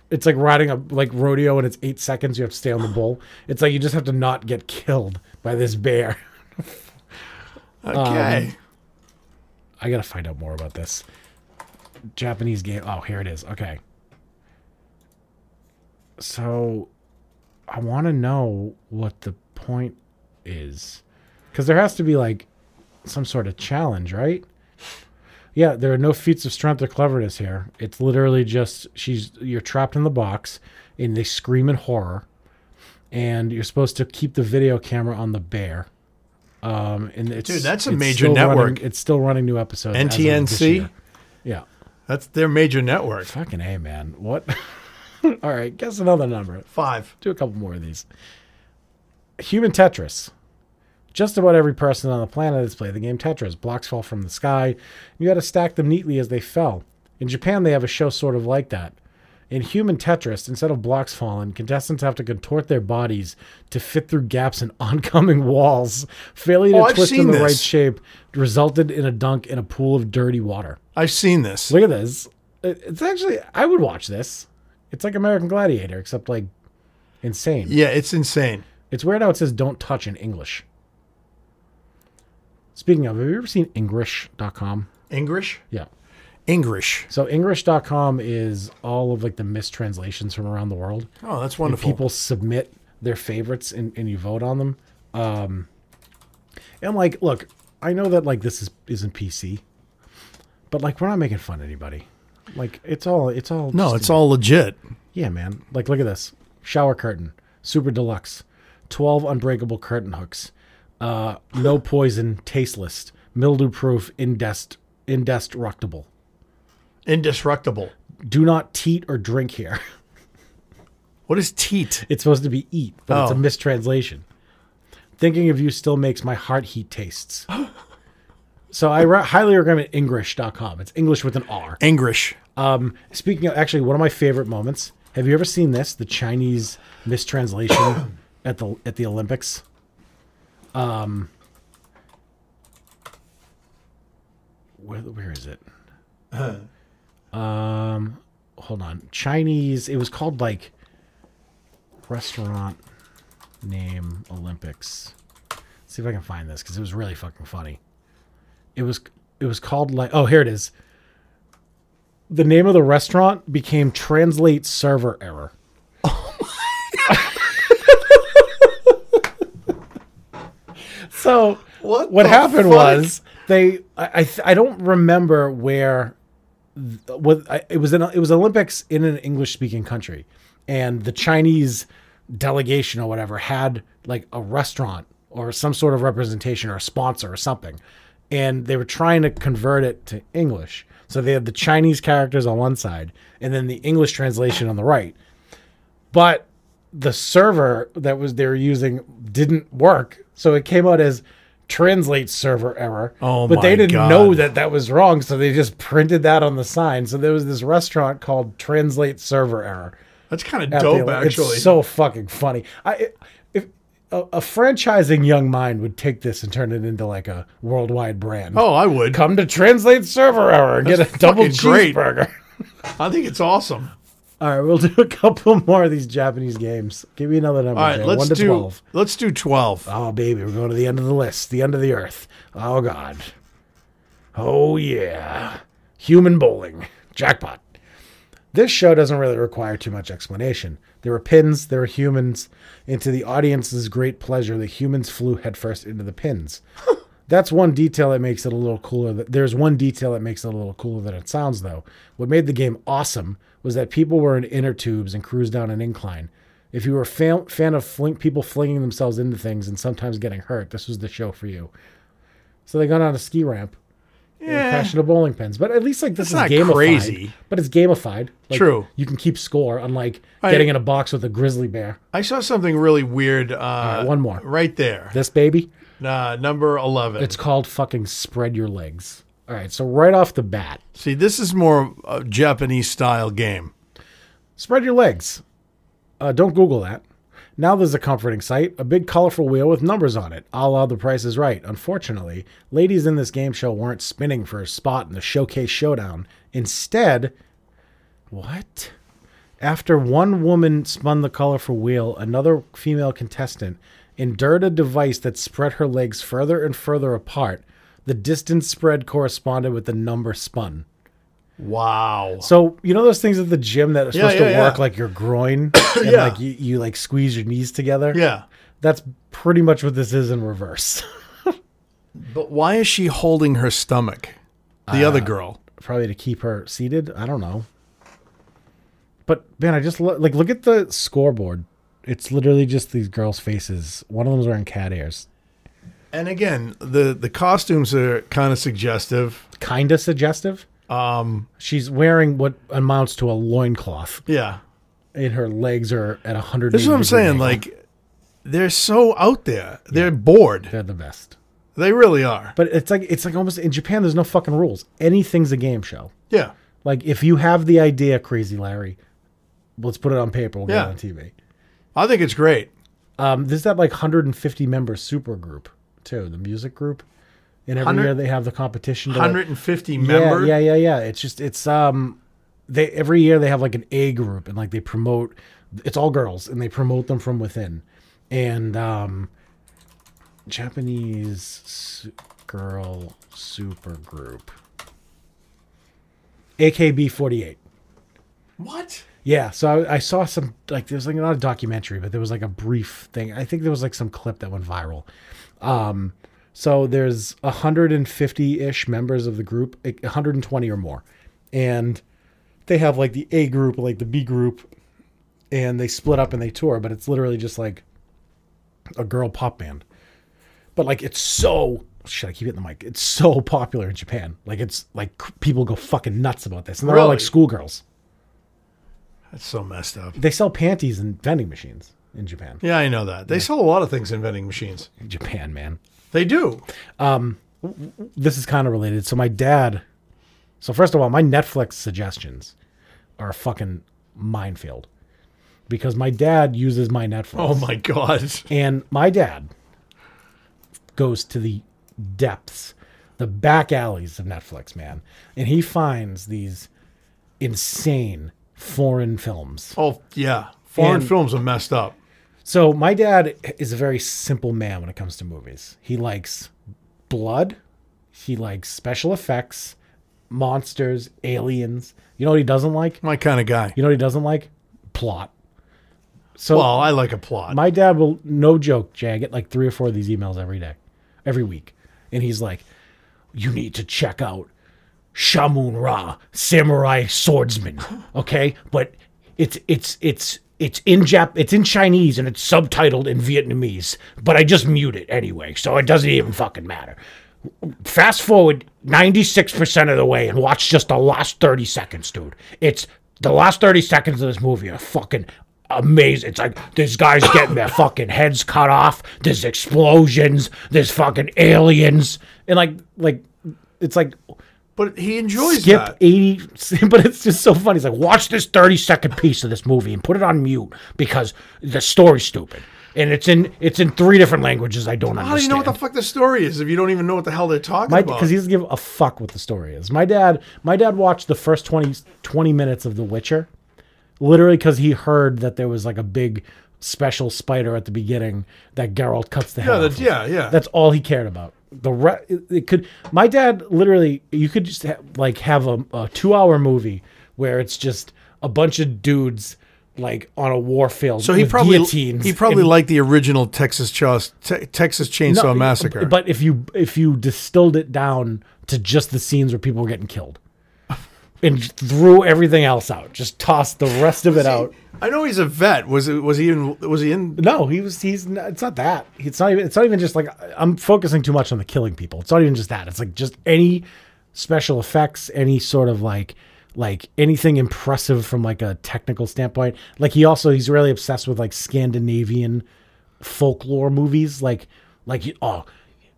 [SPEAKER 2] It's like riding a like rodeo, and it's eight seconds. You have to stay on the bull. It's like you just have to not get killed by this bear.
[SPEAKER 1] Okay.
[SPEAKER 2] um, I gotta find out more about this Japanese game. Oh, here it is. Okay. So, I want to know what the point is, because there has to be like some sort of challenge, right? Yeah, there are no feats of strength or cleverness here. It's literally just she's you're trapped in the box, and they scream in horror, and you're supposed to keep the video camera on the bear. Um, and it's
[SPEAKER 1] Dude, that's a
[SPEAKER 2] it's
[SPEAKER 1] major
[SPEAKER 2] still running-
[SPEAKER 1] network.
[SPEAKER 2] it's still running new episodes. as of this
[SPEAKER 1] NTNC?
[SPEAKER 2] year. Yeah.
[SPEAKER 1] That's their major network.
[SPEAKER 2] Fucking A, man. What? All right, guess another number.
[SPEAKER 1] Five.
[SPEAKER 2] Do a couple more of these. Human Tetris. Just about every person on the planet has played the game Tetris. Blocks fall from the sky. You got to stack them neatly as they fell. In Japan, they have a show sort of like that. In Human Tetris, instead of blocks falling, contestants have to contort their bodies to fit through gaps in oncoming walls. Failure to
[SPEAKER 1] Oh, I've
[SPEAKER 2] twist in
[SPEAKER 1] seen
[SPEAKER 2] the right
[SPEAKER 1] this.
[SPEAKER 2] shape resulted in a dunk in a pool of dirty water.
[SPEAKER 1] I've seen this.
[SPEAKER 2] Look at this. It- It's actually I would watch this. It's like American Gladiator, except like insane.
[SPEAKER 1] Yeah, it's insane.
[SPEAKER 2] It's weird how it says don't touch in English. Speaking of, have you ever seen English.com?
[SPEAKER 1] English?
[SPEAKER 2] Yeah.
[SPEAKER 1] English.
[SPEAKER 2] So English.com is all of like the mistranslations from around the world.
[SPEAKER 1] Oh, that's wonderful.
[SPEAKER 2] People submit their favorites and, and you vote on them. Um, and like, look, I know that like this is isn't PC, but like we're not making fun of anybody. Like it's all it's all
[SPEAKER 1] no,
[SPEAKER 2] just
[SPEAKER 1] it's all legit.
[SPEAKER 2] Yeah, man. Like, look at this shower curtain, super deluxe, 12 unbreakable curtain hooks, uh, no poison, tasteless, mildew proof, indest, indestructible.
[SPEAKER 1] Indestructible.
[SPEAKER 2] Do not teat or drink here.
[SPEAKER 1] What is teat?
[SPEAKER 2] It's supposed to be eat, but it's a
[SPEAKER 1] Oh.
[SPEAKER 2] mistranslation. Thinking of you still makes my heart heat tastes. so I re- highly recommend English.com. It's English with an R.
[SPEAKER 1] English.
[SPEAKER 2] Um, speaking of, actually, one of my favorite moments. Have you ever seen this? The Chinese mistranslation at the at the Olympics. Um, where where is it? um, hold on. Chinese. It was called like restaurant name Olympics. see if I can find this because it was really fucking funny. It was it was called like oh here it is the name of the restaurant became translate server error. so
[SPEAKER 1] What
[SPEAKER 2] what
[SPEAKER 1] the
[SPEAKER 2] happened
[SPEAKER 1] fuck?
[SPEAKER 2] was they I I, th- I don't remember where th- what I, it was an it was Olympics in an English speaking country and the Chinese delegation or whatever had like a restaurant or some sort of representation or a sponsor or something and they were trying to convert it to English so they had the Chinese characters on one side and then the English translation on the right but the server that was they were using didn't work so it came out as translate server error
[SPEAKER 1] Oh
[SPEAKER 2] but they
[SPEAKER 1] my
[SPEAKER 2] didn't
[SPEAKER 1] God.
[SPEAKER 2] know that that was wrong so they just printed that on the sign so there was this restaurant called translate server error
[SPEAKER 1] That's kind of
[SPEAKER 2] at the
[SPEAKER 1] dope,
[SPEAKER 2] Olymp-
[SPEAKER 1] actually.
[SPEAKER 2] it's so fucking funny i if a, a franchising young mind would take this and turn it into like a worldwide brand
[SPEAKER 1] oh, I would.
[SPEAKER 2] come to translate server error and get a double
[SPEAKER 1] fucking great.
[SPEAKER 2] cheeseburger
[SPEAKER 1] I think it's awesome.
[SPEAKER 2] all right we'll do a couple more of these japanese games give me another number
[SPEAKER 1] All right,
[SPEAKER 2] Jay,
[SPEAKER 1] let's
[SPEAKER 2] 1 to
[SPEAKER 1] do
[SPEAKER 2] 12
[SPEAKER 1] let's do twelve.
[SPEAKER 2] Oh, baby, we're going to the end of the list, the end of the earth. Oh, God. Oh, yeah. Human bowling. Jackpot. This show doesn't really require too much explanation. There were pins, there were humans, and to the audience's great pleasure, the humans flew headfirst into the pins. That's one detail that makes it a little cooler. That there's one detail that makes it a little cooler than it sounds, though. What made the game awesome was that people were in inner tubes and cruised down an incline. If you were a fan, fan of fling, people flinging themselves into things and sometimes getting hurt, this was the show for you. So they got on a ski ramp and
[SPEAKER 1] Yeah.
[SPEAKER 2] crashed into bowling pins. But at least like this
[SPEAKER 1] That's
[SPEAKER 2] is
[SPEAKER 1] not
[SPEAKER 2] gamified.
[SPEAKER 1] crazy.
[SPEAKER 2] But it's gamified. Like,
[SPEAKER 1] True.
[SPEAKER 2] You can keep score, unlike
[SPEAKER 1] I-
[SPEAKER 2] getting in a box with a grizzly bear.
[SPEAKER 1] I saw something really weird. Uh,
[SPEAKER 2] one more.
[SPEAKER 1] Right there.
[SPEAKER 2] This baby.
[SPEAKER 1] Uh, number 11.
[SPEAKER 2] It's called fucking spread your legs. All right, so right off the bat,
[SPEAKER 1] See, this is more a Japanese style game.
[SPEAKER 2] spread your legs. Uh, don't Google that. Now there's a comforting sight, a big colorful wheel with numbers on it, a la The Price is Right. Unfortunately, ladies in this game show weren't spinning for a spot in the showcase showdown. Instead, what? After one woman spun the colorful wheel, another female contestant endured a device that spread her legs further and further apart. The distance spread corresponded with the number spun.
[SPEAKER 1] Wow.
[SPEAKER 2] So you know those things at the gym that are supposed
[SPEAKER 1] yeah,
[SPEAKER 2] to
[SPEAKER 1] yeah.
[SPEAKER 2] work like your groin, and
[SPEAKER 1] Yeah.
[SPEAKER 2] like you, you like squeeze your knees together.
[SPEAKER 1] Yeah.
[SPEAKER 2] that's pretty much what this is in reverse.
[SPEAKER 1] But why is she holding her stomach?
[SPEAKER 2] Uh,
[SPEAKER 1] The other girl.
[SPEAKER 2] Probably to keep her seated. I don't know. But man, I just lo- like look at the scoreboard. It's literally just these girls' faces. One of them's wearing cat ears.
[SPEAKER 1] And again, the the costumes are kind of suggestive.
[SPEAKER 2] Kinda suggestive. Um, she's wearing what amounts to a loincloth,
[SPEAKER 1] Yeah.
[SPEAKER 2] and her legs are at a hundred.
[SPEAKER 1] This is what I'm saying. Like, they're so out there. They're bored.
[SPEAKER 2] they're the best.
[SPEAKER 1] They really are.
[SPEAKER 2] But it's like it's like almost in Japan. There's no fucking rules. Anything's a game show.
[SPEAKER 1] Yeah.
[SPEAKER 2] Like if you have the idea, Crazy Larry, let's put it on paper. We'll
[SPEAKER 1] Yeah.
[SPEAKER 2] get it on TV.
[SPEAKER 1] I think it's great.
[SPEAKER 2] Um, there's that like 150 member super group too, the music group, and every
[SPEAKER 1] 100
[SPEAKER 2] year they have the competition. to, like-
[SPEAKER 1] 150
[SPEAKER 2] yeah,
[SPEAKER 1] member.
[SPEAKER 2] yeah, yeah, yeah. It's just it's um, they every year they have like an A group and like they promote. It's all girls and they promote them from within, and um, Japanese su- girl super group, AKB48.
[SPEAKER 1] What?
[SPEAKER 2] Yeah, so I, I saw some like there was like not a documentary, but there was like a brief thing. I think there was like some clip that went viral. Um, so there's 150 ish members of the group, like 120 or more, and they have like the A group, like the B group, and they split up and they tour. But it's literally just like a girl pop band. But like it's so shit. I keep hitting the mic. It's so popular in Japan. Like it's like c- people go fucking nuts about this, and they're all like
[SPEAKER 1] Really?
[SPEAKER 2] schoolgirls
[SPEAKER 1] That's so messed up.
[SPEAKER 2] they sell panties in vending machines in Japan.
[SPEAKER 1] Yeah, I know that. They sell a lot of things in vending machines.
[SPEAKER 2] Japan, man.
[SPEAKER 1] They do.
[SPEAKER 2] This is kind of related. So my dad. So first of all, my Netflix suggestions are a fucking minefield because my dad uses my Netflix.
[SPEAKER 1] Oh my god.
[SPEAKER 2] And my dad goes to the depths, the back alleys of Netflix, man, and he finds these insane foreign films.
[SPEAKER 1] Oh yeah. Foreign
[SPEAKER 2] And-
[SPEAKER 1] films are messed up.
[SPEAKER 2] So my dad is a very simple man when it comes to movies. He likes blood, he likes special effects, monsters, aliens. You know what he doesn't like?
[SPEAKER 1] My kind of guy.
[SPEAKER 2] You know what he doesn't like? Plot. So
[SPEAKER 1] Well, I like a plot.
[SPEAKER 2] my dad will no joke, Jay, I get like three or four of these emails every day, every week. And he's like, You need to check out Shamun Ra, Samurai Swordsman. Okay? But it's it's it's it's in Jap it's in Chinese and it's subtitled in Vietnamese, but I just mute it anyway, so it doesn't even fucking matter. Fast forward 96% of the way and watch just the last 30 seconds, dude. It's the last 30 seconds of this movie are fucking amazing. It's like these guys getting their fucking heads cut off, there's explosions, there's fucking aliens. And like like it's like
[SPEAKER 1] but he enjoys
[SPEAKER 2] skip
[SPEAKER 1] that.
[SPEAKER 2] 80 but it's just so funny. It's like watch this 30 second piece of this movie and put it on mute because the story's stupid. And it's in it's in three different languages I don't understand.
[SPEAKER 1] How do Oh, you know what the fuck the story is if you don't even know what the hell they're talking
[SPEAKER 2] My
[SPEAKER 1] about?
[SPEAKER 2] because he doesn't give a fuck what the story is. My dad, my dad watched the first 20, 20 minutes of The Witcher, literally because he heard that there was like a big special spider at the beginning that Geralt cuts the head.
[SPEAKER 1] yeah,
[SPEAKER 2] off
[SPEAKER 1] that,
[SPEAKER 2] of.
[SPEAKER 1] yeah, yeah.
[SPEAKER 2] That's all he cared about. The re- it, it could. My dad literally, you could just ha- like have a, a two-hour movie where it's just a bunch of dudes like on a war field.
[SPEAKER 1] so he
[SPEAKER 2] with
[SPEAKER 1] probably
[SPEAKER 2] guillotines
[SPEAKER 1] he probably
[SPEAKER 2] and-
[SPEAKER 1] liked the original Texas Chaws, te- Texas Chainsaw
[SPEAKER 2] no,
[SPEAKER 1] Massacre.
[SPEAKER 2] But if you if you distilled it down to just the scenes where people were getting killed, and threw everything else out, just tossed the rest of it out.
[SPEAKER 1] I know he's a vet. Was it was he in was he in
[SPEAKER 2] No, he was. He's. Not, it's not that. It's not even. It's not even just like I'm focusing too much on the killing people. It's not even just that. It's like just any special effects, any sort of like like anything impressive from like a technical standpoint. Like he also he's really obsessed with like Scandinavian folklore movies. Like like oh,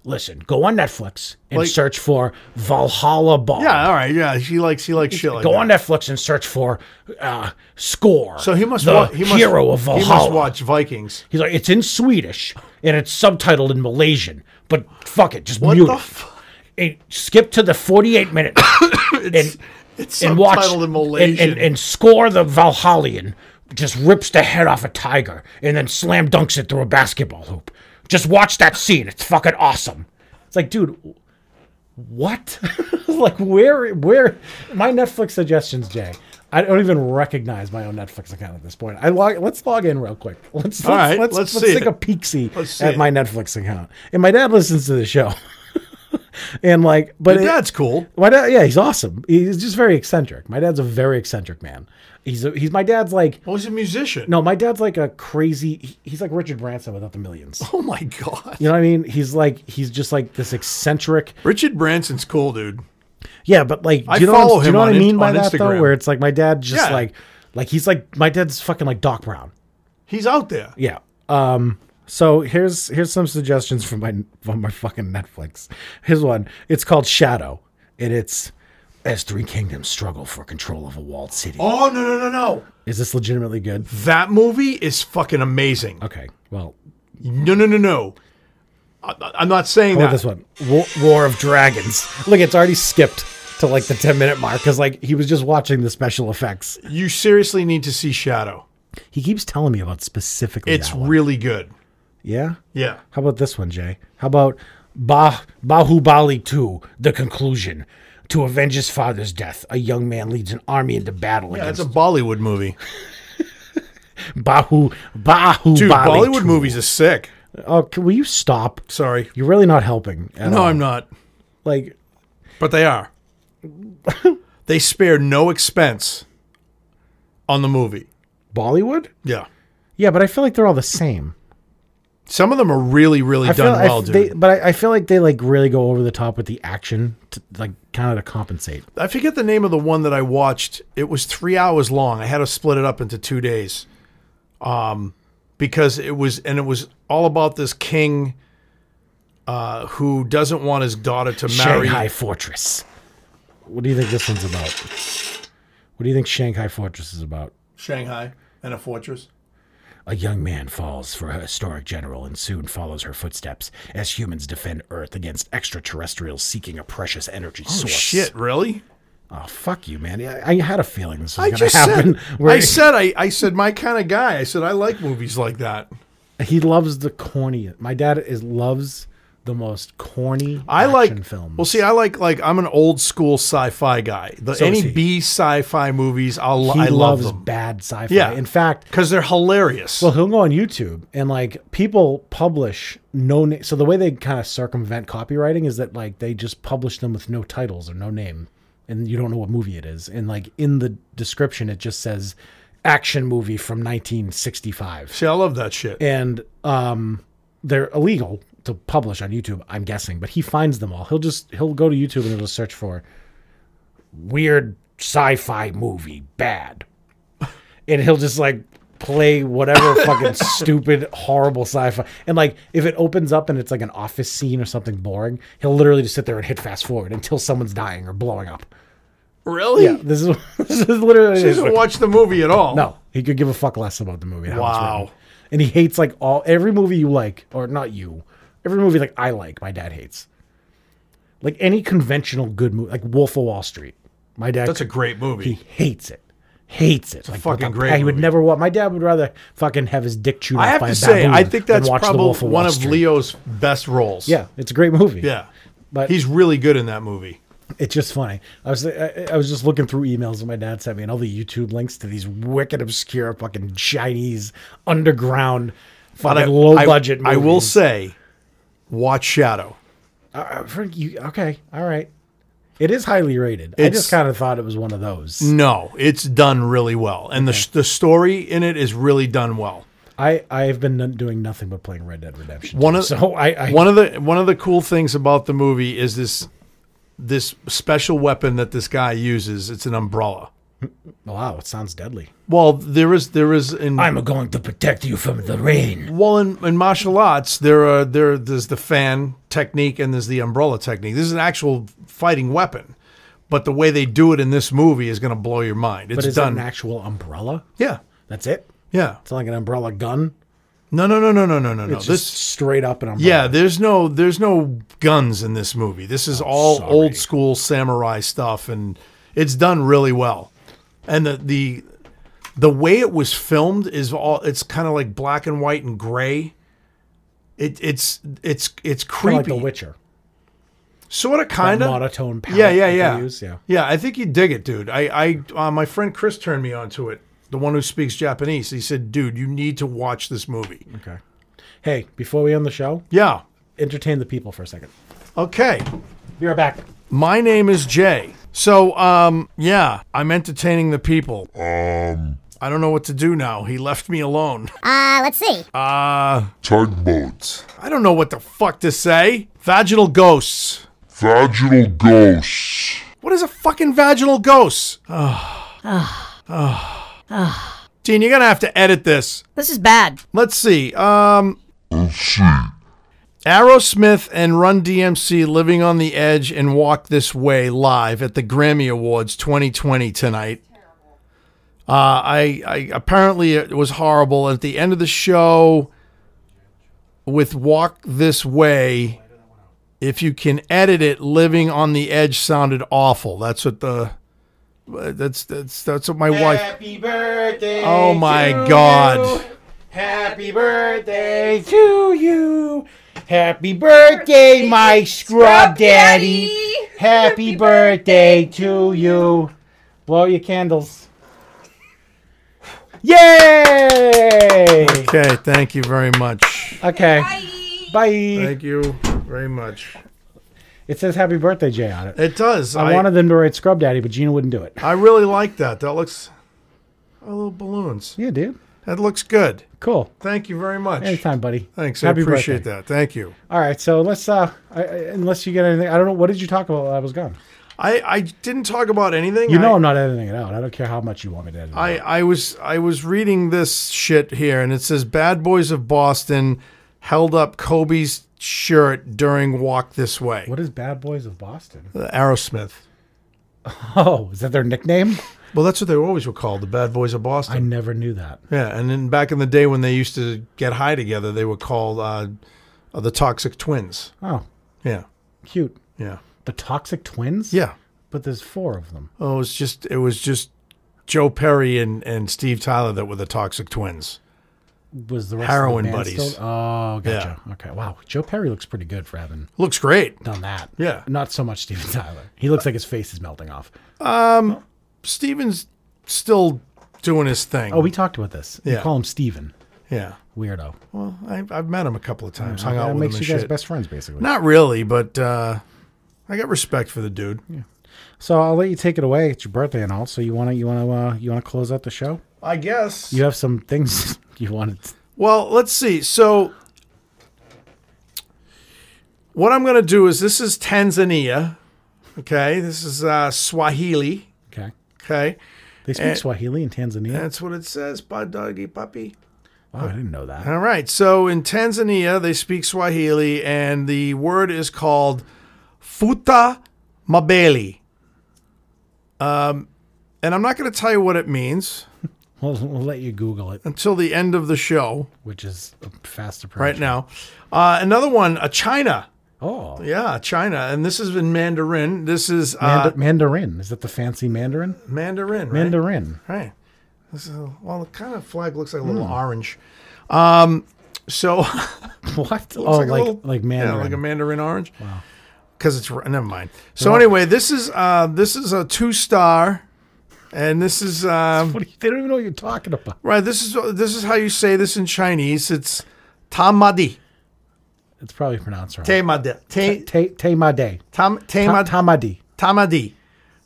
[SPEAKER 2] listen, go on Netflix and
[SPEAKER 1] Like-
[SPEAKER 2] search for Valhalla Ball.
[SPEAKER 1] Yeah, all right. Yeah, she likes she likes shit like
[SPEAKER 2] Go
[SPEAKER 1] that.
[SPEAKER 2] on Netflix and search for uh, Score.
[SPEAKER 1] So he must
[SPEAKER 2] the
[SPEAKER 1] wa- he must
[SPEAKER 2] hero of
[SPEAKER 1] he
[SPEAKER 2] Valhalla.
[SPEAKER 1] must watch Vikings.
[SPEAKER 2] He's like, it's in Swedish and it's subtitled in Malaysian, but fuck it, just
[SPEAKER 1] What
[SPEAKER 2] mute
[SPEAKER 1] the
[SPEAKER 2] it.
[SPEAKER 1] fu-
[SPEAKER 2] And skip to the 48 minute. and
[SPEAKER 1] It's
[SPEAKER 3] and watch
[SPEAKER 1] subtitled in
[SPEAKER 3] and,
[SPEAKER 1] Malaysian.
[SPEAKER 3] and, and score the Valhallian. Just rips the head off a tiger and then slam dunks it through a basketball hoop. Just watch that scene. It's fucking awesome.
[SPEAKER 2] It's like, dude, what? like, where? Where? My Netflix suggestions, Jay. I don't even recognize my own Netflix account at this point. I log. Let's log in real quick. Let's let's
[SPEAKER 1] All right,
[SPEAKER 2] let's,
[SPEAKER 1] let's
[SPEAKER 2] let's,
[SPEAKER 1] see
[SPEAKER 2] take
[SPEAKER 1] it.
[SPEAKER 2] a peeksy
[SPEAKER 1] Let's see
[SPEAKER 2] at
[SPEAKER 1] it.
[SPEAKER 2] my Netflix account. And my dad listens to the show. and like, but
[SPEAKER 1] Your
[SPEAKER 2] it-
[SPEAKER 1] dad's cool.
[SPEAKER 2] my dad, yeah, he's awesome. He's just very eccentric. My dad's a very eccentric man. He's a, he's my dad's like
[SPEAKER 1] Well, he's a musician.
[SPEAKER 2] no, my dad's like a crazy. he- He's like Richard Branson without the millions.
[SPEAKER 1] Oh my god.
[SPEAKER 2] You know what I mean? He's like he's just like this eccentric.
[SPEAKER 1] Richard Branson's cool, dude.
[SPEAKER 2] Yeah, but like, do
[SPEAKER 1] I
[SPEAKER 2] you know, what I'm-
[SPEAKER 1] follow
[SPEAKER 2] do you
[SPEAKER 1] him
[SPEAKER 2] know
[SPEAKER 1] on
[SPEAKER 2] what I
[SPEAKER 1] in-
[SPEAKER 2] mean by
[SPEAKER 1] on
[SPEAKER 2] that
[SPEAKER 1] Instagram.
[SPEAKER 2] though? Where it's like my dad just
[SPEAKER 1] Yeah.
[SPEAKER 2] like, like he's like my dad's fucking like Doc Brown.
[SPEAKER 1] He's out there.
[SPEAKER 2] Yeah. Um. So here's here's some suggestions from my from my fucking Netflix. Here's one. It's called Shadow, and it's as three kingdoms struggle for control of a walled city.
[SPEAKER 1] Oh no no no no.
[SPEAKER 2] Is this legitimately good?
[SPEAKER 1] That movie is fucking amazing.
[SPEAKER 2] Okay. Well,
[SPEAKER 1] No no no no. I, I'm not saying
[SPEAKER 2] Look
[SPEAKER 1] that.
[SPEAKER 2] at this one. War, War of Dragons. Look, it's already skipped to like the 10 minute mark because like he was just watching the special effects.
[SPEAKER 1] You seriously need to see Shadow.
[SPEAKER 2] He keeps telling me about specifically
[SPEAKER 1] It's
[SPEAKER 2] that one.
[SPEAKER 1] really good.
[SPEAKER 2] Yeah?
[SPEAKER 1] Yeah.
[SPEAKER 2] How about this one, Jay? How about bah- Bahubali 2, The Conclusion? To avenge his father's death, a young man leads an army into battle
[SPEAKER 1] That's
[SPEAKER 2] against
[SPEAKER 1] a Bollywood movie.
[SPEAKER 2] Bahu Bahu
[SPEAKER 1] Dude, Bollywood movies are sick.
[SPEAKER 2] Oh, can, will you stop?
[SPEAKER 1] Sorry.
[SPEAKER 2] You're really not helping. at
[SPEAKER 1] No,
[SPEAKER 2] all.
[SPEAKER 1] I'm not.
[SPEAKER 2] Like,
[SPEAKER 1] But they are. they spare no expense on the movie.
[SPEAKER 2] Bollywood?
[SPEAKER 1] Yeah.
[SPEAKER 2] Yeah, but I feel like they're all the same.
[SPEAKER 1] Some of them are really, really
[SPEAKER 2] I feel-
[SPEAKER 1] done
[SPEAKER 2] I f-
[SPEAKER 1] well, dude.
[SPEAKER 2] they- but I, I feel like they like really go over the top with the action, to, like kind of to compensate.
[SPEAKER 1] I forget the name of the one that I watched. It was three hours long. I had to split it up into two days, um, because it was and it was all about this king uh, who doesn't want his daughter to marry.
[SPEAKER 2] Shanghai Fortress. What do you think this one's about? What do you think Shanghai Fortress is about?
[SPEAKER 1] Shanghai and a fortress.
[SPEAKER 2] A young man falls for a historic general and soon follows her footsteps as humans defend Earth against extraterrestrials seeking a precious energy source.
[SPEAKER 1] Oh, Shit, really?
[SPEAKER 2] Oh fuck you, man! I, I had a feeling this was
[SPEAKER 1] I
[SPEAKER 2] going
[SPEAKER 1] just
[SPEAKER 2] to happen.
[SPEAKER 1] said.
[SPEAKER 2] where
[SPEAKER 1] I said. I, I said my kind of guy. I said I like movies like that.
[SPEAKER 2] he loves the corny. My dad is loves the most corny.
[SPEAKER 1] I
[SPEAKER 2] action
[SPEAKER 1] like
[SPEAKER 2] films.
[SPEAKER 1] Well, see, I like like I'm an old school sci-fi guy. The,
[SPEAKER 2] So is
[SPEAKER 1] any
[SPEAKER 2] he.
[SPEAKER 1] B sci-fi movies, I'll,
[SPEAKER 2] he
[SPEAKER 1] I love
[SPEAKER 2] loves
[SPEAKER 1] them
[SPEAKER 2] bad sci-fi.
[SPEAKER 1] Yeah.
[SPEAKER 2] In fact,
[SPEAKER 1] because they're hilarious.
[SPEAKER 2] well, he'll go on YouTube and like people publish no name. So the way they kind of circumvent copywriting is that like they just publish them with no titles or no name, and you don't know what movie it is. And like in the description, it just says action movie from 1965,
[SPEAKER 1] see, I love that shit.
[SPEAKER 2] and um, they're illegal to publish on YouTube. I'm guessing, but he finds them all. He'll just he'll go to YouTube and he'll just search for weird sci-fi movie bad and he'll just like play whatever fucking stupid horrible sci-fi and like if it opens up and it's like an office scene or something boring he'll literally just sit there and hit fast forward until someone's dying or blowing up
[SPEAKER 1] Really?
[SPEAKER 2] yeah this is this is literally
[SPEAKER 1] He doesn't watch the movie at all.
[SPEAKER 2] no he could give a fuck less about the movie how it's
[SPEAKER 1] Wow.
[SPEAKER 2] written. and he hates like all every movie you like or not you every movie like i like my dad hates like any conventional good movie like wolf of wall street my dad
[SPEAKER 1] That's a great movie.
[SPEAKER 2] he hates it. Hates it. like
[SPEAKER 1] fucking
[SPEAKER 2] what the-
[SPEAKER 1] great
[SPEAKER 2] He would
[SPEAKER 1] movie.
[SPEAKER 2] never watch. My dad would rather fucking have his dick chewed
[SPEAKER 1] I
[SPEAKER 2] off
[SPEAKER 1] have
[SPEAKER 2] by
[SPEAKER 1] to
[SPEAKER 2] a
[SPEAKER 1] say,
[SPEAKER 2] baboon
[SPEAKER 1] I think
[SPEAKER 2] than
[SPEAKER 1] that's
[SPEAKER 2] watch The
[SPEAKER 1] probably
[SPEAKER 2] Wolf of
[SPEAKER 1] one
[SPEAKER 2] Wall
[SPEAKER 1] of
[SPEAKER 2] Street.
[SPEAKER 1] Leo's best roles.
[SPEAKER 2] Yeah, it's a great movie.
[SPEAKER 1] Yeah.
[SPEAKER 2] but
[SPEAKER 1] He's really good in that movie.
[SPEAKER 2] it's just funny. I was I, I was just looking through emails that my dad sent me and all the YouTube links to these wicked obscure fucking Chinese underground fucking
[SPEAKER 1] I-
[SPEAKER 2] low
[SPEAKER 1] I-
[SPEAKER 2] budget.
[SPEAKER 1] I
[SPEAKER 2] Movies.
[SPEAKER 1] will say, watch Shadow.
[SPEAKER 2] Uh, Frank, you- okay, all right. It is highly rated. I
[SPEAKER 1] It's- Mm.
[SPEAKER 2] just kind of thought it was one of those.
[SPEAKER 1] No, it's done really well. And the, the story in it is really done well.
[SPEAKER 2] I I've been n- doing nothing but playing Red Dead Redemption.
[SPEAKER 1] One
[SPEAKER 2] 2,
[SPEAKER 1] of
[SPEAKER 2] so I, I
[SPEAKER 1] one of the one of the cool things about the movie is this this special weapon that this guy uses. It's an umbrella.
[SPEAKER 2] wow, it sounds deadly.
[SPEAKER 1] Well, there is there is in
[SPEAKER 3] I'm going to protect you from the rain.
[SPEAKER 1] Well, in, in martial arts, there are there there's the fan technique and there's the umbrella technique. This is an actual fighting weapon, but the way they do it in this movie is going to blow your mind. It's
[SPEAKER 2] But is it
[SPEAKER 1] done.
[SPEAKER 2] an actual umbrella?
[SPEAKER 1] yeah,
[SPEAKER 2] That's it.
[SPEAKER 1] yeah.
[SPEAKER 2] It's not like an umbrella gun.
[SPEAKER 1] No, no, no, no, no, no, no, no.
[SPEAKER 2] It's
[SPEAKER 1] This
[SPEAKER 2] just straight up an umbrella.
[SPEAKER 1] yeah. There's no there's no guns in this movie. This is all
[SPEAKER 2] sorry.
[SPEAKER 1] old school samurai stuff, and It's done really well, and the the the way it was filmed is all. It's kind of like black and white and gray. It, it's it's it's creepy.
[SPEAKER 2] like The Witcher.
[SPEAKER 1] Sort of, kind of
[SPEAKER 2] monotone palette
[SPEAKER 1] Yeah, yeah,
[SPEAKER 2] that they
[SPEAKER 1] yeah.
[SPEAKER 2] use, yeah.
[SPEAKER 1] I think you dig it, dude. I, I, uh, my friend Chris turned me on to it. The one who speaks Japanese. He said, "Dude, you need to watch this movie."
[SPEAKER 2] Okay. Hey, before we end the show,
[SPEAKER 1] Yeah.
[SPEAKER 2] entertain the people for a second.
[SPEAKER 1] Okay.
[SPEAKER 2] Be right back.
[SPEAKER 1] My name is Jay. So, um, yeah, I'm entertaining the people. Um, I don't know what to do now. He left me alone.
[SPEAKER 5] Uh, let's see.
[SPEAKER 6] tugboats,
[SPEAKER 1] I don't know what the fuck to say. Vaginal ghosts.
[SPEAKER 6] vaginal ghosts,
[SPEAKER 1] What is a fucking vaginal ghost? Ugh. Ugh. Gene, you're gonna have to edit this.
[SPEAKER 7] This is bad.
[SPEAKER 1] Let's see. Um,
[SPEAKER 6] shit,
[SPEAKER 1] Aerosmith and Run DMC living on the edge and walk this way live at the Grammy Awards 2020 tonight. Uh, I, I apparently it was horrible. At the end of the show, with "Walk This Way," if you can edit it, "Living on the Edge" sounded awful. That's what the uh, that's that's that's what my wife.
[SPEAKER 3] Happy birthday.
[SPEAKER 1] Oh my god.
[SPEAKER 3] Happy birthday to you. Happy birthday, my scrub daddy. Happy birthday to you. Blow your candles. Yay!
[SPEAKER 1] Okay, thank you very much.
[SPEAKER 2] Okay. Bye.
[SPEAKER 1] Thank you very much.
[SPEAKER 2] It says happy birthday, Jay, on it.
[SPEAKER 1] It does.
[SPEAKER 2] I, wanted them to write Scrub Daddy, but Gina wouldn't do it.
[SPEAKER 1] I really like that. That looks. Oh, little balloons.
[SPEAKER 2] Yeah, dude.
[SPEAKER 1] That looks good.
[SPEAKER 2] Cool.
[SPEAKER 1] Thank you very much.
[SPEAKER 2] Anytime, buddy.
[SPEAKER 1] Thanks.
[SPEAKER 2] Happy
[SPEAKER 1] I appreciate
[SPEAKER 2] birthday.
[SPEAKER 1] that. Thank you.
[SPEAKER 2] All right, so let's uh I, I- unless you get anything, I don't know what did you talk about while I was gone.
[SPEAKER 1] I, I didn't talk about anything.
[SPEAKER 2] You know
[SPEAKER 1] I,
[SPEAKER 2] I'm not editing it out. I don't care how much you want me to edit. it
[SPEAKER 1] I,
[SPEAKER 2] out.
[SPEAKER 1] I was I was reading this shit here, and it says Bad Boys of Boston held up Kobe's shirt during Walk This Way.
[SPEAKER 2] What is Bad Boys of Boston?
[SPEAKER 1] Uh, Aerosmith.
[SPEAKER 2] Oh, is that their nickname?
[SPEAKER 1] Well, that's what they always were called, the Bad Boys of
[SPEAKER 2] I
[SPEAKER 1] Boston.
[SPEAKER 2] never knew that.
[SPEAKER 1] yeah, and then back in the day when they used to get high together, they were called uh, uh, the Toxic Twins.
[SPEAKER 2] Oh,
[SPEAKER 1] Yeah,
[SPEAKER 2] cute.
[SPEAKER 1] yeah,
[SPEAKER 2] The Toxic Twins?
[SPEAKER 1] yeah.
[SPEAKER 2] But there's four of them.
[SPEAKER 1] Oh, it was just it was just Joe Perry and, and Steve Tyler that were the Toxic Twins.
[SPEAKER 2] Was the rest
[SPEAKER 1] Heroin
[SPEAKER 2] of the band
[SPEAKER 1] buddies.
[SPEAKER 2] Still? Oh, gotcha. Okay. Wow. Joe Perry looks pretty good for having
[SPEAKER 1] Looks great.
[SPEAKER 2] done that.
[SPEAKER 1] Yeah.
[SPEAKER 2] Not so much Steven Tyler. He looks like his face is melting off.
[SPEAKER 1] Steven's still doing his thing.
[SPEAKER 2] Oh, we talked about this. You
[SPEAKER 1] Yeah.
[SPEAKER 2] call him Steven.
[SPEAKER 1] yeah.
[SPEAKER 2] Weirdo.
[SPEAKER 1] Well, I, I've met him a couple of times, hung
[SPEAKER 2] that
[SPEAKER 1] out with
[SPEAKER 2] makes
[SPEAKER 1] him
[SPEAKER 2] you
[SPEAKER 1] and
[SPEAKER 2] guys
[SPEAKER 1] shit.
[SPEAKER 2] best friends, basically.
[SPEAKER 1] Not really, but uh, I got respect for the dude.
[SPEAKER 2] So I'll let you take it away. It's your birthday and all. So you wanna you wanna uh, you wanna close out the show?
[SPEAKER 1] I guess.
[SPEAKER 2] You have some things you wanted.
[SPEAKER 1] Well, let's see. So, what I'm going to do is this is Tanzania. Okay, this is uh, Swahili.
[SPEAKER 2] Okay.
[SPEAKER 1] Okay,
[SPEAKER 2] They
[SPEAKER 1] Eh.
[SPEAKER 2] speak Swahili in Tanzania.
[SPEAKER 1] that's what it says. Bad doggy puppy.
[SPEAKER 2] Wow, I didn't know that.
[SPEAKER 1] All right. So in Tanzania, they speak Swahili, and the word is called futa mabeli. Um, and I'm not going to tell you what it means
[SPEAKER 2] We'll, we'll let you Google it,
[SPEAKER 1] until the end of the show
[SPEAKER 2] which is a fast approach.
[SPEAKER 1] right now. Uh, another one, a China.
[SPEAKER 2] Oh,
[SPEAKER 1] Yeah, China. And this is in Mandarin. This is uh,
[SPEAKER 2] Manda- Mandarin. Is that the fancy Mandarin?
[SPEAKER 1] Eh. Mandarin. Right?
[SPEAKER 2] Mandarin.
[SPEAKER 1] Right. This is a- well, the kind of flag looks like a little orange. Um, so.
[SPEAKER 2] What? Oh,
[SPEAKER 1] Looks
[SPEAKER 2] like
[SPEAKER 1] a
[SPEAKER 2] like,
[SPEAKER 1] little-
[SPEAKER 2] Mandarin.
[SPEAKER 1] yeah, like a mandarin orange. Wow, because it's never mind. So anyway, this is uh, this is a two star, and this is um,
[SPEAKER 2] what do you, they don't even know what you're talking about.
[SPEAKER 1] right. This is this is how you say this in Chinese. It's tamadi,
[SPEAKER 2] It's probably pronounced wrong.
[SPEAKER 1] tamadi, Ta-
[SPEAKER 2] Te- Tamade.
[SPEAKER 1] tam
[SPEAKER 2] Ta-
[SPEAKER 1] tamadi,
[SPEAKER 2] Tamadi.
[SPEAKER 1] tamadi.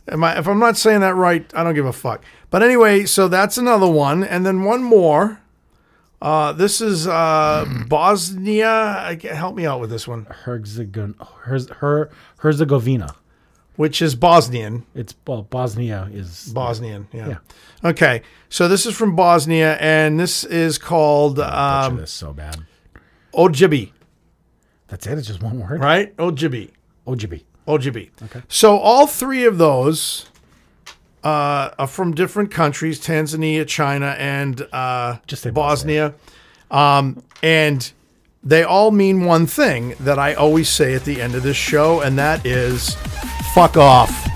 [SPEAKER 1] Am I, if I'm not saying that right, I don't give a fuck. But anyway, so that's another one, and then one more. Uh, this is uh, Bosnia. I ca- Help me out with this one,
[SPEAKER 2] Herzegon- Herz- Her- Herzegovina.
[SPEAKER 1] which is Bosnian.
[SPEAKER 2] It's well, Bosnia is
[SPEAKER 1] Bosnian, yeah. Okay, so this is from Bosnia, and this is called
[SPEAKER 2] Butcher
[SPEAKER 1] um,
[SPEAKER 2] this so bad.
[SPEAKER 1] Ojibi,
[SPEAKER 2] That's it. It's just one word.
[SPEAKER 1] right? Ojibi,
[SPEAKER 2] Ojibi.
[SPEAKER 1] Ojibi. Okay. So all three of those uh, are from different countries: Tanzania, China, and uh,
[SPEAKER 2] Just say
[SPEAKER 1] Bosnia. Um, and they all mean one thing that I always say at the end of this show, and that is, "Fuck off."